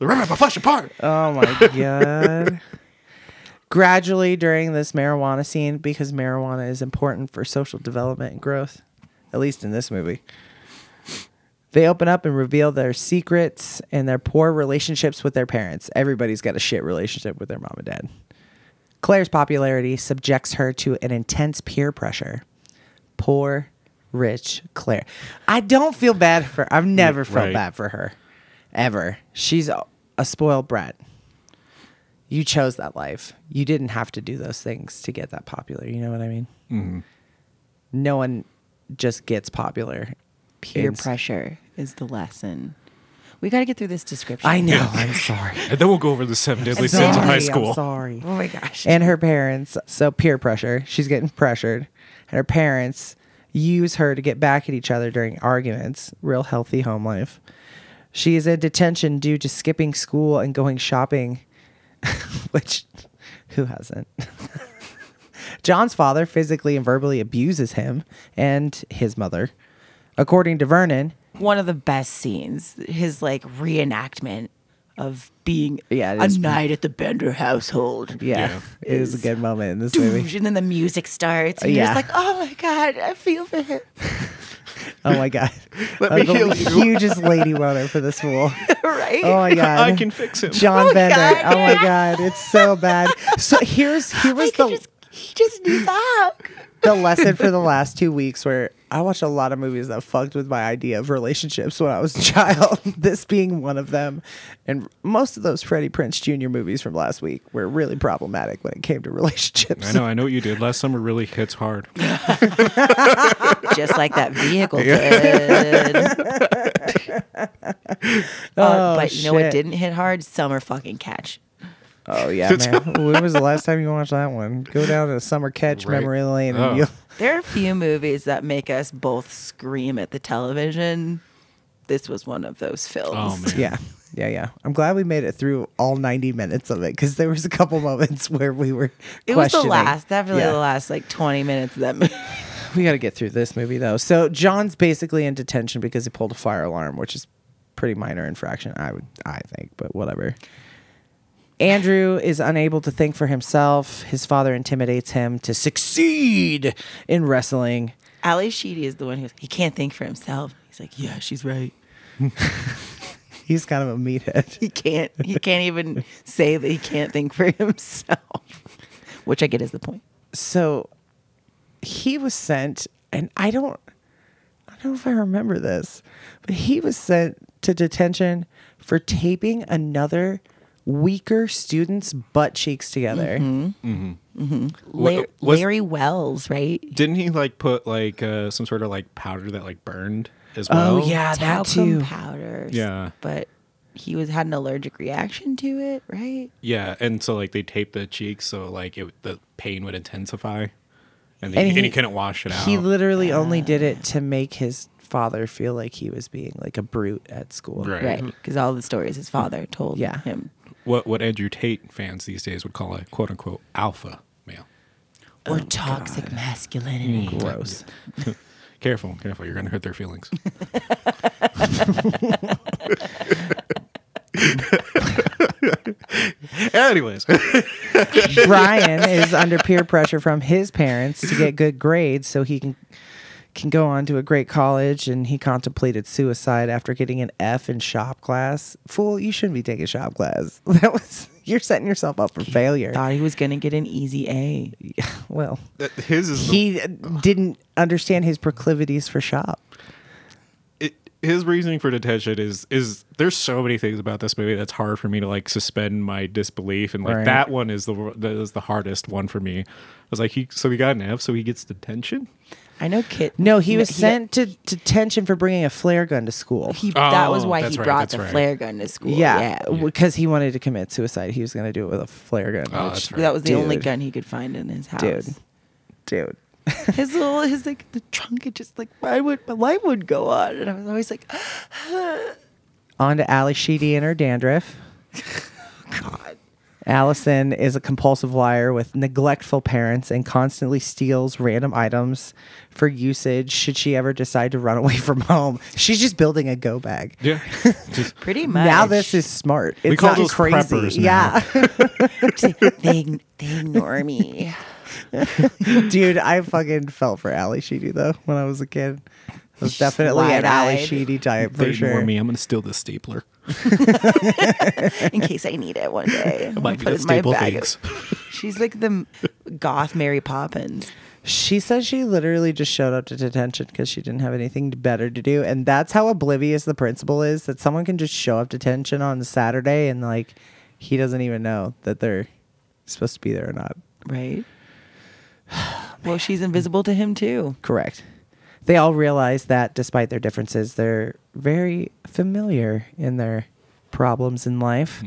rabbit will flesh apart. Oh my god. Gradually during this marijuana scene, because marijuana is important for social development and growth, at least in this movie. They open up and reveal their secrets and their poor relationships with their parents. Everybody's got a shit relationship with their mom and dad. Claire's popularity subjects her to an intense peer pressure. Poor, rich Claire. I don't feel bad for I've never felt right. bad for her. Ever. She's a, a spoiled brat. You chose that life. You didn't have to do those things to get that popular. You know what I mean? Mm-hmm. No one just gets popular. Peer in- pressure is the lesson. We got to get through this description. I know. I'm sorry. and then we'll go over the seven deadly Sorry, sins of high I'm school. sorry. Oh my gosh. And her parents. So peer pressure. She's getting pressured. And her parents use her to get back at each other during arguments. Real healthy home life. She is in detention due to skipping school and going shopping, which who hasn't? John's father physically and verbally abuses him and his mother. According to Vernon, one of the best scenes. His like reenactment of being Yeah, it a is- night at the Bender household. yeah, it is a good moment in this movie. Doosh, And then the music starts. And Yeah. You're just like, oh my god, I feel for him. Oh my god. Let I'm me the heal you. hugest lady loner for this fool. right? Oh my god. I can fix him. John Oh my Bender. God, oh my yeah. god. It's so bad. So here's here was He could the just- he just needs a hug. the lesson for the last two weeks where I watched a lot of movies that fucked with my idea of relationships when I was a child. this being one of them. And most of those Freddie Prince Jr. movies from last week were really problematic when it came to relationships. I know, I know what you did. Last summer really hits hard. Just like that vehicle did. Uh, but you Oh, shit. know what didn't hit hard? Summer fucking catch. Oh yeah, man. when was the last time you watched that one? Go down to Summer Catch Right. Memory Lane and Oh. you'll There are a few movies that make us both scream at the television. This was one of those films. Oh man. Yeah. Yeah, yeah. I'm glad we made it through all 90 minutes of it because there was a couple moments where we were. It was the questioning. last, definitely Yeah. the last like 20 minutes of that movie. We got to get through this movie though. So John's basically in detention because he pulled a fire alarm, which is pretty minor infraction, I would, I think, but whatever. Andrew is unable to think for himself. His father intimidates him to succeed in wrestling. Ali Sheedy is the one who's, he can't think for himself. He's like, yeah, Yeah, she's right. He's kind of a meathead. he can't, he can't even say that he can't think for himself, which I get is the point. so he was sent and i don't i don't know if i remember this but he was sent to detention for taping another weaker student's butt cheeks together Mm-hmm. Lar- uh, was- Larry Wells, right? Didn't he like put like uh, some Um, sort of like powder that like burned as well? oh yeah that Talcum too powders. Yeah. But he was had an allergic reaction to it, right? Yeah, and so like they tape the cheeks so like it the pain would intensify, and, they, And and, he, he- couldn't wash it out. He literally only did it to make his father feel like he was being like a brute at school. right. Right, because all the stories his father told Yeah. him. What what Andrew Tate fans these days would call a quote unquote alpha male. Or toxic masculinity. Gross. Careful, careful, you're gonna hurt their feelings. Anyways, Ryan is under peer pressure from his parents to get good grades so he can can go on to a great college and he contemplated suicide after getting an F in shop class. Fool, you shouldn't be taking shop class. That was you're setting yourself up for failure. Thought he was gonna get an easy A. Well, his is the- he didn't understand his proclivities for shop. it, his reasoning for detention is is there's so many things about this movie that's hard for me to like suspend my disbelief and like Right. that one is the that is the hardest one for me. I was like he so he got an F so he gets detention. I know Kit. No, he was got- sent to detention for bringing a flare gun to school. He, that was Oh, why that's he right, brought that's the right. flare gun to school. Yeah, because he wanted to commit suicide. He was going to do it with a flare gun. Oh, which, that's right. That was the only Dude. gun he could find in his house. Dude. dude. His little, his like the trunk, it just like my would my light would go on, and I was always like, On to Ally Sheedy and her dandruff. Allison is a compulsive liar with neglectful parents and constantly steals random items for usage should she ever decide to run away from home. She's just building a go bag. Yeah. pretty much. Now this is smart. It's call not those crazy. preppers now. Yeah. they ign- they ignore me. Dude, I fucking fell for Ally Sheedy though when I was a kid. I was definitely an Ally wide-eyed. Sheedy type for they sure. ignore me. I'm gonna steal this stapler. in case I need it one day. I'm Might gonna be put the it in staple my bag. things. She's like the m- goth Mary Poppins. She says she literally just showed up to detention because she didn't have anything better to do. And that's how oblivious the principal is that someone can just show up to detention on Saturday and like he doesn't even know that they're supposed to be there or not. Right. well, she's invisible to him too. Correct. They all realize that despite their differences, they're very familiar in their problems in life.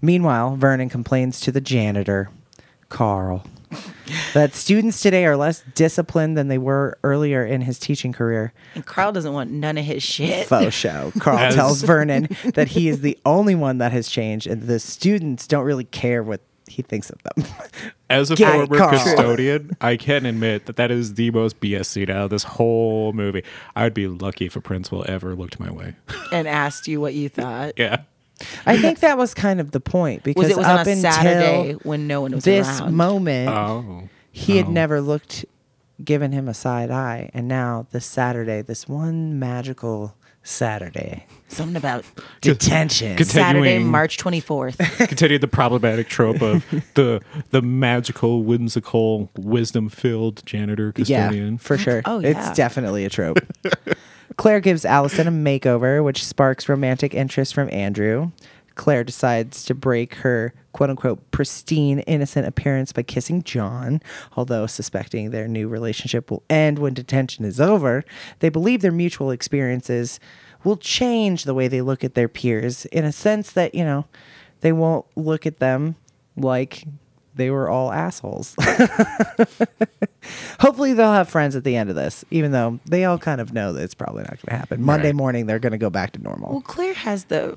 Meanwhile, Vernon complains to the janitor, Carl, that students today are less disciplined than they were earlier in his teaching career. And Carl doesn't want none of his shit. Faux show. Carl As- tells Vernon that he is the only one that has changed, and the students don't really care what he thinks of them. As a Get former Carl. custodian, I can admit that that is the most BS scene out of this whole movie. I would be lucky if a principal ever looked my way. And asked you what you thought. yeah. I think that was kind of the point because Was it was up on a until Saturday when no one was this around? moment, Oh. he had Oh. never looked, given him a side eye, and now this Saturday, this one magical Saturday, Something about detention. Saturday, Continuing. March twenty fourth. continue the problematic trope of the the magical, whimsical, wisdom filled janitor Yeah, custodian. for sure. Oh, yeah. It's definitely a trope. Claire gives Allison a makeover, which sparks romantic interest from Andrew. Claire decides to break her quote unquote pristine, innocent appearance by kissing John, although suspecting their new relationship will end when detention is over. They believe their mutual experiences will change the way they look at their peers in a sense that, you know, they won't look at them like they were all assholes. Hopefully they'll have friends at the end of this, even though they all kind of know that it's probably not going to happen. Monday Right. morning they're going to go back to normal. Well, Claire has the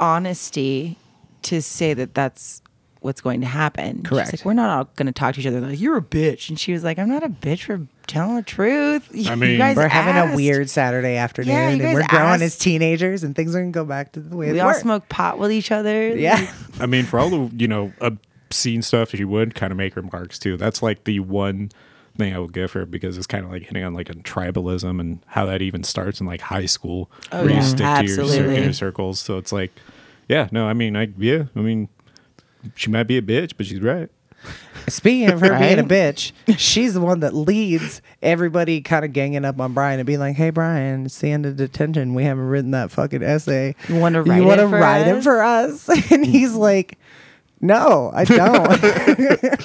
honesty to say that that's what's going to happen. She's Correct. like, we're not all going to talk to each other. They're like, you're a bitch. And she was like, I'm not a bitch for telling the truth. I mean- we're having a asked. weird Saturday afternoon, Yeah, you and guys we're growing asked- as teenagers, and things are going to go back to the way We they all were. smoke pot with each other. Yeah, I mean, for all the you know obscene stuff she would kind of make remarks too. That's like the one thing I would give her because it's kind of like hitting on like a tribalism and how that even starts in like high school Oh, where yeah. you stick to your, cir- Absolutely. inner circles. So it's like, yeah, no, I mean, I yeah, I mean, she might be a bitch, but she's right. Speaking of her being a Right? bitch, she's the one that leads everybody kind of ganging up on Brian and being like, "Hey, Brian, it's the end of detention. We haven't written that fucking essay. You wanna You write want to it for write it us?" for us?" And he's like, "No, I don't."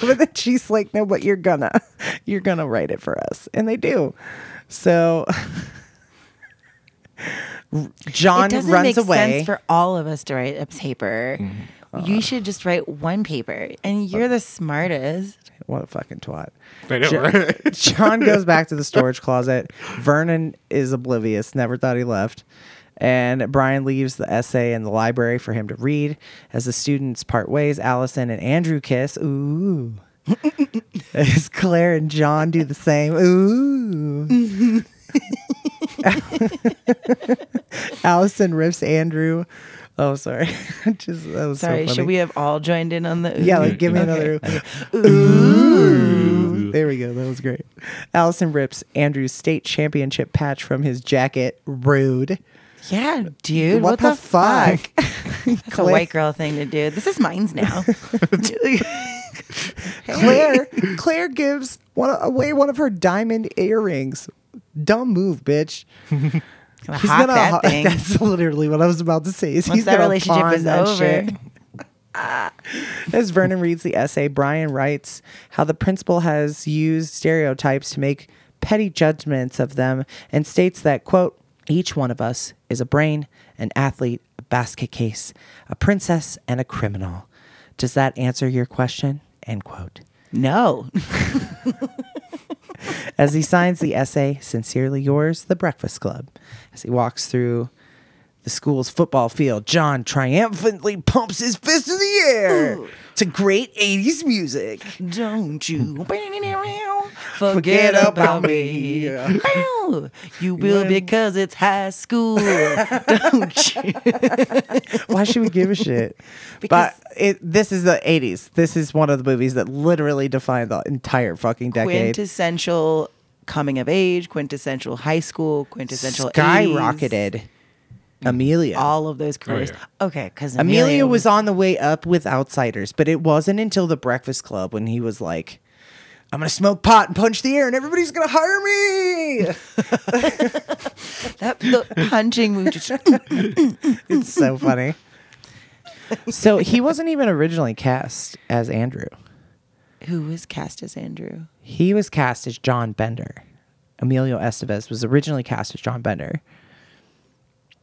but then she's like, "No, but you're gonna, you're gonna write it for us," and they do. So. John it doesn't runs make away. Mm-hmm. sense for all of us to write a paper. You should just write one paper, and you're the smartest. what a fucking twat. I know, Jo- right? John goes back to the storage closet. Vernon is oblivious, never thought he left. And Brian leaves the essay in the library for him to read. As the students part ways, Allison and Andrew kiss. Ooh. As Claire and John do the same. Ooh. Allison rips Andrew. Oh, sorry. Just that was so Sorry, funny. should we have all joined in on the? Yeah, ooh? like give me Okay. another. Ooh. There we go. That was great. Allison rips Andrew's state championship patch from his jacket. Rude. yeah, dude. What, the fuck? That's a white girl thing to do. This is mine's now. Claire, Claire gives one away one of her diamond earrings. Dumb move, bitch. Gonna He's hawk gonna that ho- thing. That's literally what I was about to say. Is Once he's that gonna relationship pawn is that over. Ah. shit. As Vernon reads the essay, Brian writes how the principal has used stereotypes to make petty judgments of them and states that, quote, each one of us is a brain, an athlete, a basket case, a princess, and a criminal. Does that answer your question? End quote. No. As he signs the essay, Sincerely Yours, The Breakfast Club. As he walks through the school's football field, John triumphantly pumps his fist in the air to great 80s music. Don't you Forget about me. Bow. You will because it's high school. Don't you? Why should we give a shit? Because- but it, this is the 80s. This is one of the movies that literally defined the entire fucking decade. Quintessential coming of age, quintessential high school, quintessential 80s, Skyrocketed. Amelia. all of those careers. yeah. Okay, because Amelia, was on the way up with Outsiders, but it wasn't until The Breakfast Club when he was like, I'm going to smoke pot and punch the air and everybody's going to hire me. that the punching move. Just, it's so funny. so he wasn't even originally cast as Andrew. who was cast as Andrew? He was cast as John Bender. Emilio Estevez was originally cast as John Bender.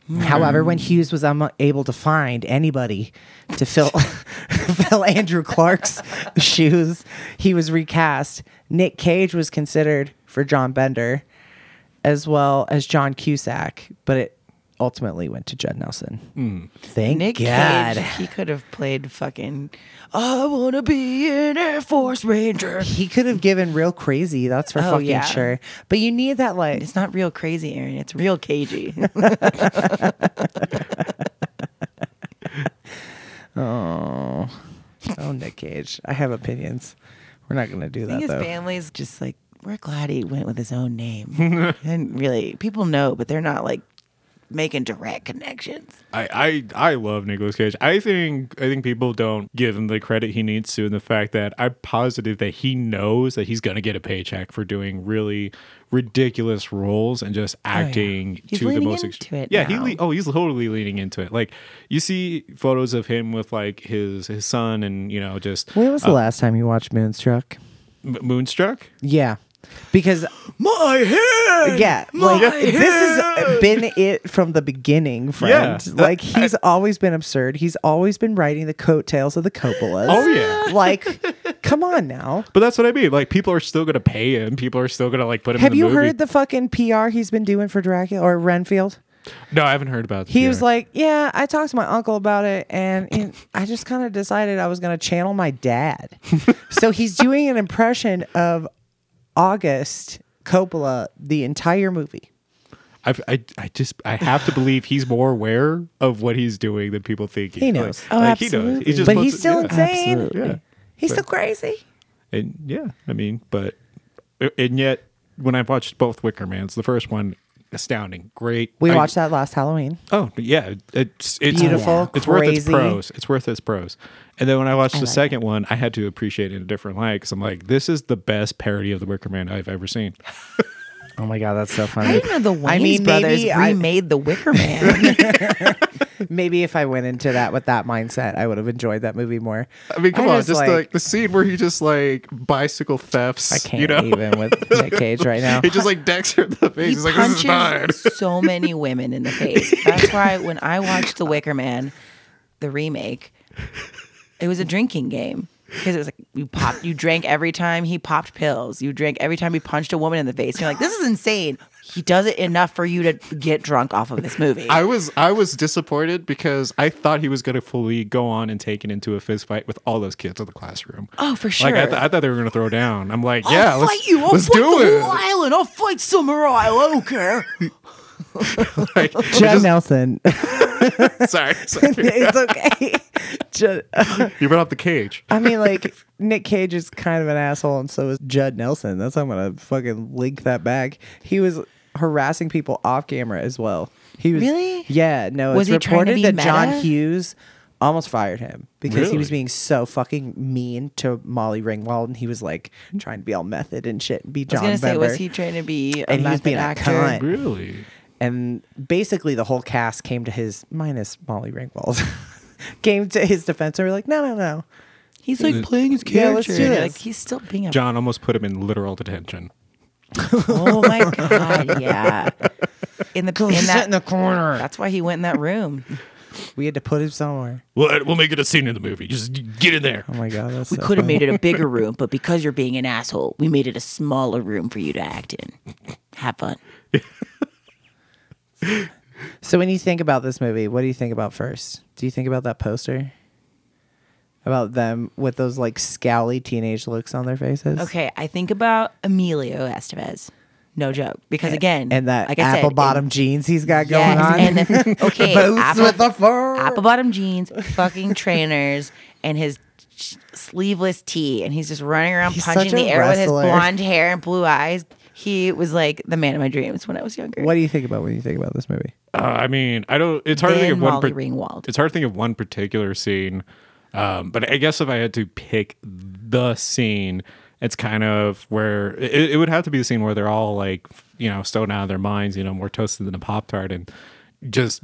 Hmm. However, when Hughes was unable to find anybody to fill fill Andrew Clark's shoes, he was recast. Nick Cage was considered for John Bender, as well as John Cusack, but it ultimately went to Judd Nelson. Thank Hmm. Nick God. Cage. He could have played fucking. I wanna be an Air Force Ranger. He could have given real crazy, that's for Oh, fucking yeah. sure. But you need that like It's not real crazy, Aaron. It's real cagey. Oh, oh, Nick Cage. I have opinions. We're not gonna do I that think his though. family's just like we're glad he went with his own name. and really, people know, but they're not like making direct connections. I, I I love Nicolas Cage. I think I think people don't give him the credit he needs to, and the fact that I'm positive that he knows that he's gonna get a paycheck for doing really ridiculous roles and just acting He's to the leaning most. into it yeah, he now. le- oh he's totally leaning into it. Like you see photos of him with like his his son and you know just When was the last time you watched Moonstruck? M- Moonstruck. Yeah, because My hair. yeah, like this has been it from the beginning, friend. Yeah. Like he's always been absurd. He's always been riding the coattails of the Coppolas. Oh, yeah. like come on now. But that's what I mean. Like people are still gonna pay him. People are still gonna like put him. Have in the you movie. heard the fucking PR he's been doing for Dracula or Renfield? No, I haven't heard about. He the was PR. like, "Yeah, I talked to my uncle about it, and and I just kind of decided I was going to channel my dad." so he's doing an impression of August Coppola the entire movie. I've, I, I just I have to believe he's more aware of what he's doing than people think. He knows. Like, Oh, like, He knows. absolutely. He's just But supposed he's to- still yeah. insane. Yeah. He's still crazy. And yeah, I mean, but and yet when I watched both Wicker Mans, the first one astounding, great. We I- watched that last Halloween. Oh yeah, it's it's Beautiful, It's worth its crazy. pros. It's worth its pros. And then when I watched the second one, I had to appreciate it in a different light because I'm like, this is the best parody of the Wicker Man I've ever seen. Oh my god, that's so I funny. didn't know the Wayans mean, brothers maybe I- remade The Wicker Man. Maybe if I went into that with that mindset, I would have enjoyed that movie more. I mean, come on, just like, like, the scene where he just like bicycle thefts. I can't you know? even with Nick Cage right now. He just like decks her in the face. He He's like, this is mine. punches so many women in the face. That's why when I watched The Wicker Man, the remake, it was a drinking game because it was like you popped, you drank every time he popped pills. You drank every time he punched a woman in the face. You're like, this is insane. He does it enough for you to get drunk off of this movie. I was I was disappointed because I thought he was gonna fully go on and take it into a fist fight with all those kids in the classroom. oh, for sure. Like I, th- I thought they were gonna throw down. I'm like, yeah, I'll let's, fight you. I'll let's fight do the it. whole island. I'll fight Summer Isle. I don't care. Like, John Nelson. sorry, sorry. it's okay. Judd, you brought up the cage. I mean, like Nick Cage is kind of an asshole, and so is Judd Nelson. That's how I'm gonna fucking link that back. He was harassing people off camera as well. He was Really? yeah. No, Was was he it's trying to reported be that meta? John Hughes almost fired him because he was Really? being so fucking mean to Molly Ringwald, and he was like trying to be all method and shit and be I was John. gonna say, was Bember. he trying to be a And he was method being a actor? cunt. Really? and basically the whole cast came to his minus Molly Ringwald came to his defense and were like, no, no, no. He's like playing his Yeah, let's character. do You're this. Like he's still being a John almost put him in literal detention. Oh my god, yeah. In the in that, corner. that's why he went in that room. We had to put him somewhere. We'll, we'll make it a scene in the movie. Just get in there. Oh my god, that's We so could have funny. made it a bigger room, but because you're being an asshole, we made it a smaller room for you to act in. Have fun. So when you think about this movie, what do you think about first? Do you think about that poster? About them with those like scowly teenage looks on their faces. Okay, I think about Emilio Estevez. No joke, because again, And that like I said, apple it- bottom jeans he's got Yes, going on. and the, okay, Boots apple, with the fur. apple bottom jeans, fucking trainers, and his sh- sleeveless tee, and he's just running around He's punching such a the air with his wrestler. blonde hair and blue eyes. He was like the man of my dreams when I was younger. what do you think about when you think about this movie? Uh, I mean, I don't. It's hard to think Then of one. Molly Ringwald. It's hard to think of one particular scene. Um, but I guess if I had to pick the scene, it's kind of where it, it would have to be the scene where they're all like, you know, stoned out of their minds, you know, more toasted than a pop tart, and just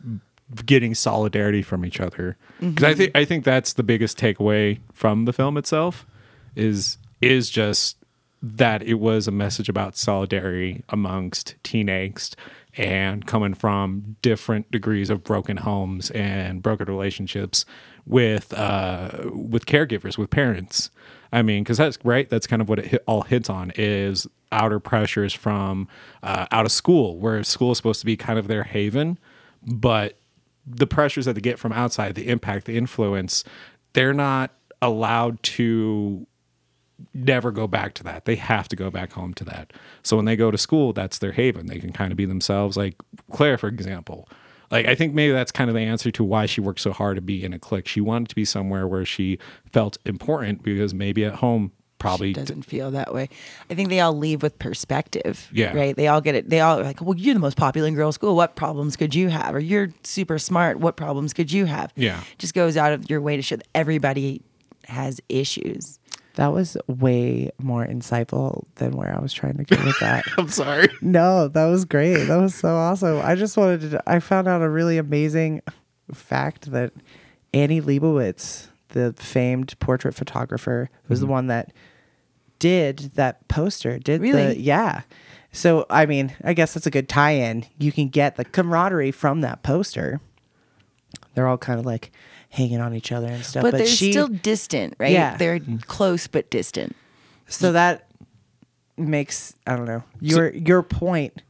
getting solidarity from each other. Because I think I think that's the biggest takeaway from the film itself is is just that it was a message about solidarity amongst teen angst and coming from different degrees of broken homes and broken relationships with uh, with caregivers with parents i mean because that's right that's kind of what it hit, all hits on is outer pressures from uh, out of school where school is supposed to be kind of their haven but the pressures that they get from outside the impact the influence they're not allowed to never go back to that. They have to go back home to that. So when they go to school, that's their haven. They can kind of be themselves. Like Claire, for example. Like I think maybe that's kind of the answer to why she worked so hard to be in a clique. She wanted to be somewhere where she felt important because maybe at home probably doesn't feel that way. I think they all leave with perspective. Yeah. Right. They all get it. They all are like, well, you're the most popular girl in school. What problems could you have? Or you're super smart. What problems could you have? Yeah. Just goes out of your way to show that everybody has issues. That was way more insightful than where I was trying to go with that. I'm sorry. No, that was great. That was so awesome. I just wanted to. I found out a really amazing fact that Annie Leibovitz, the famed portrait photographer, was the one that did that poster. Did Really? the yeah. So I mean, I guess that's a good tie-in. You can get the camaraderie from that poster. They're all kind of like hanging on each other and stuff. But, But, they're she, still distant, right? Yeah. They're close but distant. so that makes I don't know your your point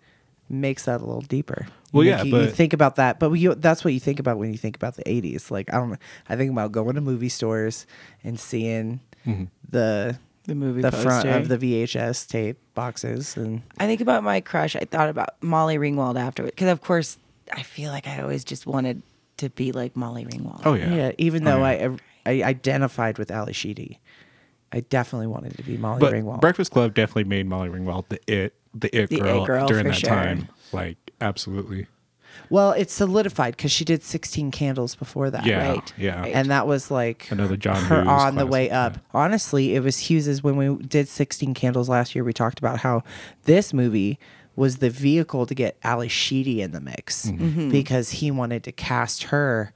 makes that a little deeper. Well, Like, yeah, you, you but- think about that, but you, that's what you think about when you think about the '80s. Like I don't, I think about going to movie stores and seeing Mm-hmm. the The movie the front poster. of the VHS tape boxes, and I think about my crush. I thought about Molly Ringwald afterward because, of course, I feel like I always just wanted to be like Molly Ringwald. Oh yeah, yeah. even though I I identified with Ali Sheedy, I definitely wanted to be Molly But Ringwald. Breakfast Club definitely made Molly Ringwald the it the it The it girl, girl, during for that sure. time. Like absolutely. well, it's solidified because she did 16 candles before that, Yeah. right? Yeah. Right. and that was like Another John her Hughes on the classic, way up. yeah. Honestly, it was Hughes's when we did 16 Candles last year. We talked about how this movie was the vehicle to get Ali Sheedy in the mix Mm-hmm. Mm-hmm. because he wanted to cast her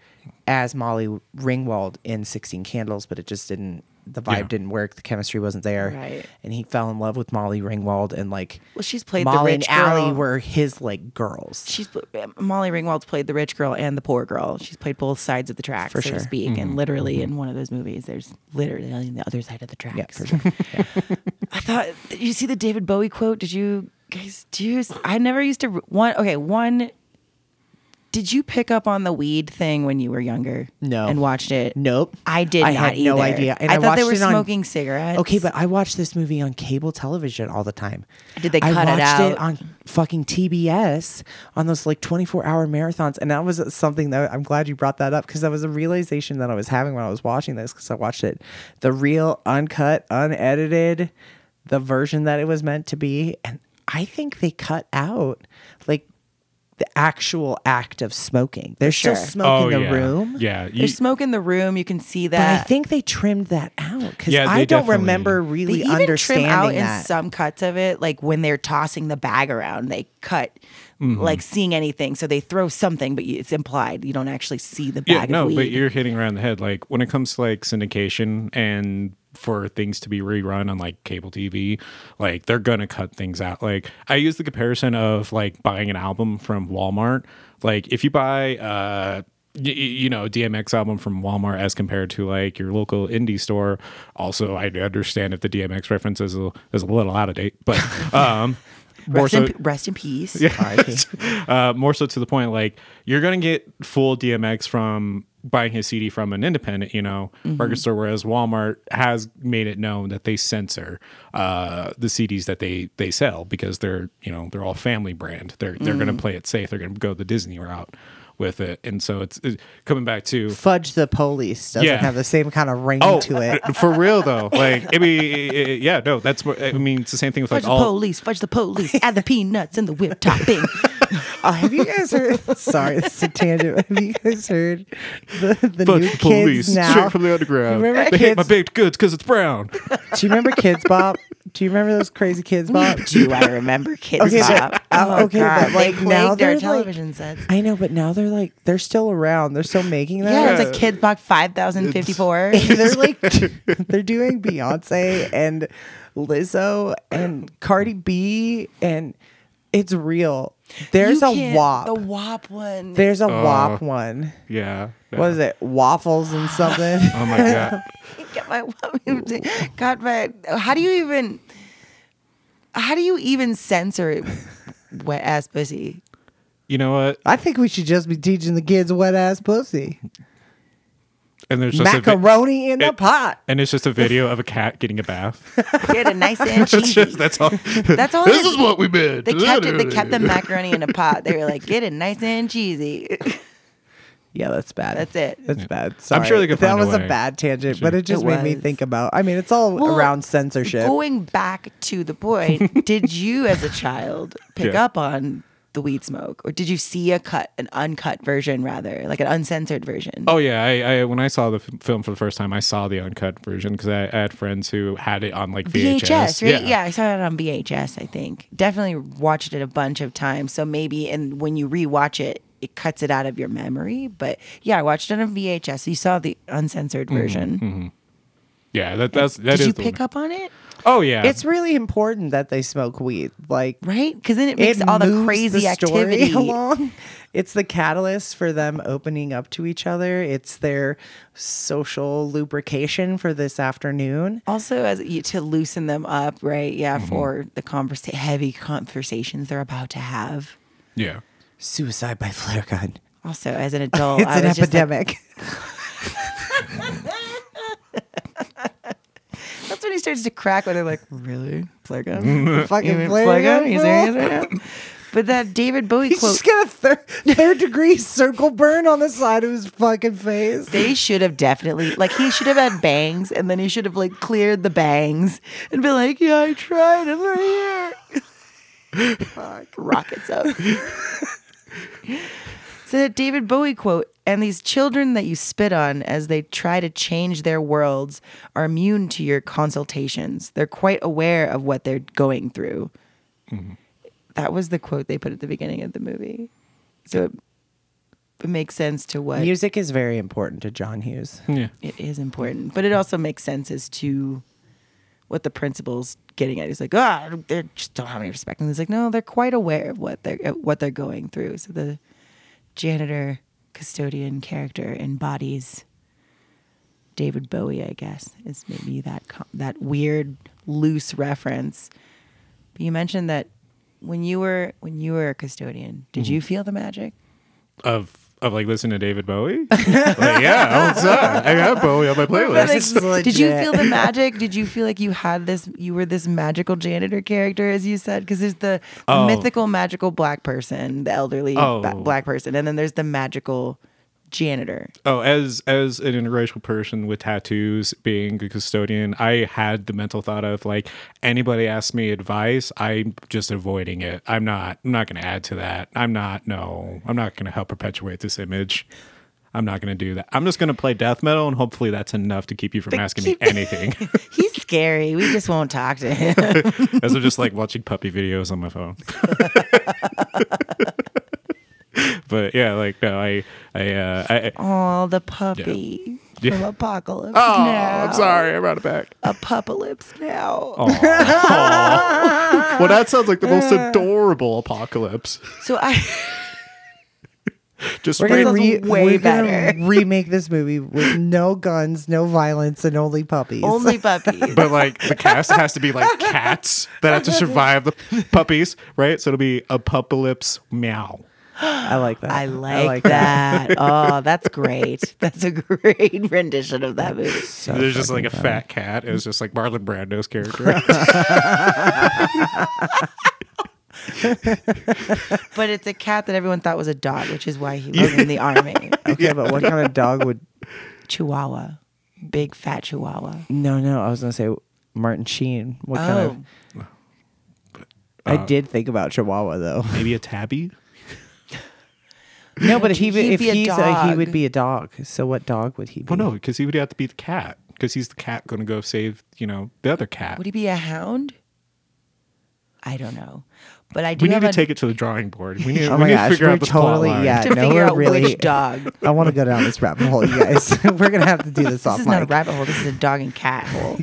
as Molly Ringwald in 16 Candles, but it just didn't, the vibe didn't work. The chemistry wasn't there. Right. And he fell in love with Molly Ringwald and like Well, she's played the Molly rich and Allie girl. were his like girls. she's Molly Ringwald's played the rich girl and the poor girl. She's played both sides of the track, For so sure. Mm-hmm. to speak. And literally in one of those movies, there's literally on the other side of the track. Yeah, for sure. I thought did you see the David Bowie quote. Did you guys? Do you? I never used to one. Okay, one. Did you pick up on the weed thing when you were younger? No. and watched it. Nope. I did. I not had no either. idea. And I, I thought they were watched it on- smoking cigarettes. Okay, but I watched this movie on cable television all the time. Did they I cut it watched out? it on fucking TBS on those like 24 hour marathons. And that was something that I'm glad you brought that up because that was a realization that I was having when I was watching this because I watched it the real, uncut, unedited, the version that it was meant to be. And I think they cut out like the actual act of smoking. There's still sure. smoke in the Oh, yeah. room. Yeah. You- there's smoke in the room. You can see But that. I think they trimmed that out because Yeah, I they don't definitely- remember they really even understanding trim out that. in some cuts of it, like when they're tossing the bag around, they cut Mm-hmm. like seeing anything. So they throw something, but you- it's implied you don't actually see the bag. yeah, no, of weed. but you're hitting around the head. Like when it comes to like syndication and for things to be rerun on like cable TV, like they're gonna cut things out. Like I use the comparison of like buying an album from Walmart. Like if you buy uh y- y- you know DMX album from Walmart as compared to like your local indie store. Also, I understand if the DMX reference is a, is a little out of date, but um, more rest, in, so, p- rest in peace. uh, more so to the point, like you're gonna get full DMX from buying his CD from an independent, you know, Mm-hmm. record store. Whereas Walmart has made it known that they censor uh, the CDs that they they sell because they're you know they're all family brand. They're they're gonna Mm-hmm. play it safe. They're gonna go the Disney route with it. And so it's it, coming back to Fudge the Police doesn't Yeah. have the same kind of ring Oh. to it. for real though. Like I mean, eh, eh, yeah, no, that's what- I mean. It's the same thing with Fudge like the all. police, fudge the police, add the peanuts and the whip topping. Oh, have you guys heard? Sorry, this is a tangent. Have you guys heard the, the Fudge new the kids police now? straight from the underground. You remember they hate my kids- baked goods because it's brown. Do you remember Kids Bop? Do you remember those crazy Kids Bop? Do I remember kids? Okay, so- Bop? Oh, uh, okay, but, like, they now plagued their they're, like- television sets. I know, but now they're like they're still around. They're still making them. Yeah, it's like Kids Box 5054. they're like they're doing Beyonce and Lizzo and Cardi B and it's real. There's You a can't- WAP. The WAP one. There's a WAP one. Uh, Yeah. What is it? Waffles and something. Oh my god. Got my got my how do you even how do you even censor wet ass pussy You know what? I think we should just be teaching the kids wet ass pussy. And there's just a vi- Macaroni in the it- pot. and it's just a video of a cat getting a bath. get a nice and cheesy That's all. that's all this is what we did. they kept it they kept the macaroni in a pot they were like get it nice and cheesy Yeah, that's bad. That's it. That's bad. I'm sure they could Sorry. That find a was a way. bad tangent, but it just It made me was. think about. I mean, it's all Well, around censorship. going back to the point did you as a child pick Yeah. up on the weed smoke or did you see a cut an uncut version rather like an uncensored version Oh yeah, I, I when I saw the f- film for the first time, I saw the uncut version because I, I had friends who had it on like VHS. VHS, right? Yeah. I saw it on VHS, I think. Definitely watched it a bunch of times. So maybe, and when you rewatch it, it cuts it out of your memory. But yeah, I watched it on VHS. You saw the uncensored version. yeah. That, that's Mm-hmm, that is Did you the pick one. up on it? Oh yeah, it's really important that they smoke weed. Like Right? Because then it makes it all the moves crazy the story activity. along. It's the catalyst for them opening up to each other. It's their social lubrication for this afternoon. Also, as you, to loosen them up, right? Yeah, Mm-hmm. for the conversa- heavy conversations they're about to have. yeah. Suicide by flare gun. Also, as an adult, It's I an was just like, epidemic. That's when he starts to crack when they're like, really? Flare gun? Fucking You mean flare gun, Are you bro? serious right now? But that David Bowie He's quote, just got a third, third degree circle burn on the side of his fucking face. they should have definitely, like, he should have had bangs and then he should have, like, cleared the bangs and be like, yeah, I tried. I'm right here. Fuck. Rockets up. so that David Bowie quote, and these children that you spit on as they try to change their worlds are immune to your consultations. They're quite aware of what they're going through. that was the quote they put at the beginning of the movie. So it, it makes sense to what Music is very important to John Hughes. Yeah. it is important, but it also makes sense as to what the principal's getting at. He's like, ah, they just don't have any respect, and he's like, no, they're quite aware of what they're uh, what they're going through. So the janitor, custodian character embodies David Bowie, I guess, is maybe that co- that weird loose reference. But you mentioned that when you were when you were a custodian, did you feel the magic? of of like listening to David Bowie. like, yeah, what's up? I got Bowie on my playlist. This is Did you legit. feel the magic? Did you feel like you had this? You were this magical janitor character, as you said, because there's the, the Oh. mythical, magical black person, the elderly Oh. ba- black person, and then there's the magical janitor. Oh, as as an interracial person with tattoos, being a custodian, I had the mental thought of like anybody asks me advice, I'm just avoiding it. I'm not. I'm not going to add to that. I'm not. No, I'm not going to help perpetuate this image. I'm not going to do that. I'm just going to play death metal, and hopefully that's enough to keep you from asking me anything. He's scary. We just won't talk to him. as I'm just like watching puppy videos on my phone. but yeah, like no, I, I, uh, I. Oh, the puppy Yeah. from Apocalypse Oh, Now. I'm sorry, I brought it back. Oh. Apocalypse Now. Well, that sounds like the most adorable apocalypse. So I Just We're gonna, Sounds re- way we're gonna better. remake this movie with no guns, no violence, and only puppies. only puppies. but like the cast has to be like cats that have to survive the puppies, right? So it'll be apocalypse meow. I like that. I like, that. oh, that's great. That's a great rendition of that movie. So There's just like fucking a funny. fat cat. It was just like Marlon Brando's character. But it's a cat that everyone thought was a dog, which is why he was in the army. Okay, but what kind of dog would? Chihuahua, big fat Chihuahua. No, no. I was gonna say Martin Sheen. What kind of? Oh. I did think about Chihuahua though. Maybe a tabby. No, but if he he'd if be a he's a, he would dog. be a dog. So what dog would he be? Well, Oh, no, because he would have to be the cat. Because he's the cat going to go save, you know, the other cat. Would he be a hound? I don't know, but I do we need have to a, take it to the drawing board. We need, Oh we my need gosh, to figure we're out the totally- plot line. yeah. to No, figure we're out really- which dog. I want to go down this rabbit hole, you guys. We're gonna have to do this off This is not a mic. rabbit hole. This is a dog and cat hole.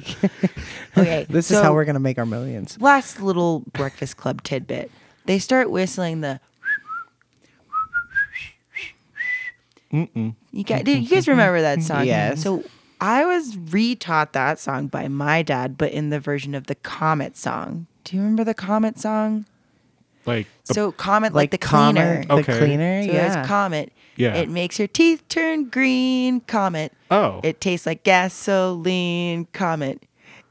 Okay, this is so how we're gonna make our millions. Last little Breakfast Club tidbit. They start whistling the. You guys, do you guys remember that song? Yes. So I was retaught that song by my dad, but in the version of the Comet song. Do you remember the Comet song? Like, So Comet, like, the cleaner. Comet, Okay. the cleaner. So yeah. it's Comet. Yeah. It makes your teeth turn green. Comet. oh, It tastes like gasoline. Comet.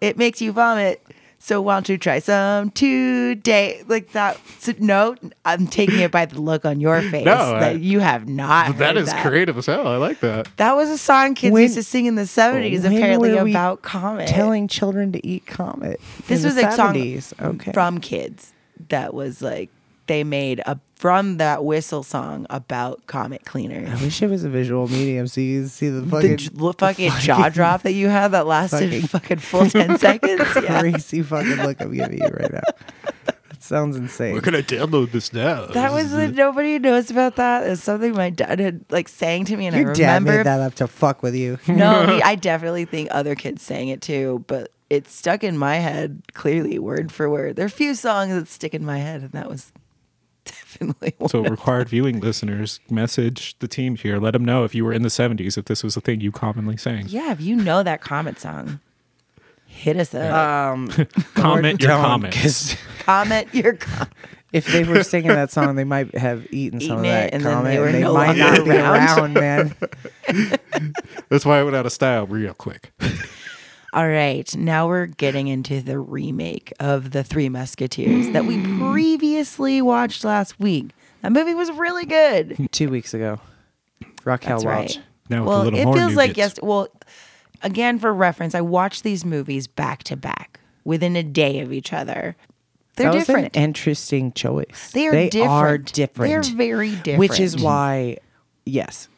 It makes you vomit. So why don't you try some today? Like that. So, no, I'm taking it by the look on your face No, that I- you have not. Heard that is that. creative as hell. I like that. That was a song kids When- used to sing in the 70s, when apparently were we about Comet. telling children to eat comet. this in was the a song 70s. Okay. from kids that was like they made a from that whistle song about Comet Cleaner. I wish it was a visual medium so you could see the the fucking j- lo- fucking, jaw drop that you had that lasted fucking- fucking, full 10 seconds. Yeah. crazy fucking look I'm giving you right now. That sounds insane. going to download this now. That was like, nobody knows about that. It's something my dad had like sang to me, and I Your dad remember. made that up to fuck with you. No, he, I definitely think other kids sang it too, but it stuck in my head clearly, word for word. There are few songs that stick in my head, and that was definitely one. So, required viewing listeners, message the team here. Let them know if you were in the 70s, if this was a thing you commonly sang. yeah, if you know that Comet song, hit us up. Um, Comment your don't, comments. 'cause comment your comment. If they were singing that song, they might have eaten some of Eaten it, that and then they comet. were and they no might longer not be around, man. That's why I went out of style real quick. All right, now we're getting into the remake of The Three Musketeers that we previously watched last week. That movie was really good. Two weeks ago, Raquel That's Welch. right. Now with a well, little it more feels like nougats. yes. Well, again for reference, I watched these movies back to back within a day of each other. They're that was different. an interesting choice. They are different. are different. They're very different. Which is why, yes,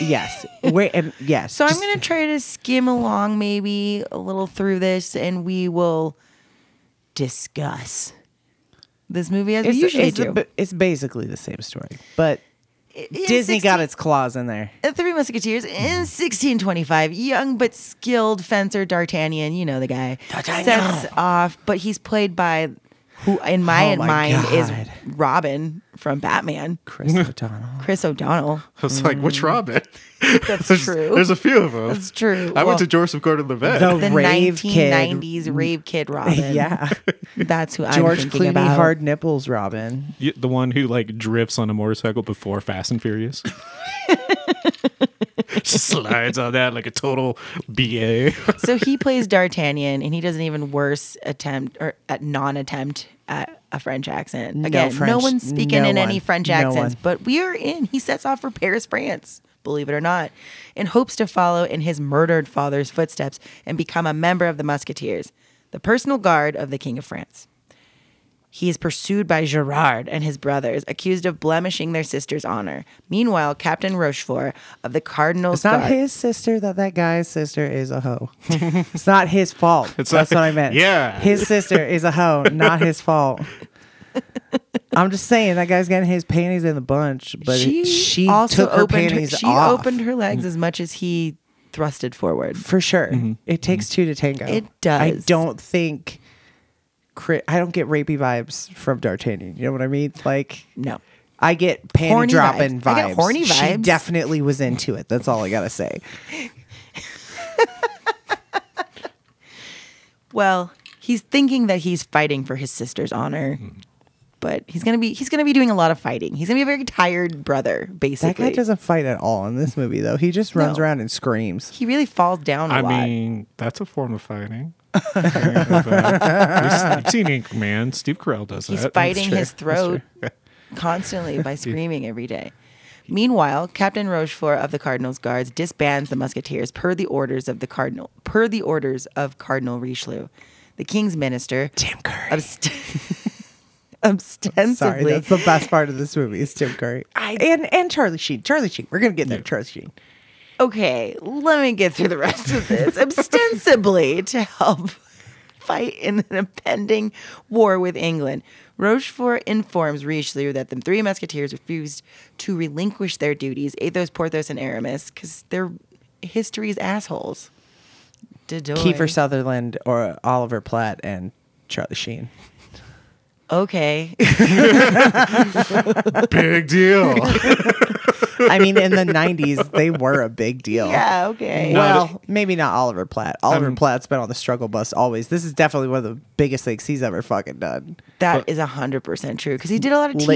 yes, Wait, and yes. So I'm Just- going to try to skim along maybe a little through this and we will discuss this movie as It's, we usually it's, do. a- it's basically the same story, but I- in Disney got 16 its claws in there. The Three Musketeers in 1625. Young but skilled fencer D'Artagnan, you know the guy, sets off, but he's played by who, in my, Oh my mind, God. is Robin from Batman, Chris O'Donnell. Chris O'Donnell. I was like, Mm. which Robin? That's there's, true. There's a few of them. That's true. I Well- went to Joseph Gordon-Levitt. The, the Oh, rave kid. 1990s rave kid Robin. Yeah. that's who I'm George thinking Clooney, about. hard nipples, Robin. You- the one who like drifts on a motorcycle before Fast and Furious. Just slides on that like a total BA. so he plays D'Artagnan, and he does an even worse attempt or at non-attempt at a French accent. Again, no, French- one's speaking no in any one. French No accents, one. but we are in. He sets off for Paris, France, believe it or not, in hopes to follow in his murdered father's footsteps and become a member of the Musketeers, the personal guard of the King of France. He is pursued by Gerard and his brothers, accused of blemishing their sister's honor. Meanwhile, Captain Rochefort of the Cardinal's It's not Guard- his sister that that guy's sister is a hoe. it's not his fault. That's what I meant. Yeah. His sister is a hoe, not his fault. I'm just saying that guy's getting his panties in the bunch, but she, she took her opened panties she off opened her legs as much as he thrusted forward. for sure. It takes two to tango. It I does. don't think. Cri- I don't get rapey vibes from D'Artagnan. You know what I mean? Like No. I get panty Horny dropping vibes. I get horny She vibes. definitely was into it. That's all I gotta say. Well, he's thinking that he's fighting for his sister's honor. Hmm. But he's gonna be he's gonna be doing a lot of fighting. He's gonna be a very tired brother, That basically. guy doesn't fight at all in this movie, though. He just runs No. around and screams. he really falls down a I lot. mean, that's a form of fighting. You've seen Ink Man. Steve Carell does He's that. fighting his throat constantly by screaming every day. Meanwhile, Captain Rochefort of the Cardinal's Guards disbands the musketeers per the orders of the cardinal per the orders of Cardinal Richelieu, the king's minister. Tim Curry. ostensibly, Sorry, that's the best part of this movie is Tim Curry and and Charlie Sheen. Charlie Sheen. We're gonna get there. Charlie Sheen. okay, let me get through the rest of this. Ostensibly to help fight in an impending war with England, Rochefort informs Richelieu that the three musketeers refused to relinquish their duties, Athos, Porthos, and Aramis, because they're history's assholes. Didoy. Kiefer Sutherland or Oliver Platt and Charlie Sheen. Okay. Big deal. I mean, in the '90s, they were a big deal. yeah, okay. Well, maybe not Oliver Platt. Oliver Platt's been on the struggle bus always. This is definitely one of the biggest things he's ever fucking done. that is a 100% true because he did a lot of TV.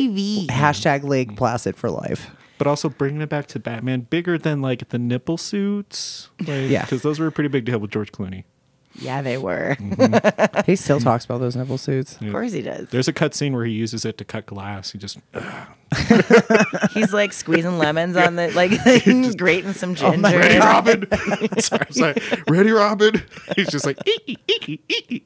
Lake- hashtag Lake Placid for life. But also bringing it back to Batman, bigger than like the nipple suits. Like, Yeah. Because those were a pretty big deal with George Clooney. yeah, they were. He still talks about those nipple suits. Of course he does. There's a cutscene where he uses it to cut glass. He just, He's like squeezing lemons on the, like, grating some ginger. Ready, Robin? sorry, sorry. Ready, Robin? He's just like, "Ee, ee, ee, ee, ee."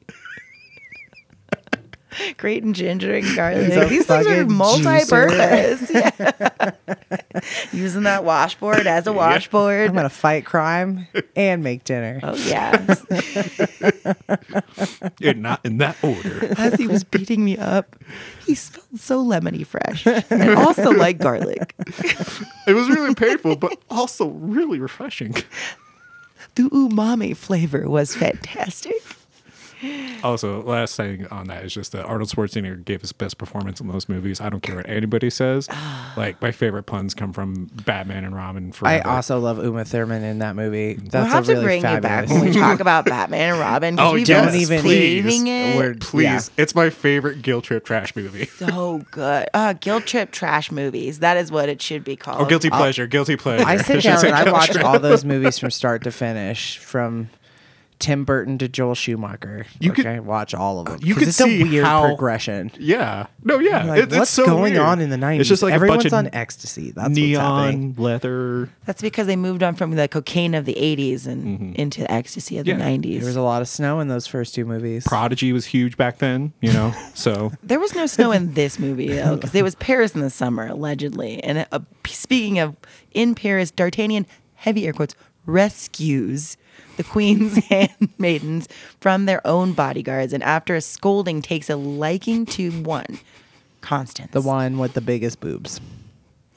Great and ginger and garlic. It's a These things are fucking multi-purpose. Yeah. Using that washboard as a I'm washboard. gonna fight crime and make dinner. Oh yeah. You're not in that order. As he was beating me up, he smelled so lemony fresh and also like garlic. It was really painful, but also really refreshing. The umami flavor was fantastic. Also, last thing on that is just that Arnold Schwarzenegger gave his best performance in those movies. I don't care what anybody says. like my favorite puns come from Batman and Robin. I Forever. also love Uma Thurman in that movie. That's we'll have a really to bring you back fabulous. when we talk about Batman and Robin. 'cause Oh, we've yes, been even- saving please. it. We're- Please, yeah. it's my favorite guilt trip trash movie. So good. Uh, guilt trip trash movies. That is what it should be called. Or Oh, guilty pleasure, guilty pleasure. I sit should down say and I guilt watch trip. all those movies from start to finish, from Tim Burton to Joel Schumacher. You okay, could- watch all of them. you 'Cause could it's see a weird how- progression. Yeah, no, yeah. Like, It- it's what's so going weird. on in the nineties? It's just like a everyone's bunch of on ecstasy. That's what's happening. neon leather. That's because they moved on from the cocaine of the 80s and Mm-hmm. into ecstasy of Yeah. the 90s. There was a lot of snow in those first two movies. Prodigy was huge back then, you know? So no snow in this movie, though, because it was Paris in the summer, allegedly. And uh, speaking of in Paris, D'Artagnan, heavy air quotes, rescues the queen's handmaidens from their own bodyguards. And after a scolding, takes a liking to one Constance. The one with the biggest boobs.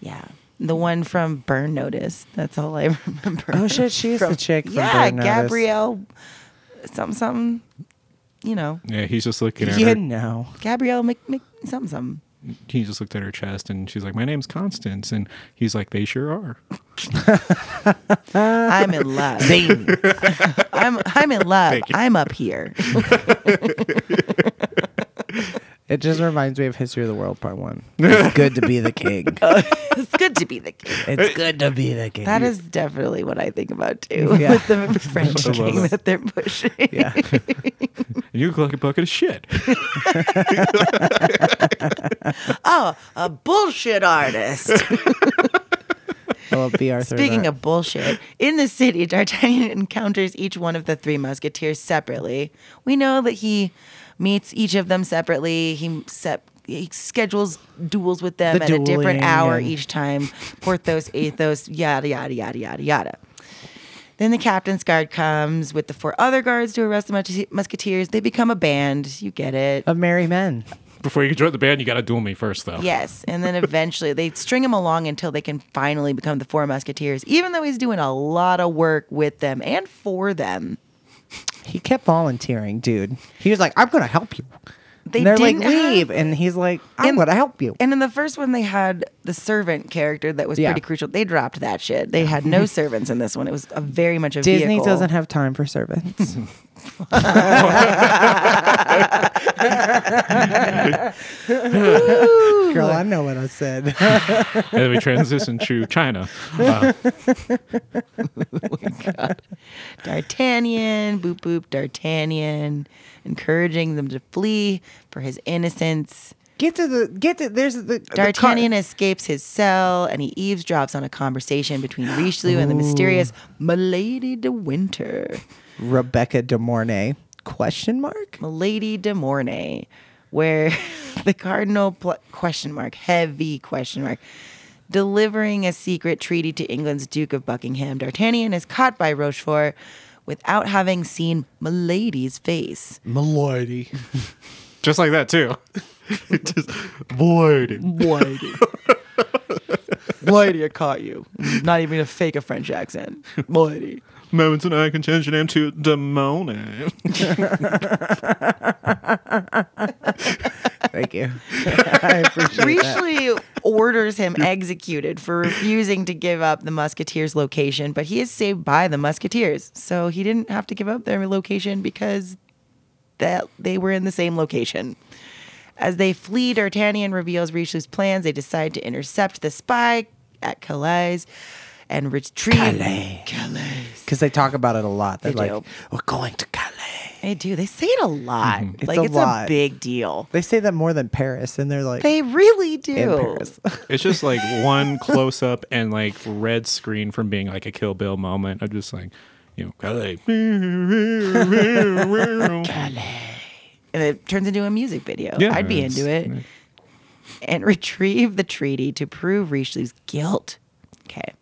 Yeah. The one from Burn Notice. That's all I remember. Oh, shit, she is the chick from yeah, Burn Notice. Gabrielle something something. You know, Yeah, he's just looking at You her. know. Gabrielle Mc, Mc something something. He just looked at her chest, and she's like, "My name's Constance," and he's like, "They sure are." I'm in love. I'm I'm in love. I'm up here. It just reminds me of History of the World Part One. It's good to be the king. it's good to be the king. It's good to be the king. That is definitely what I think about too. Yeah. With the French I love king it. that they're pushing. yeah. And you look like a bucket of shit. Oh, a bullshit artist. I love B. Arthur. Speaking Knight. of bullshit, in the city, D'Artagnan encounters each one of the three musketeers separately. We know that he meets each of them separately. He set. He schedules duels with them The at a dueling different hour and- each time. Porthos, Athos, yada yada yada yada yada. Then the captain's guard comes with the four other guards to arrest the mus- musketeers. They become a band. You get it. of merry men. Before you can join the band, you got to duel me first, though. Yes, and then eventually they string him along until they can finally become the Four Musketeers, even though he's doing a lot of work with them and for them. He kept volunteering, dude. He was like, "I'm gonna help you." They and they're like, didn't have- "Leave," and he's like, "I'm And- gonna help you." And in the first one, they had the servant character that was Yeah. pretty crucial. They dropped that shit. They had no servants in this one. It was a very much a Disney vehicle. doesn't have time for servants. Girl, I know what I said. And then we transition to China. Wow. Oh D'Artagnan, boop boop, D'Artagnan, encouraging them to flee for his innocence. get to the get to there's the the car- D'Artagnan escapes his cell and he eavesdrops on a conversation between Richelieu and the mysterious Milady de Winter, Rebecca De Mornay question mark Milady de Mornay, where the cardinal pl- question mark heavy question mark delivering a secret treaty to England's Duke of Buckingham. D'Artagnan is caught by Rochefort without having seen Milady's face. Milady. Just like that, too. Just, Milady. Lady. Lady, I caught you. Not even a fake a French accent. Lady. Moments and I can change your name to Demone. thank you i appreciate that Richelieu orders him executed for refusing to give up the Musketeers' location, but he is saved by the Musketeers. So he didn't have to give up their location because that they were in the same location. As they flee, D'Artagnan reveals Richelieu's plans. They decide to intercept the spy at Calais and retrieve Calais. because they talk about it a lot they're They like do. we're going to calais They do. They say it a lot. Mm-hmm. It's Like a it's lot. a big deal. they say that more than paris and they're like They really do. in paris It's just like one close up and like red screen from being like a Kill Bill moment. I'm just like, you know, Calais. and it turns into a music video. Yeah, I'd be it's- into it. And retrieve the treaty to prove Richelieu's guilt. Okay.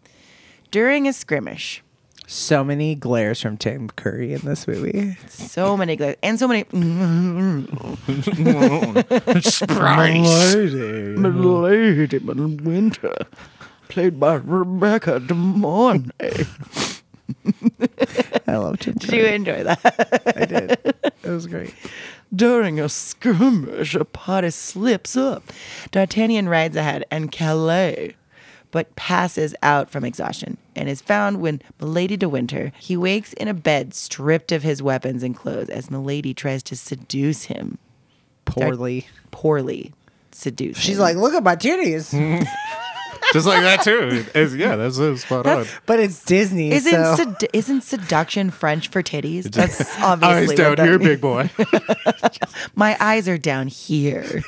During a skirmish, so many glares from tim curry in this movie so many gla- and so many Sprite. Lady Winter. Played by Rebecca De Mornay. i love tim Did you curry enjoy that? i did it was great During a skirmish, a party slips up. D'Artagnan rides ahead and Calais, but passes out from exhaustion and is found when Milady de Winter he wakes in a bed stripped of his weapons and clothes as Milady tries to seduce him. poorly Poorly seduce. she's him. like look at my titties Just like that, too. It's- yeah, that's, that's spot on. but it's disney Isn't so sed- isn't seduction French for titties? That's obviously Eyes what down that here, means. big boy. My eyes are down here.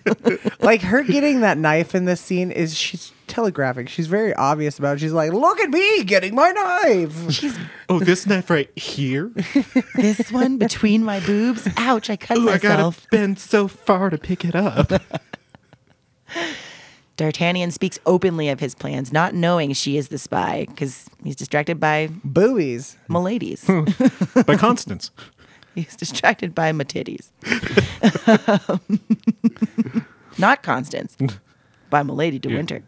like her getting that knife in this scene is she's telegraphic she's very obvious about it. she's like look at me getting my knife Oh, this knife right here? this one between my boobs. Ouch! I cut Ooh, I myself. gotta bend so far to pick it up. D'Artagnan speaks openly of his plans, not knowing she is the spy because he's distracted by boobies Milady's. Hmm. By Constance. he's distracted by my titties. Um, not Constance, by Milady de Winter.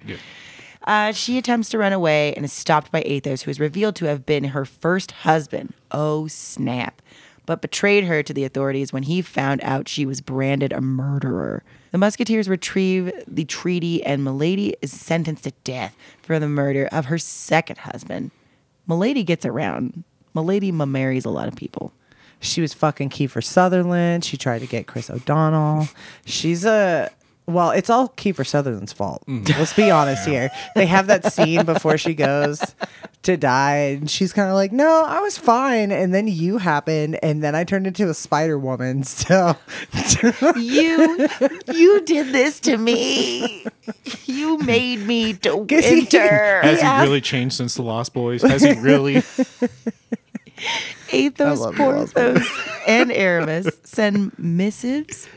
Uh, she attempts to run away and is stopped by Athos, who is revealed to have been her first husband. Oh, snap. But betrayed her to the authorities when he found out she was branded a murderer. The musketeers retrieve the treaty, and Milady is sentenced to death for the murder of her second husband. Milady gets around. Milady ma- marries a lot of people. She was fucking Kiefer Sutherland. She tried to get Chris O'Donnell. She's a well, it's all Kiefer Sutherland's fault. Let's be honest here. They have that scene before she goes to die, and she's kind of like, "No, I was fine," and then you happened, and then I turned into a Spider Woman. So You, you did this to me. You made me to Guess he- winter. Has he really changed since the Lost Boys? Has he really? Athos, love Miles Porthos, and Aramis send missives.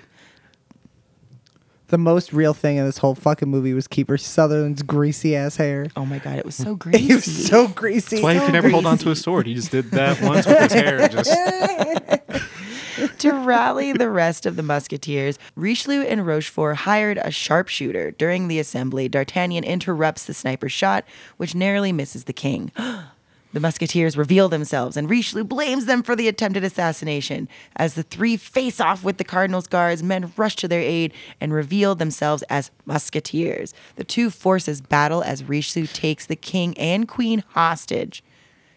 the most real thing in this whole fucking movie was Kiefer Sutherland's greasy ass hair. Oh my god, it was so greasy. He was so greasy. Why he could never hold on to a sword? He just did that once with his hair. and Just to rally the rest of the musketeers, Richelieu and Rochefort hired a sharpshooter. During the assembly, D'Artagnan interrupts the sniper's shot, which narrowly misses the king. The musketeers reveal themselves, and Richelieu blames them for the attempted assassination. As the three face off with the cardinal's guards, men rush to their aid and reveal themselves as musketeers. The two forces battle as Richelieu takes the king and queen hostage.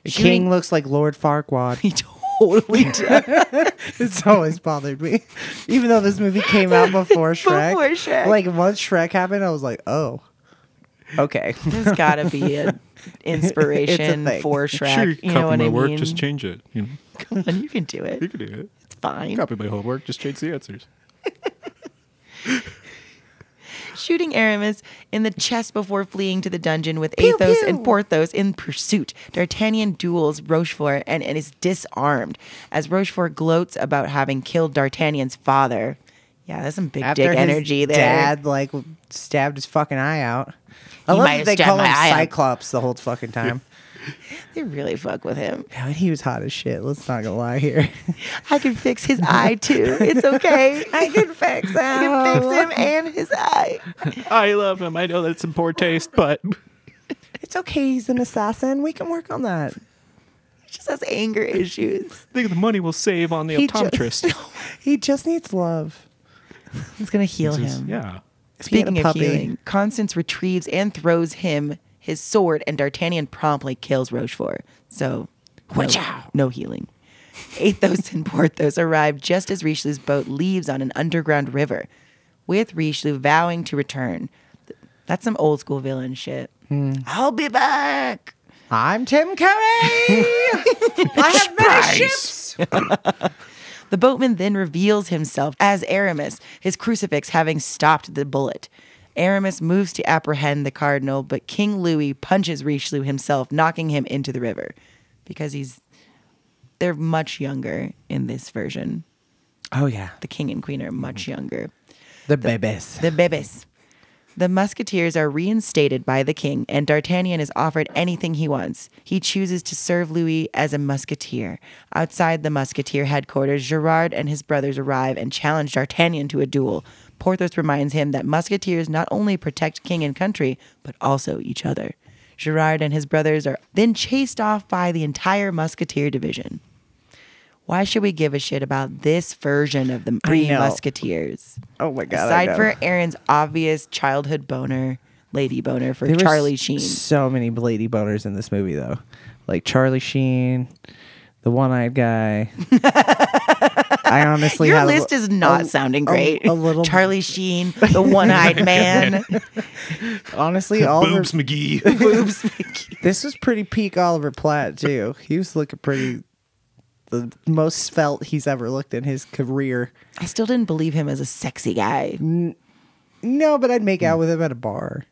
King looks like Lord Farquaad. he totally does. It's always bothered me. Even though this movie came out before Shrek. Before Shrek. Like once Shrek happened, I was like, oh. Okay. There's got to be an inspiration thing. for Shrek. sure, copy you know what my I work, mean? just change it. You know, Come on, you can do you it. could do it. It's fine. Copy my homework, just change the answers. Shooting Aramis in the chest before fleeing to the dungeon with Pew, Athos pew. and Porthos in pursuit. D'Artagnan duels Rochefort and, and is disarmed as Rochefort gloats about having killed D'Artagnan's father. Yeah, that's some big dick his energy there. Dad like stabbed his fucking eye out. I love might that have they stabbed call my him eye out. Cyclops the whole fucking time. They really fuck with him. Yeah, but he was hot as shit. Let's not gonna lie here. I can fix his eye too. It's okay. I can fix him. I can fix him and his eye. I love him. I know that's in poor taste, but it's okay. He's an assassin. We can work on that. He just has anger issues. think of the money we'll save on the He ju- optometrist. He just needs love. It's gonna heal him. yeah. If he had a Speaking of puppy- healing, Constance retrieves and throws him his sword, and D'Artagnan promptly kills Rochefort. So, no, no healing. Athos and Porthos arrive just as Richelieu's boat leaves on an underground river, with Richelieu vowing to return. That's some old school villain shit. I'll be back. I'm Tim Curry. I have many ships. The boatman then reveals himself as Aramis, his crucifix having stopped the bullet. Aramis moves to apprehend the cardinal, but King Louis punches Richelieu himself, knocking him into the river because he's they're much younger in this version. Oh yeah, The king and queen are much younger. the babies. The bebes. The musketeers are reinstated by the king, and D'Artagnan is offered anything he wants. He chooses to serve Louis as a musketeer. Outside the musketeer headquarters, Gerard and his brothers arrive and challenge D'Artagnan to a duel. Porthos reminds him that musketeers not only protect king and country, but also each other. Gerard and his brothers are then chased off by the entire musketeer division. Why should we give a shit about this version of the three know. musketeers? Oh my god. I Aside know. for Aaron's obvious childhood boner, lady boner for There were Charlie s- Sheen. So many lady boners in this movie, though. Like Charlie Sheen, the one-eyed guy. I honestly, Your had a list li- is not a- sounding great. A, little Charlie Sheen, the one-eyed man. Honestly, Oliver. Boobs McGee. This was pretty peak Oliver Platt too. He was looking pretty. The most svelte he's ever looked in his career. I still didn't believe him as a sexy guy. No, but I'd make out with him at a bar.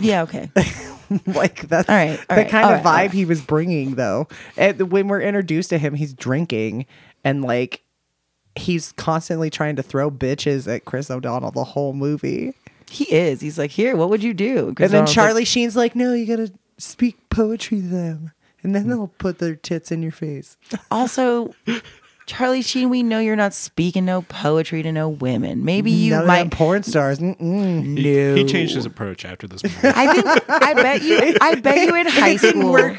Yeah, okay. like that's All right, all the right, kind all of vibe right, all right. he was bringing though and when we're introduced to him he's drinking and like he's constantly trying to throw bitches at chris o'donnell the whole movie He is. He's like, here, what would you do? and then charlie sheen's like no you gotta speak poetry to them and then they'll put their tits in your face also, Charlie Sheen, we know you're not speaking no poetry to no women. Maybe you None of might. them porn stars. Mm-mm. He, he changed his approach after this movie. I think I bet you I bet you in high school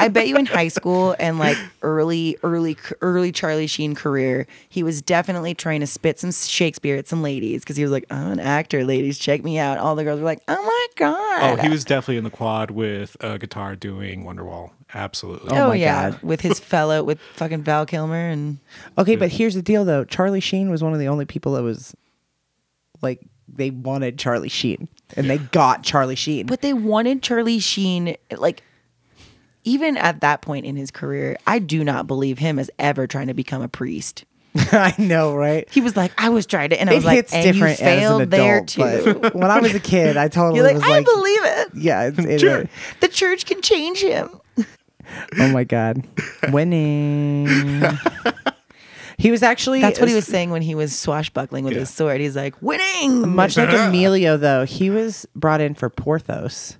I bet you in high school and like early early early Charlie Sheen career he was definitely trying to spit some Shakespeare at some ladies because he was like I'm an actor ladies check me out all the girls were like oh my oh, god he was definitely in the quad with a guitar doing Wonderwall. Absolutely. oh, my yeah God. with his fellow with fucking Val Kilmer and Okay, but here's the deal though. Charlie Sheen was one of the only people that was like they wanted Charlie Sheen and they got Charlie Sheen. but they wanted Charlie Sheen like even at that point in his career I do not believe him as ever trying to become a priest. I know, right? He was like, I was trying to, and I was it like, hits and different you failed as an there adult. too. But when I was a kid, I totally You're like, was I like, believe it. yeah, it, it, Sure. The church can change him. oh my god, winning. he was actually That's what he was saying when he was swashbuckling with his sword. He's like, winning. Much like Emilio, though, he was brought in for Porthos.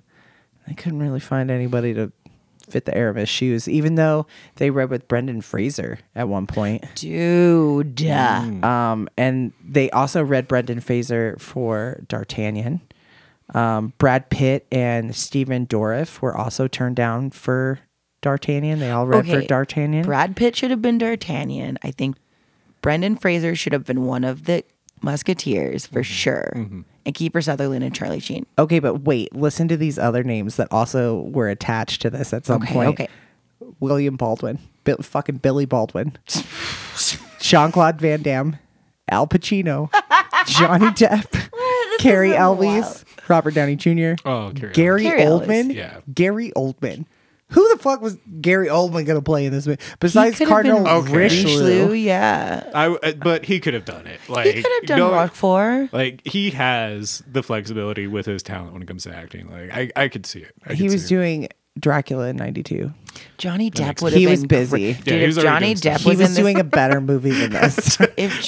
I couldn't really find anybody to fit the Aramis shoes, even though they read with Brendan Fraser at one point. Dude. Um, and they also read Brendan Fraser for D'Artagnan. Um, Brad Pitt and Stephen Dorff were also turned down for D'Artagnan. They all read for Okay. D'Artagnan. Brad Pitt should have been D'Artagnan. I think Brendan Fraser should have been one of the Musketeers Mm-hmm. for sure. Mm-hmm. And Keeper Sutherland and Charlie Sheen. okay, but wait, listen to these other names that also were attached to this at some Okay, point. okay. William Baldwin, Bill, fucking Billy Baldwin, Jean Claude Van Damme, Al Pacino, Johnny Depp, Carrie Elwes, Robert Downey Jr., Oh, Carrie Gary Carrie Elwes. Oldman, Yeah. Gary Oldman. Who the fuck was Gary Oldman going to play in this movie besides could have been Cardinal Richelieu? Blue, yeah. I, uh, but he could have done it. Like He could have done no- Roquefort. Like he has the flexibility with his talent when it comes to acting. Like I, I could see it. I He could was see it. doing Dracula in '92. Johnny Depp would have He been was busy. Dude, Yeah, he if was already Johnny doing Depp stuff. He was, was in doing this, a better movie than this if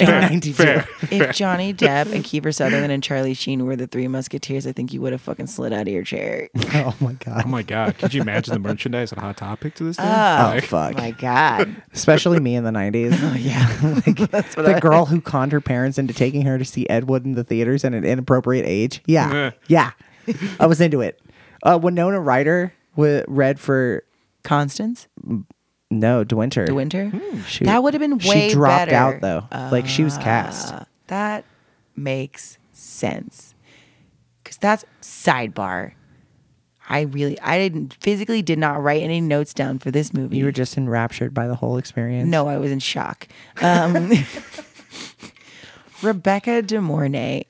in Johnny '92. Fair. if Johnny Depp and Kiefer Sutherland and Charlie Sheen were the three musketeers, I think you would have fucking slid out of your chair. Oh my god. Oh my god! Could you imagine the merchandise on Hot Topic to this day? Oh Like, fuck. My God. Especially me in the '90s. Oh yeah, like, the girl who conned her parents into taking her to see Ed Wood in the theaters at an inappropriate age. Yeah, yeah, I was into it. Uh, Winona Ryder w- read for Constance? no DeWinter. The Winter? She- That would have been way She dropped better. out though. like she was cast. Uh, that makes sense. Cause that's sidebar. I really I didn't physically did not write any notes down for this movie. You were just enraptured by the whole experience. No, I was in shock. Um, Rebecca De Mornay.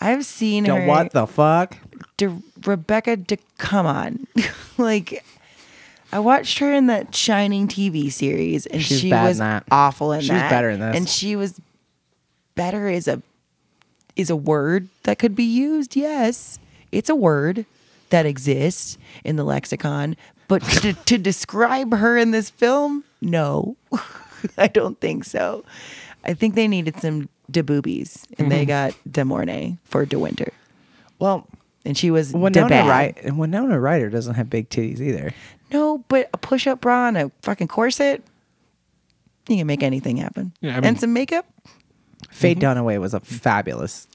I've seen Now, her. what the fuck? De- Rebecca De come on. like I watched her in that Shining TV series and She's she bad in was that. awful in She was that. better in this. And she was better is a is a word that could be used. Yes. It's a word that exists in the lexicon, but to, to describe her in this film, no. I don't think so. I think they needed some de boobies Mm-hmm. and they got De Mornay for De Winter Well, and she was da Winona bad. Ryder. Winona Ryder doesn't have big titties either. No, but a push-up bra and a fucking corset, you can make anything happen. Yeah, I mean- and some makeup, Faye Mm-hmm. Dunaway was a fabulous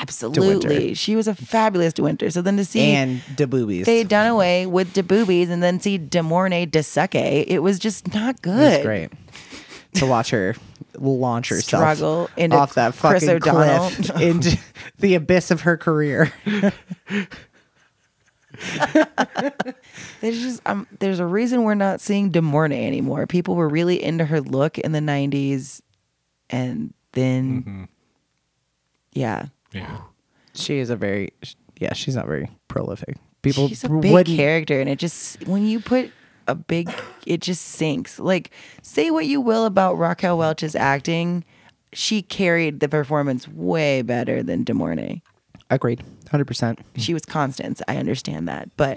absolutely. She was a fabulous De Winter. So then to see and de boobies. Faye Dunaway with de boobies and then see De Mornay de Sucke, it was just not good. It's great to watch her launch herself Struggle into off that Chris fucking O'Donnell. cliff into the abyss of her career. There's just um, there's a reason we're not seeing De Mornay anymore. People were really into her look in the '90s, and then Mm-hmm. yeah, yeah. She is a very yeah. She's not very prolific. People she's a big wouldn't- character and it just when you put a big it just sinks like say what you will about raquel welch's acting she carried the performance way better than de mornay agreed, hundred percent. she was constance i understand that but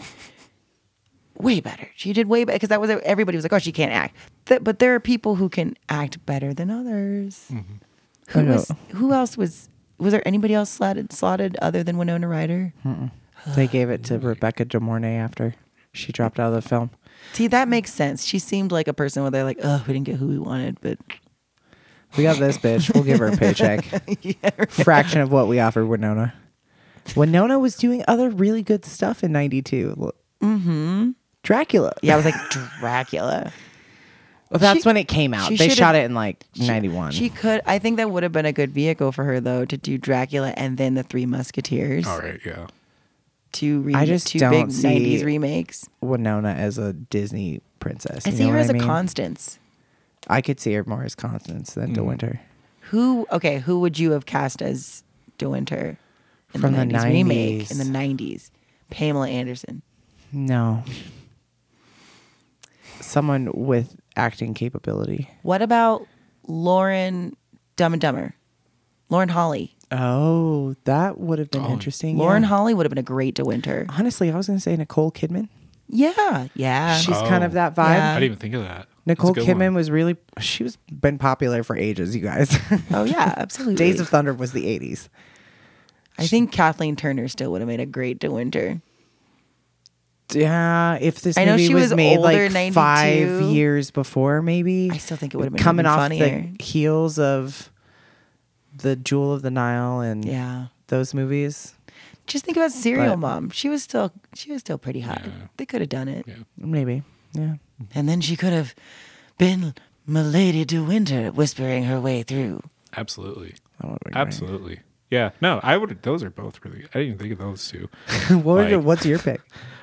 way better she did way better because that was everybody was like oh she can't act Th- but there are people who can act better than others Mm-hmm. I who, know. was, who else was was there anybody else slotted slotted other than winona ryder They gave it to Rebecca De Mornay after she dropped out of the film. See, that makes sense. She seemed like a person where they're like, oh, we didn't get who we wanted, but We got this bitch. We'll give her a paycheck. Fraction of what we offered Winona. Winona was doing other really good stuff in 92. Mm-hmm. Dracula. Yeah, I was like Dracula. Well, that's She- when it came out. she They should've- shot it in like 91. She could. I think that would have been a good vehicle for her though to do Dracula and then the Three Musketeers. All right, yeah. Two re- I just two don't big see- '90s remakes. Winona as a Disney princess. I you see know her what as I mean? a Constance. I could see her more as Constance Mm. than De Winter. Who? Okay, who would you have cast as De Winter in From the the '90s, remake 90s. in the '90s? Pamela Anderson. No. Someone with acting capability. What about Lauren Dumb and Dumber? Lauren Holly. Oh, that would have been interesting. Lauren yeah. Holly would have been a great De Winter. Honestly, I was going to say Nicole Kidman. Yeah, yeah. She's Oh. kind of that vibe. Yeah. I didn't even think of that. Nicole That's a good Kidman one. was really she was been popular for ages, you guys. oh yeah, absolutely. Days of Thunder was the 80s. I think Kathleen Turner still would have made a great De Winter. Yeah, if this I know movie she was, was made older, like 5 92. years before maybe. I still think it would have been coming even off funnier. the heels of The Jewel of the Nile and Yeah. those movies. Just think about Serial But- Mom. She was still she was still pretty hot. They could have done it. Maybe. Yeah. And then she could have been Milady De Winter whispering her way through. Absolutely. That would've been great. Absolutely. Yeah. No, I would. Those are both really. I didn't even think of those two. what were your- Like- what's your pick?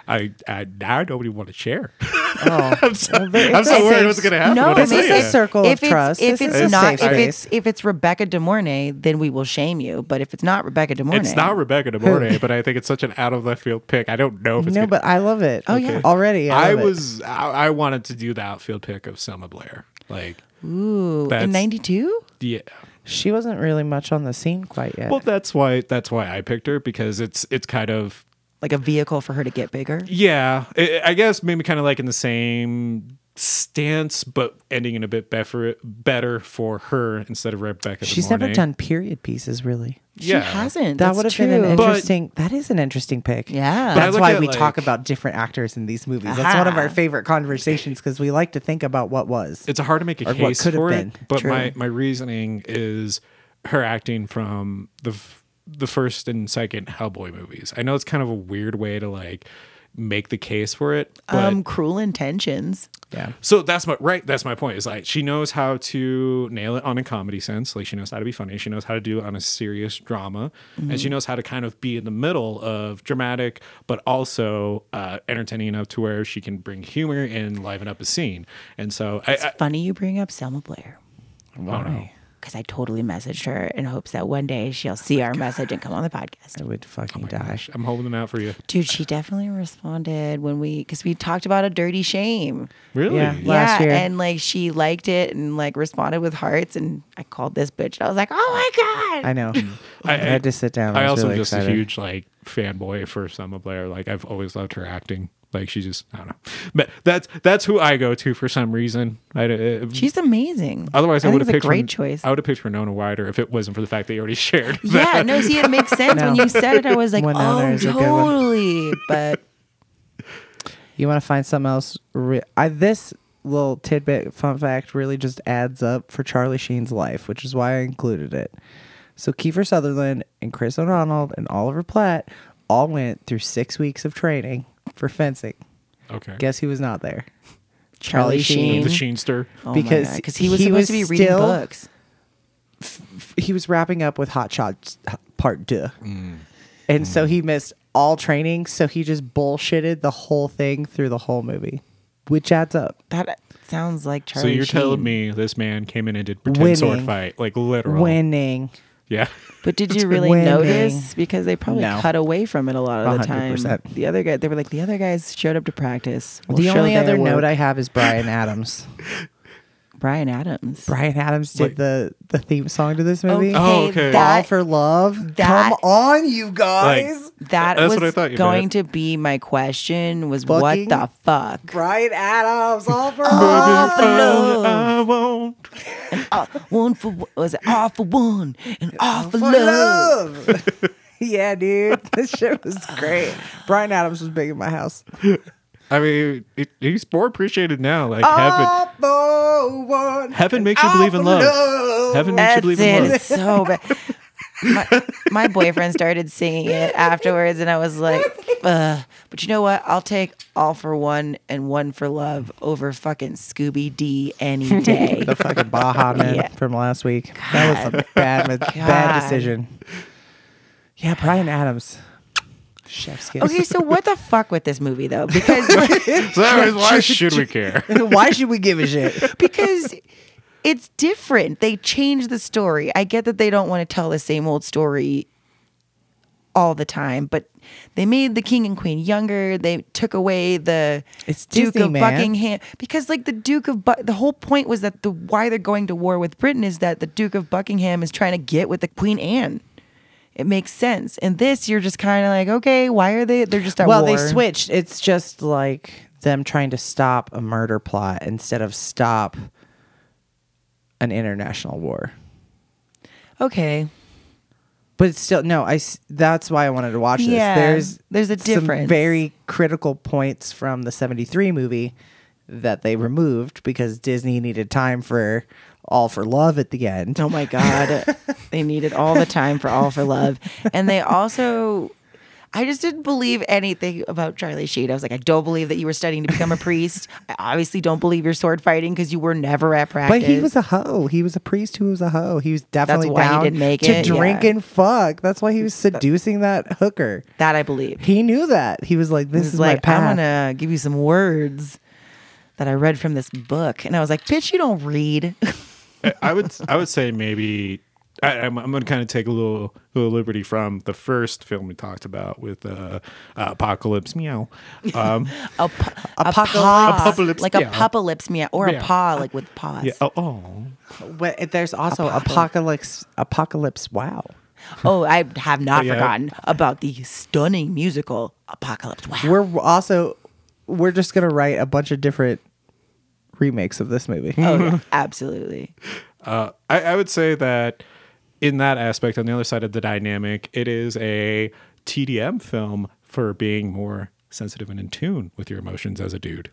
I, I now I don't even want to share. Oh, I'm so, I'm so worried what's going to happen. No, when I this say is a it. circle of if it's, trust. If This it's is a not, safe if space. it's if it's Rebecca De Mornay, then we will shame you. But if it's not Rebecca De Mornay, It's not Rebecca De Mornay, but I think it's such an out of left field pick. I don't know if it's no, gonna- but I love it. Oh yeah. already. I, I, love it. was I, I wanted to do the outfield pick of Selma Blair. Like Ooh, That's- in '92. yeah. She wasn't really much on the scene quite yet. Well, that's why that's why I picked her because it's it's kind of Like a vehicle for her to get bigger. yeah. I I guess maybe kind of like in the same stance, but ending in a bit better better for her instead of Rebecca. De She's never Mornay. done period pieces really. Yeah. She hasn't. That That's would have been an true. But- interesting. that is an interesting pick. Yeah. But I that's look why at, we like- talk about different actors in these movies. That's one of Aha. our favorite conversations because we like to think about what was. it's hard to make a Or what case could have for been. it. But True. my my reasoning is her acting from the f- the first and second Hellboy movies. I know it's kind of a weird way to like make the case for it, but um, cruel intentions. yeah. so that's my right. That's my point. Is like she knows how to nail it on a comedy sense. Like she knows how to be funny. She knows how to do it on a serious drama, and Mm-hmm. she knows how to kind of be in the middle of dramatic, but also uh, entertaining enough to where she can bring humor and liven up a scene. And so I, I Funny you bring up Selma Blair Why? because I totally messaged her in hopes that one day Oh she'll see our message and come on the podcast. I would fucking die. gosh, I'm holding them out for you. Dude, she definitely responded when we because we talked about a dirty shame. Really? Yeah. Last yeah, year. and like she liked it and like responded with hearts, and I called this bitch. And I was like, oh my god! I know. I, I- had to sit down. I, I was also really just excited. a huge like fanboy for Selma Blair. Like I've always loved her acting. Like she just I don't know, but that's that's who I go to for some reason. I, uh, She's amazing. otherwise I, think would have it's picked a great Ren- choice. I would have picked Renona Wider if it wasn't for the fact that you already shared. yeah, no, see, it makes sense when No. you said it. I was like, Winona oh, is a good one. totally. But You want to find something else? Re- I this little tidbit, fun fact, really just adds up for Charlie Sheen's life, which is why I included it. So Kiefer Sutherland and Chris O'Donnell and Oliver Platt all went through six weeks of training for fencing. Okay. Guess who was not there? Charlie Sheen. the Sheenster. Oh Because because he was he supposed was to be reading still- books. F- He was wrapping up with Hot Shots Part Two, Mm. and so he missed all training. So he just bullshitted the whole thing through the whole movie, which adds up. That sounds like So Charlie. you're telling Sheen. me this man came in and did pretend sword Winning. fight, like literal. Winning. Yeah. But did you really winning. notice? Because they probably No. cut away from it a lot of the time. 100%. The other guy, they were like, the other guys showed up to practice. We'll the show only their other note work." I have is Brian Adams. Brian Adams. Brian Adams did the the theme song to this movie. Okay, Oh, okay. All that for love. that- Come on, you Like, guys. that That's was what I thought you going meant. to be my question. Was Fucking- what the fuck? Brian Adams. All for love. I won't. One for one- was it all for one and all, For for, love. love. yeah, dude. This shit was great. Brian Adams was big in my house. I mean, it, he's more appreciated now. Like Oh, heaven, All for one. Heaven makes you believe in All for love. Heaven makes you That's believe it. in love. It's so bad. My, my boyfriend started singing it afterwards, and I was like, Ugh. "But you know what? I'll take all for one and one for love over fucking Scooby D any day." The fucking Baja Man Yeah. from last week. That was a bad, ma- bad God. decision. Yeah, Brian Adams. Chef's kiss. okay, so what the fuck with this movie though? Because so that is why should we care? Why should we give a shit? because it's different. They change the story. I get that they don't want to tell the same old story all the time, but they made the king and queen younger. They took away the It's Duke Disney, of man. Buckingham because, like, the Duke of Bu- the whole point was that the why they're going to war with Britain is that the Duke of Buckingham is trying to get with the Queen Anne. It makes sense. And this, you're just kind of like, okay, why are they? They're just at Well, war. they switched. It's just like them trying to stop a murder plot instead of stop an international war. Okay, But it's still no. I s- that's why I wanted to watch Yeah, this. There's there's a some difference. very critical points from the '73 movie that they removed because Disney needed time for All for Love at the end. Oh my God. they need it all the time for All for Love. And they also, I just didn't believe anything about Charlie Sheen. I was like, I don't believe that you were studying to become a priest. I obviously don't believe you're sword fighting because you were never at practice. But he was a hoe. He was a priest who was a hoe. He was definitely why he down didn't make to it, drink yeah. and fuck. That's why he was seducing that hooker. that I believe. He knew that. He was like, "This He's is my like, path." I'm gonna give you some words that I read from this book, and I was like, bitch, you don't read. I would I would say maybe I, I'm, I'm going to kind of take a little, little liberty from the first film we talked about with uh, uh, Apocalypse Meow. Um, A, p- a Apocalypse. paw, Apocalypse, like yeah. a apocalypse, yeah, or Yeah. a paw, like with paws. yeah, oh, oh, But there's also apocalypse. Apocalypse. Wow. Oh, I have not yeah. forgotten about the stunning musical Apocalypse. Wow. We're also we're just gonna write a bunch of different remakes of this movie. Oh, yeah, absolutely. Uh, I, I would say that in that aspect, on the other side of the dynamic, it is a TDM film for being more sensitive and in tune with your emotions as a dude.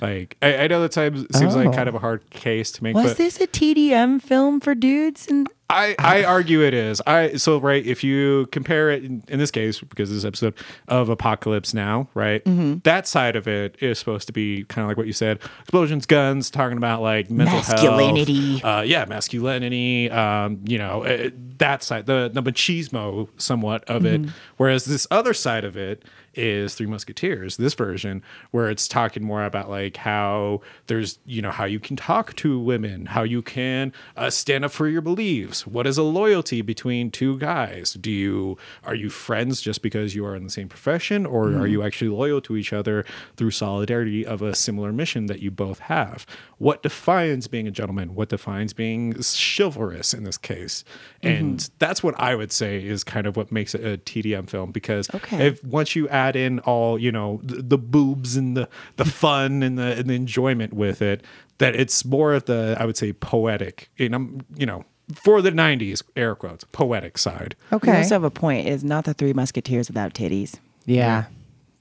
Like I, I know that time seems like kind of a hard case to make. Was but this a TDM film for dudes? And I, I argue it is. I so right if you compare it in, in this case because this episode of Apocalypse Now, right? That side of it is supposed to be kind of like what you said: explosions, guns, talking about like mental health, Masculinity. uh, yeah, masculinity. Um, you know uh, that side, the the machismo somewhat of it. Whereas this other side of it is Three Musketeers, this version where it's talking more about like how there's you know how you can talk to women, how you can uh, stand up for your beliefs. What is a loyalty between two guys? Do you are you friends just because you are in the same profession, or are you actually loyal to each other through solidarity of a similar mission that you both have? What defines being a gentleman? What defines being chivalrous in this case? And that's what I would say is kind of what makes it a TDM film because Okay. if once you add in all you know the, the boobs and the the fun and the and the enjoyment with it that it's more of the i would say poetic and i'm you know for the 90s air quotes poetic side Oh. You also have a point. It's not the Three Musketeers without titties. Yeah.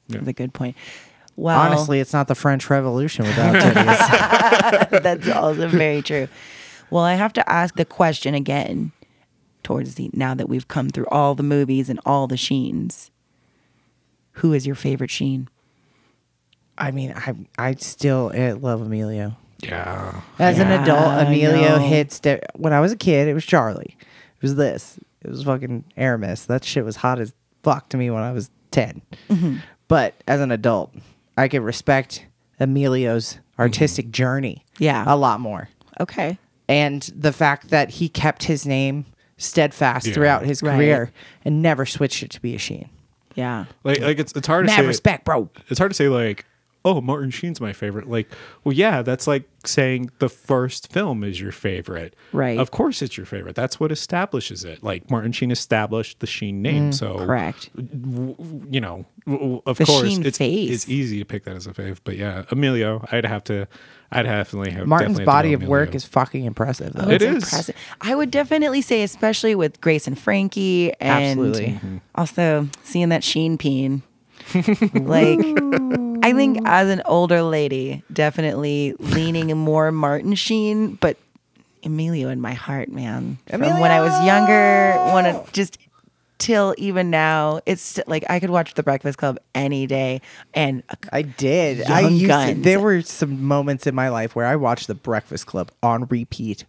That's a good point. Wow. Honestly, it's not the French Revolution without titties. that's also very true. Well, I have to ask the question again towards the now that we've come through all the movies and all the Sheens. Who is your favorite Sheen? I mean, I I still eh, love Emilio. yeah As an Yeah, adult, I Emilio know. hits. di- when I was a kid, it was Charlie. It was this. It was fucking Aramis. That shit was hot as fuck to me when I was 10. Mm-hmm. But as an adult, I could respect Emilio's artistic Mm-hmm. journey Yeah. a lot more. Okay. And the fact that he kept his name steadfast throughout his Right. career and never switched it to be a Sheen. Yeah. like like it's it's hard to Mad say respect, bro. it's hard to say like oh martin sheen's my favorite like well yeah that's like saying the first film is your favorite Right. of course it's your favorite that's what establishes it like martin sheen established the sheen Mm, name so Correct. you know, w- w- of The course, Sheen it's face. it's easy to pick that as a fave, but yeah, Emilio, I'd have to, I'd definitely have Martin's definitely have to body go of work Emilio. is fucking impressive, though. Oh, it's It is. impressive. I would definitely say, especially with Grace and Frankie, and Absolutely. also seeing that Sheen peen. like, I I think as an older lady, definitely leaning more Martin Sheen, but Emilio in my heart, man. From when I was younger, when it just till even now, it's st- like I could watch The Breakfast Club any day, and I did. I Young used to, Guns. there were some moments in my life where I watched The Breakfast Club on repeat,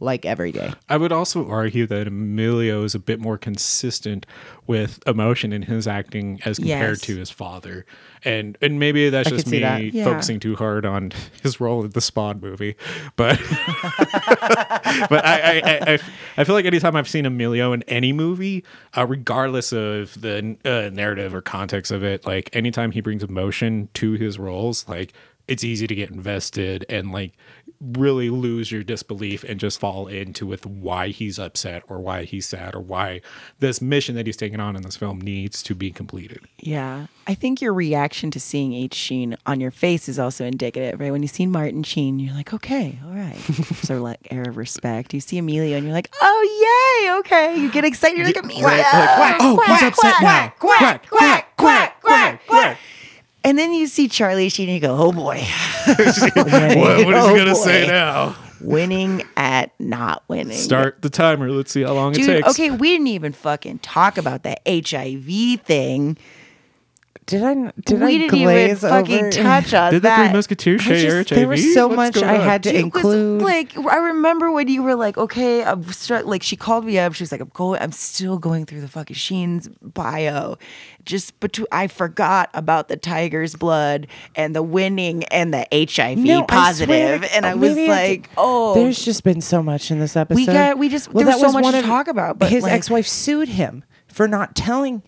like every day. I would also argue that Emilio is a bit more consistent with emotion in his acting as compared Yes. to his father, and and maybe that's could just see me that. Yeah. focusing too hard on his role in the Spawn movie, but but I I, I- I I feel like anytime I've seen Emilio in any movie, uh, regardless of the uh, narrative or context of it, like anytime he brings emotion to his roles, like it's easy to get invested and like really lose your disbelief and just fall into with why he's upset or why he's sad or why this mission that he's taking on in this film needs to be completed. Yeah. I think your reaction to seeing H. Sheen on your face is also indicative, right? When you see Martin Sheen, you're like, okay, all right. so like air of respect. You see Emilio and you're like, oh yay, okay. You get excited, you're like Emilio. oh, he's upset now. Quack, quack, quack, quack, quack. And then you see Charlie Sheen and you go, oh boy. What, what is he Oh, gonna say boy. now? Winning at not winning. Start the timer. Let's see how long Dude, it takes. okay, we didn't even fucking talk about the HIV thing. Did I? n- Did we I didn't even glaze fucking over? touch on Did the that. Three Musketeers I share just- there HIV? was so What's much going I on? had to It was, include. like I remember when you were like, okay, I'm str- like she called me up. She was like, I'm going, I'm still going through the fucking Sheen's bio. Just between, I forgot about the tiger's blood and the winning and the HIV positive, swear to- and I was maybe like, did- oh, there's just been so much in this episode. got- we just- there was that so much one to of- talk about, but, his like- ex-wife sued him for not telling,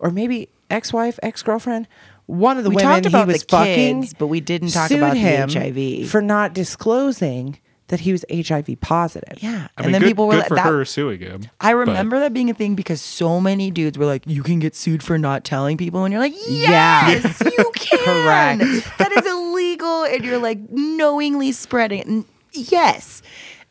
or maybe ex-wife, ex-girlfriend. One of the We women talked about he the was fucking, kids, but we didn't talk sued about the him HIV. for not disclosing that he was HIV positive. yeah. I and mean, then good, people were good like, for that, her suing him. I but- remember that being a thing because so many dudes were like, "You can get sued for not telling people," and you're like, Yeah. "Yes, you can. That is illegal," and you're like knowingly spreading it. N- Yes,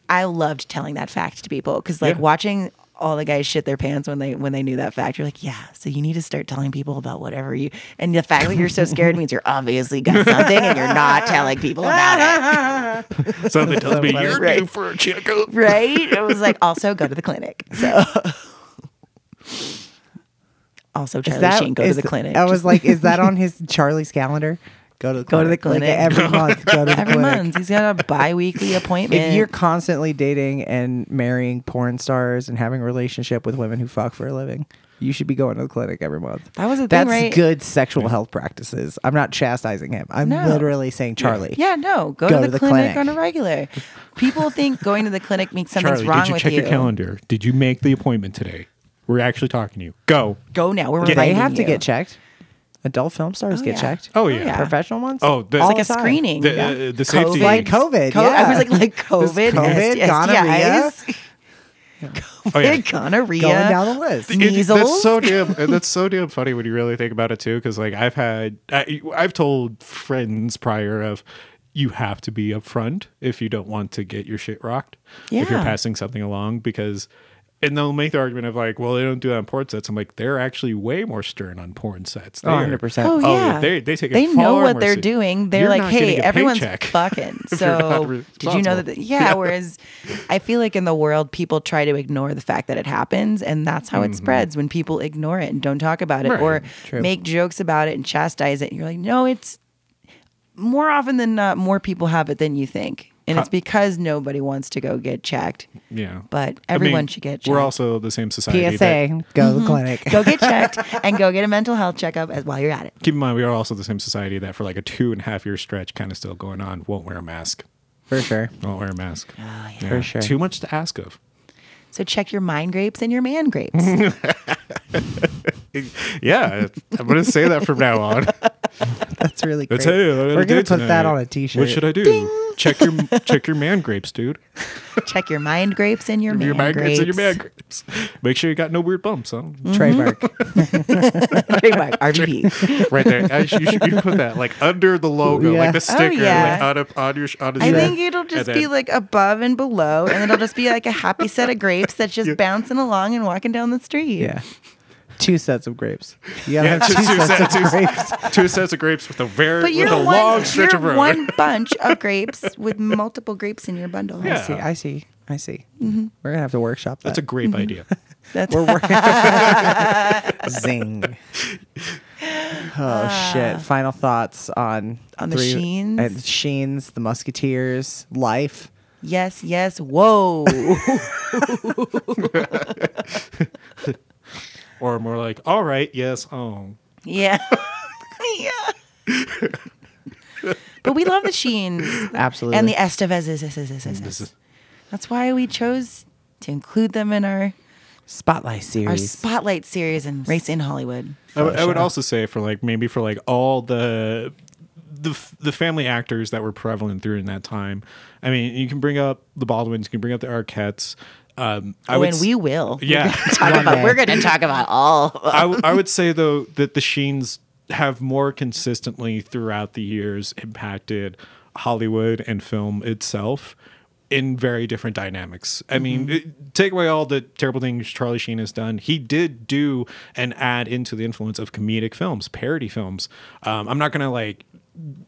I loved telling that fact to people because, like, Yeah. watching all the guys shit their pants when they when they knew that fact, you're like, "Yeah." So you need to start telling people about whatever you. And the fact that you're so scared means you're obviously got something, and you're not telling people about it, something tells me you're Right. due for a checkup. right? It was like also go to the clinic. So. Also, Charlie Sheen, go to is- the clinic. I was like, is that on his Charlie's calendar? Go to the Go to the Like, clinic. every month. Go to the Every clinic. month, he's got a bi-weekly appointment. If you're constantly dating and marrying porn stars and having a relationship with women who fuck for a living, you should be going to the clinic every month. That was the thing, That's right? good sexual health practices. I'm not chastising him. I'm No. literally saying Charlie. yeah, no, go, to the, clinic, on a regular. People think going to the clinic means something's Charlie, wrong did you with check you. your calendar? Did you make the appointment today? We're actually talking to you. Go. Go now. We're They inviting have to you. get checked. Adult film stars Oh, get yeah. checked. Oh, yeah. Professional ones? Oh, the- All It's like a the time. screening. The, yeah. uh, the COVID. safety. Like COVID. Co- yeah. I was like, like This COVID, COVID, STIs, gonorrhea. Oh, yeah. gonorrhea, Going down the list. It- it- measles. that's so damn. and That's so damn funny when you really think about it too. Because like I've had, I, I've told friends prior of, you have to be upfront if you don't want to get your shit rocked. If you're Yeah. passing something along, because, and they'll make the argument of like, well, they don't do that on porn sets. I'm like, they're actually way more stern on porn sets. They Oh, are- 100%. Oh, Oh, yeah. yeah. Uh, They- they take it know far what more they're se- doing. They're You're like, not getting hey, a everyone's paycheck fucking. if you're not So re- did you know responsible. that? Yeah, Whereas I feel like in the world, people try to ignore the fact that it happens, and that's Mm-hmm. how it spreads when people ignore it and don't talk about it or make jokes about it and chastise it. And you're like, no, it's more often than not, more people have it than you think, and it's because nobody wants to go get checked. Yeah. But I mean, everyone should get checked. We're also the same society. PSA, that- go to the clinic. Mm-hmm. go get checked and go get a mental health checkup as while you're at it. keep in mind, we are also the same society that for like a two and a half year stretch, kind of still going on, won't wear a mask. For sure. Won't wear a mask. Oh, Yeah. For sure. Too much to ask of. So check your mind grapes and your man grapes. Yeah, I'm gonna say that from now on. That's really great. That's hey, what I'm We're do gonna put that tonight. on a t-shirt. What should I do? Check your check your man grapes, dude. check your mind grapes and your man, your man grapes grapes. and your man grapes. Make sure you got no weird bumps, huh? Mm-hmm. Trademark. Trademark, RVP. Right there. I, you should you should put that like under the logo, Yeah. like the Oh, sticker, like yeah. on a, on your on a I shirt. think it'll just And be then- like above and below, and it'll just be like a happy set of grapes that's just bouncing along and walking down the street. yeah. two sets of grapes. You gotta have two, sets, of grapes. Two sets of grapes with a very But you're with a one, long stretch you're of road. one bunch of grapes with multiple grapes in your bundle. I see. I see. I see. We're gonna have to workshop that. That's a grape idea. We're working. Zing. Oh shit! Final thoughts on On the Sheens? and Sheens, the Musketeers, Life. Yes, yes. Whoa. Or more like, all right, yes, oh. yeah. yeah. but we love the Sheens. Absolutely. and the Estevezes. Mm-hmm. That's why we chose to include them in our Spotlight our series. spotlight series and race in Hollywood. I, would- I would also say for like maybe for like all the the f- the family actors that were prevalent during that time. I mean, you can bring up the Baldwins, you can bring up the Arquettes. Um, I Oh, would and s- we will. yeah. Talk about, day. we're going to talk about all. of I, w- I would say though that the Sheens have more consistently throughout the years impacted Hollywood and film itself in very different dynamics. I mean, it- take away all the terrible things Charlie Sheen has done. He did do and add into the influence of comedic films, parody films. Um, I'm not gonna like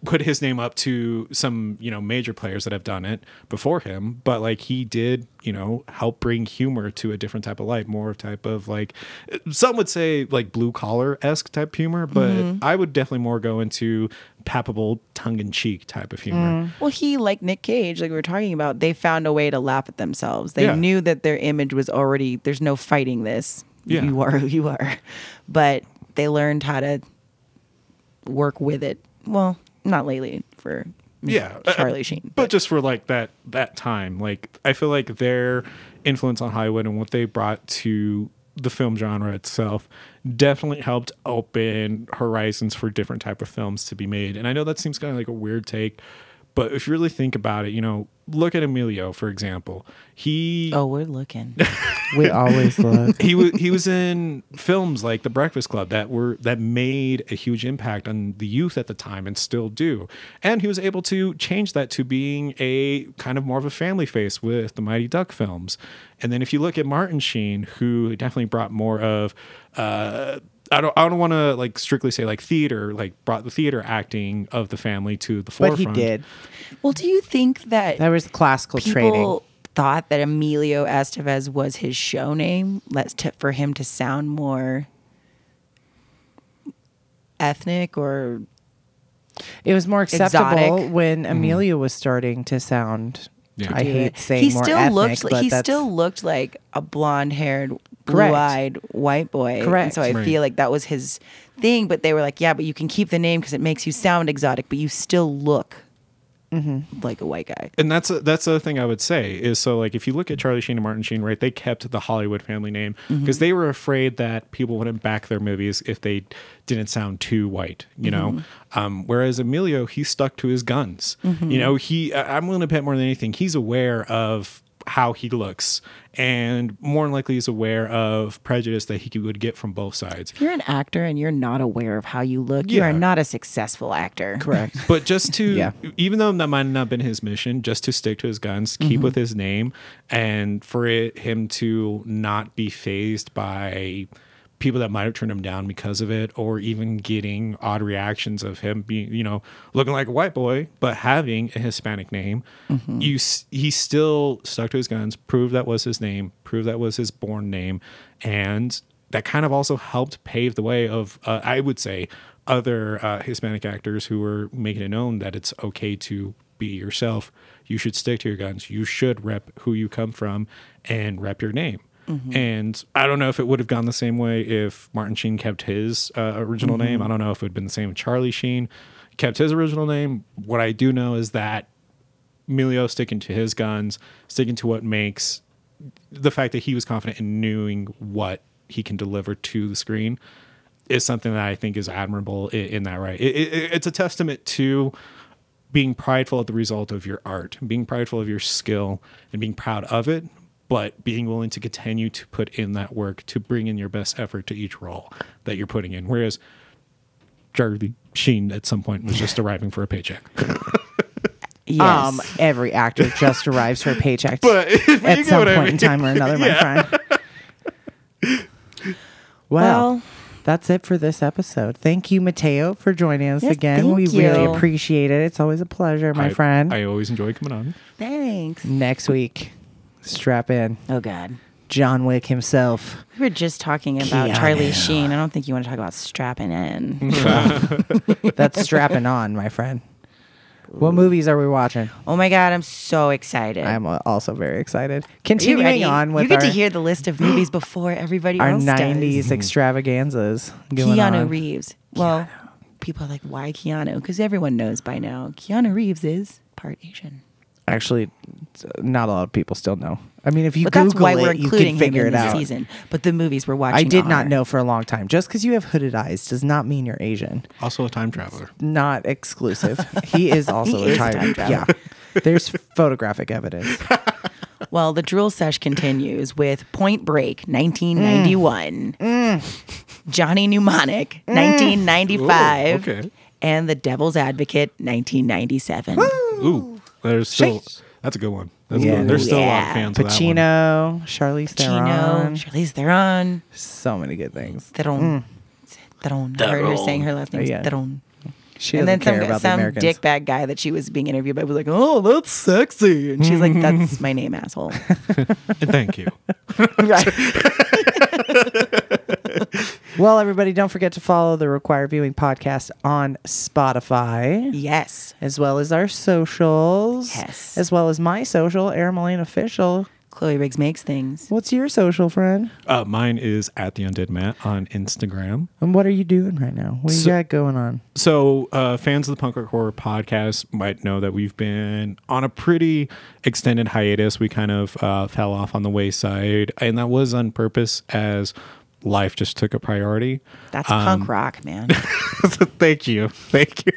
put his name up to some you know major players that have done it before him but like he did you know help bring humor to a different type of life more of type of like some would say like blue collar esque type humor but i would definitely more go into palpable tongue-in-cheek type of humor Well, he like Nick Cage, like we were talking about, they found a way to laugh at themselves. They Yeah. knew that their image was already there's no fighting this. Yeah. You are who you are. But they learned how to work with it. Well, not lately for yeah Uh, Charlie Sheen. but just for like that that time like i feel like their influence on hollywood and what they brought to the film genre itself definitely helped open horizons for different type of films to be made and i know that seems kind of like a weird take but if you really think about it you know look at emilio for example he Oh, we're looking. we always look. he was he was in films like The Breakfast Club that were that made a huge impact on the youth at the time and still do. And he was able to change that to being a kind of more of a family face with the Mighty Duck films. And then if you look at Martin Sheen, who definitely brought more of uh I don't. I don't want to like strictly say like theater. Like brought the theater acting of the family to the But forefront. he did. well, do you think that That was classical training. people thought that Emilio Estevez was his show name let's t- for him to sound more ethnic or It was more acceptable Exotic. when Amelia was starting to sound. Yeah. I hate saying he more still ethnic, looked but like he that's- still looked like a blonde haired Correct. blue eyed white boy Correct. and so i Right. feel like that was his thing but they were like yeah but you can keep the name because it makes you sound exotic but you still look Mm-hmm. like a white guy and that's that's the other thing I would say is so like if you look at Charlie Sheen and Martin Sheen, right? They kept the Hollywood family name Mm-hmm. because they were afraid that people wouldn't back their movies if they didn't sound too white, you know. Mm-hmm. Um, whereas Emilio, he stuck to his guns. You know, he I- I'm willing to bet more than anything, he's aware of how he looks and more than likely is aware of prejudice that he would get from both sides. if you're an actor and you're not aware of how you look you Yeah. are not a successful actor correct. But just to, Yeah. even though that might not have been his mission, just to stick to his guns, keep with his name, and for it, him to not be phased by people that might have turned him down because of it, or even getting odd reactions of him being, you know, looking like a white boy but having a Hispanic name. Mm-hmm. You, s- he still stuck to his guns, proved that was his name, proved that was his born name, and that kind of also helped pave the way of, uh, I would say, other uh, Hispanic actors who were making it known that it's okay to be yourself. You should stick to your guns. You should rep who you come from and rep your name. Mm. And I don't know if it would have gone the same way if Martin Sheen kept his uh, original name. I don't know if it would have been the same if Charlie Sheen kept his original name. What I do know is that Emilio sticking to his guns, sticking to what makes the fact that he was confident in knowing what he can deliver to the screen is something that I think is admirable in, in that right. It, it, it's a testament to being prideful at the result of your art, being prideful of your skill, and being proud of it, but being willing to continue to put in that work to bring in your best effort to each role that you're putting in. Whereas Charlie Sheen at some point was just arriving for a paycheck. yes Um, every actor just arrives for a paycheck But you at get some what I point mean. in time or another, my friend. Well, Well- that's it for this episode. Thank you, Mateo, for joining us Yes, again. thank we really you. appreciate it. It's always a pleasure, my I- friend. I always enjoy coming on. Thanks. Next week, strap in. Oh God. John Wick himself. We were just talking about Charlie Sheen. I don't think you want to talk about strapping in. That's strapping on, my friend. What movies are we watching? oh my God, I'm so excited. I'm uh, also very excited. Are you Continuing ready? on you with get our, to hear the list of movies before everybody our else 90s does. extravaganzas going Keanu on. Reeves. Well, people are like, why Keanu? Because everyone knows by now Keanu Reeves is part Asian. Actually, it's, uh, not a lot of people still know. I mean, if you But Google that's why it, we're you can including him figure in it the out. season. But the movies we're watching. I did not are- know for a long time. Just because you have hooded eyes does not mean you're Asian. Also a time traveler. Not exclusive. he is also He a is a time, time Yeah, traveler. there's photographic evidence. Well, the drill sesh continues with Point Break, 1991, Mm. Johnny Mnemonic, 1995, okay. and The Devil's Advocate, 1997. Ooh, there's still that's a good one. That's a Yeah. good one. There's still a lot Yeah. of fans of that one. Pacino, Charlize Chino, Theron, Charlize Theron, so many good things. Theron, Theron. I heard her saying her last name, Yeah. Theron. She and doesn't then care some, about the some Americans. dickbag guy that she was being interviewed by was like, "Oh, that's sexy," and she's like, "That's my name, asshole." And Thank you. Well, everybody, don't forget to follow the Required Viewing podcast on Spotify. yes, As well as our socials. Yes. As well as my social, Airmaline Official. Chloe Riggs makes things. What's your social, friend? Uh, mine is at the Undead Matt on Instagram. And what are you doing right now? What do you So- got going on? So, uh, fans of the Punk Rock Horror podcast might know that we've been on a pretty extended hiatus. We kind of uh, fell off on the wayside, and that was on purpose as life just took a priority. That's punk rock, man. Thank you. Thank you.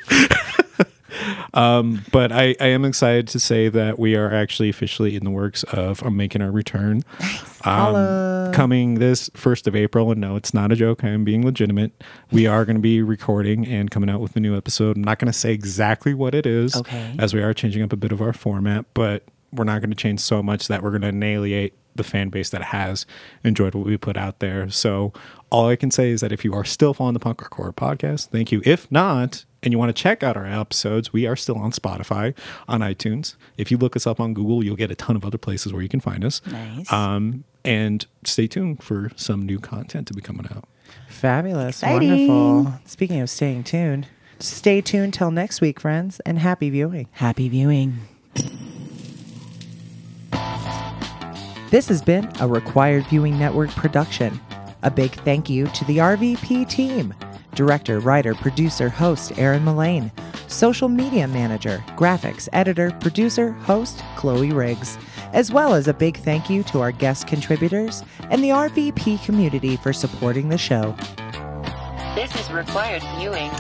um, but I, I am excited to say that we are actually officially in the works of um, making our return. Um, coming this 1st of April. And no, it's not a joke. I am being legitimate. We are going to be recording and coming out with a new episode. I'm not going to say exactly what it is, Okay. as we are changing up a bit of our format, but we're not going to change so much that we're going to annihilate the fan base that has enjoyed what we put out there. So all I can say is that if you are still following the Punk Rock Horror podcast, thank you. If not, and you want to check out our episodes, we are still on Spotify, on iTunes. If you look us up on Google, you'll get a ton of other places where you can find us. Nice. Um, and stay tuned for some new content to be coming out. Fabulous. Exciting. Wonderful. Speaking of staying tuned, stay tuned till next week, friends, and happy viewing. Happy viewing. This has been a Required Viewing Network production. A big thank you to the RVP team director, writer, producer, host Aaron Mullane, social media manager, graphics editor, producer, host Chloe Riggs, as well as a big thank you to our guest contributors and the RVP community for supporting the show. This is required viewing.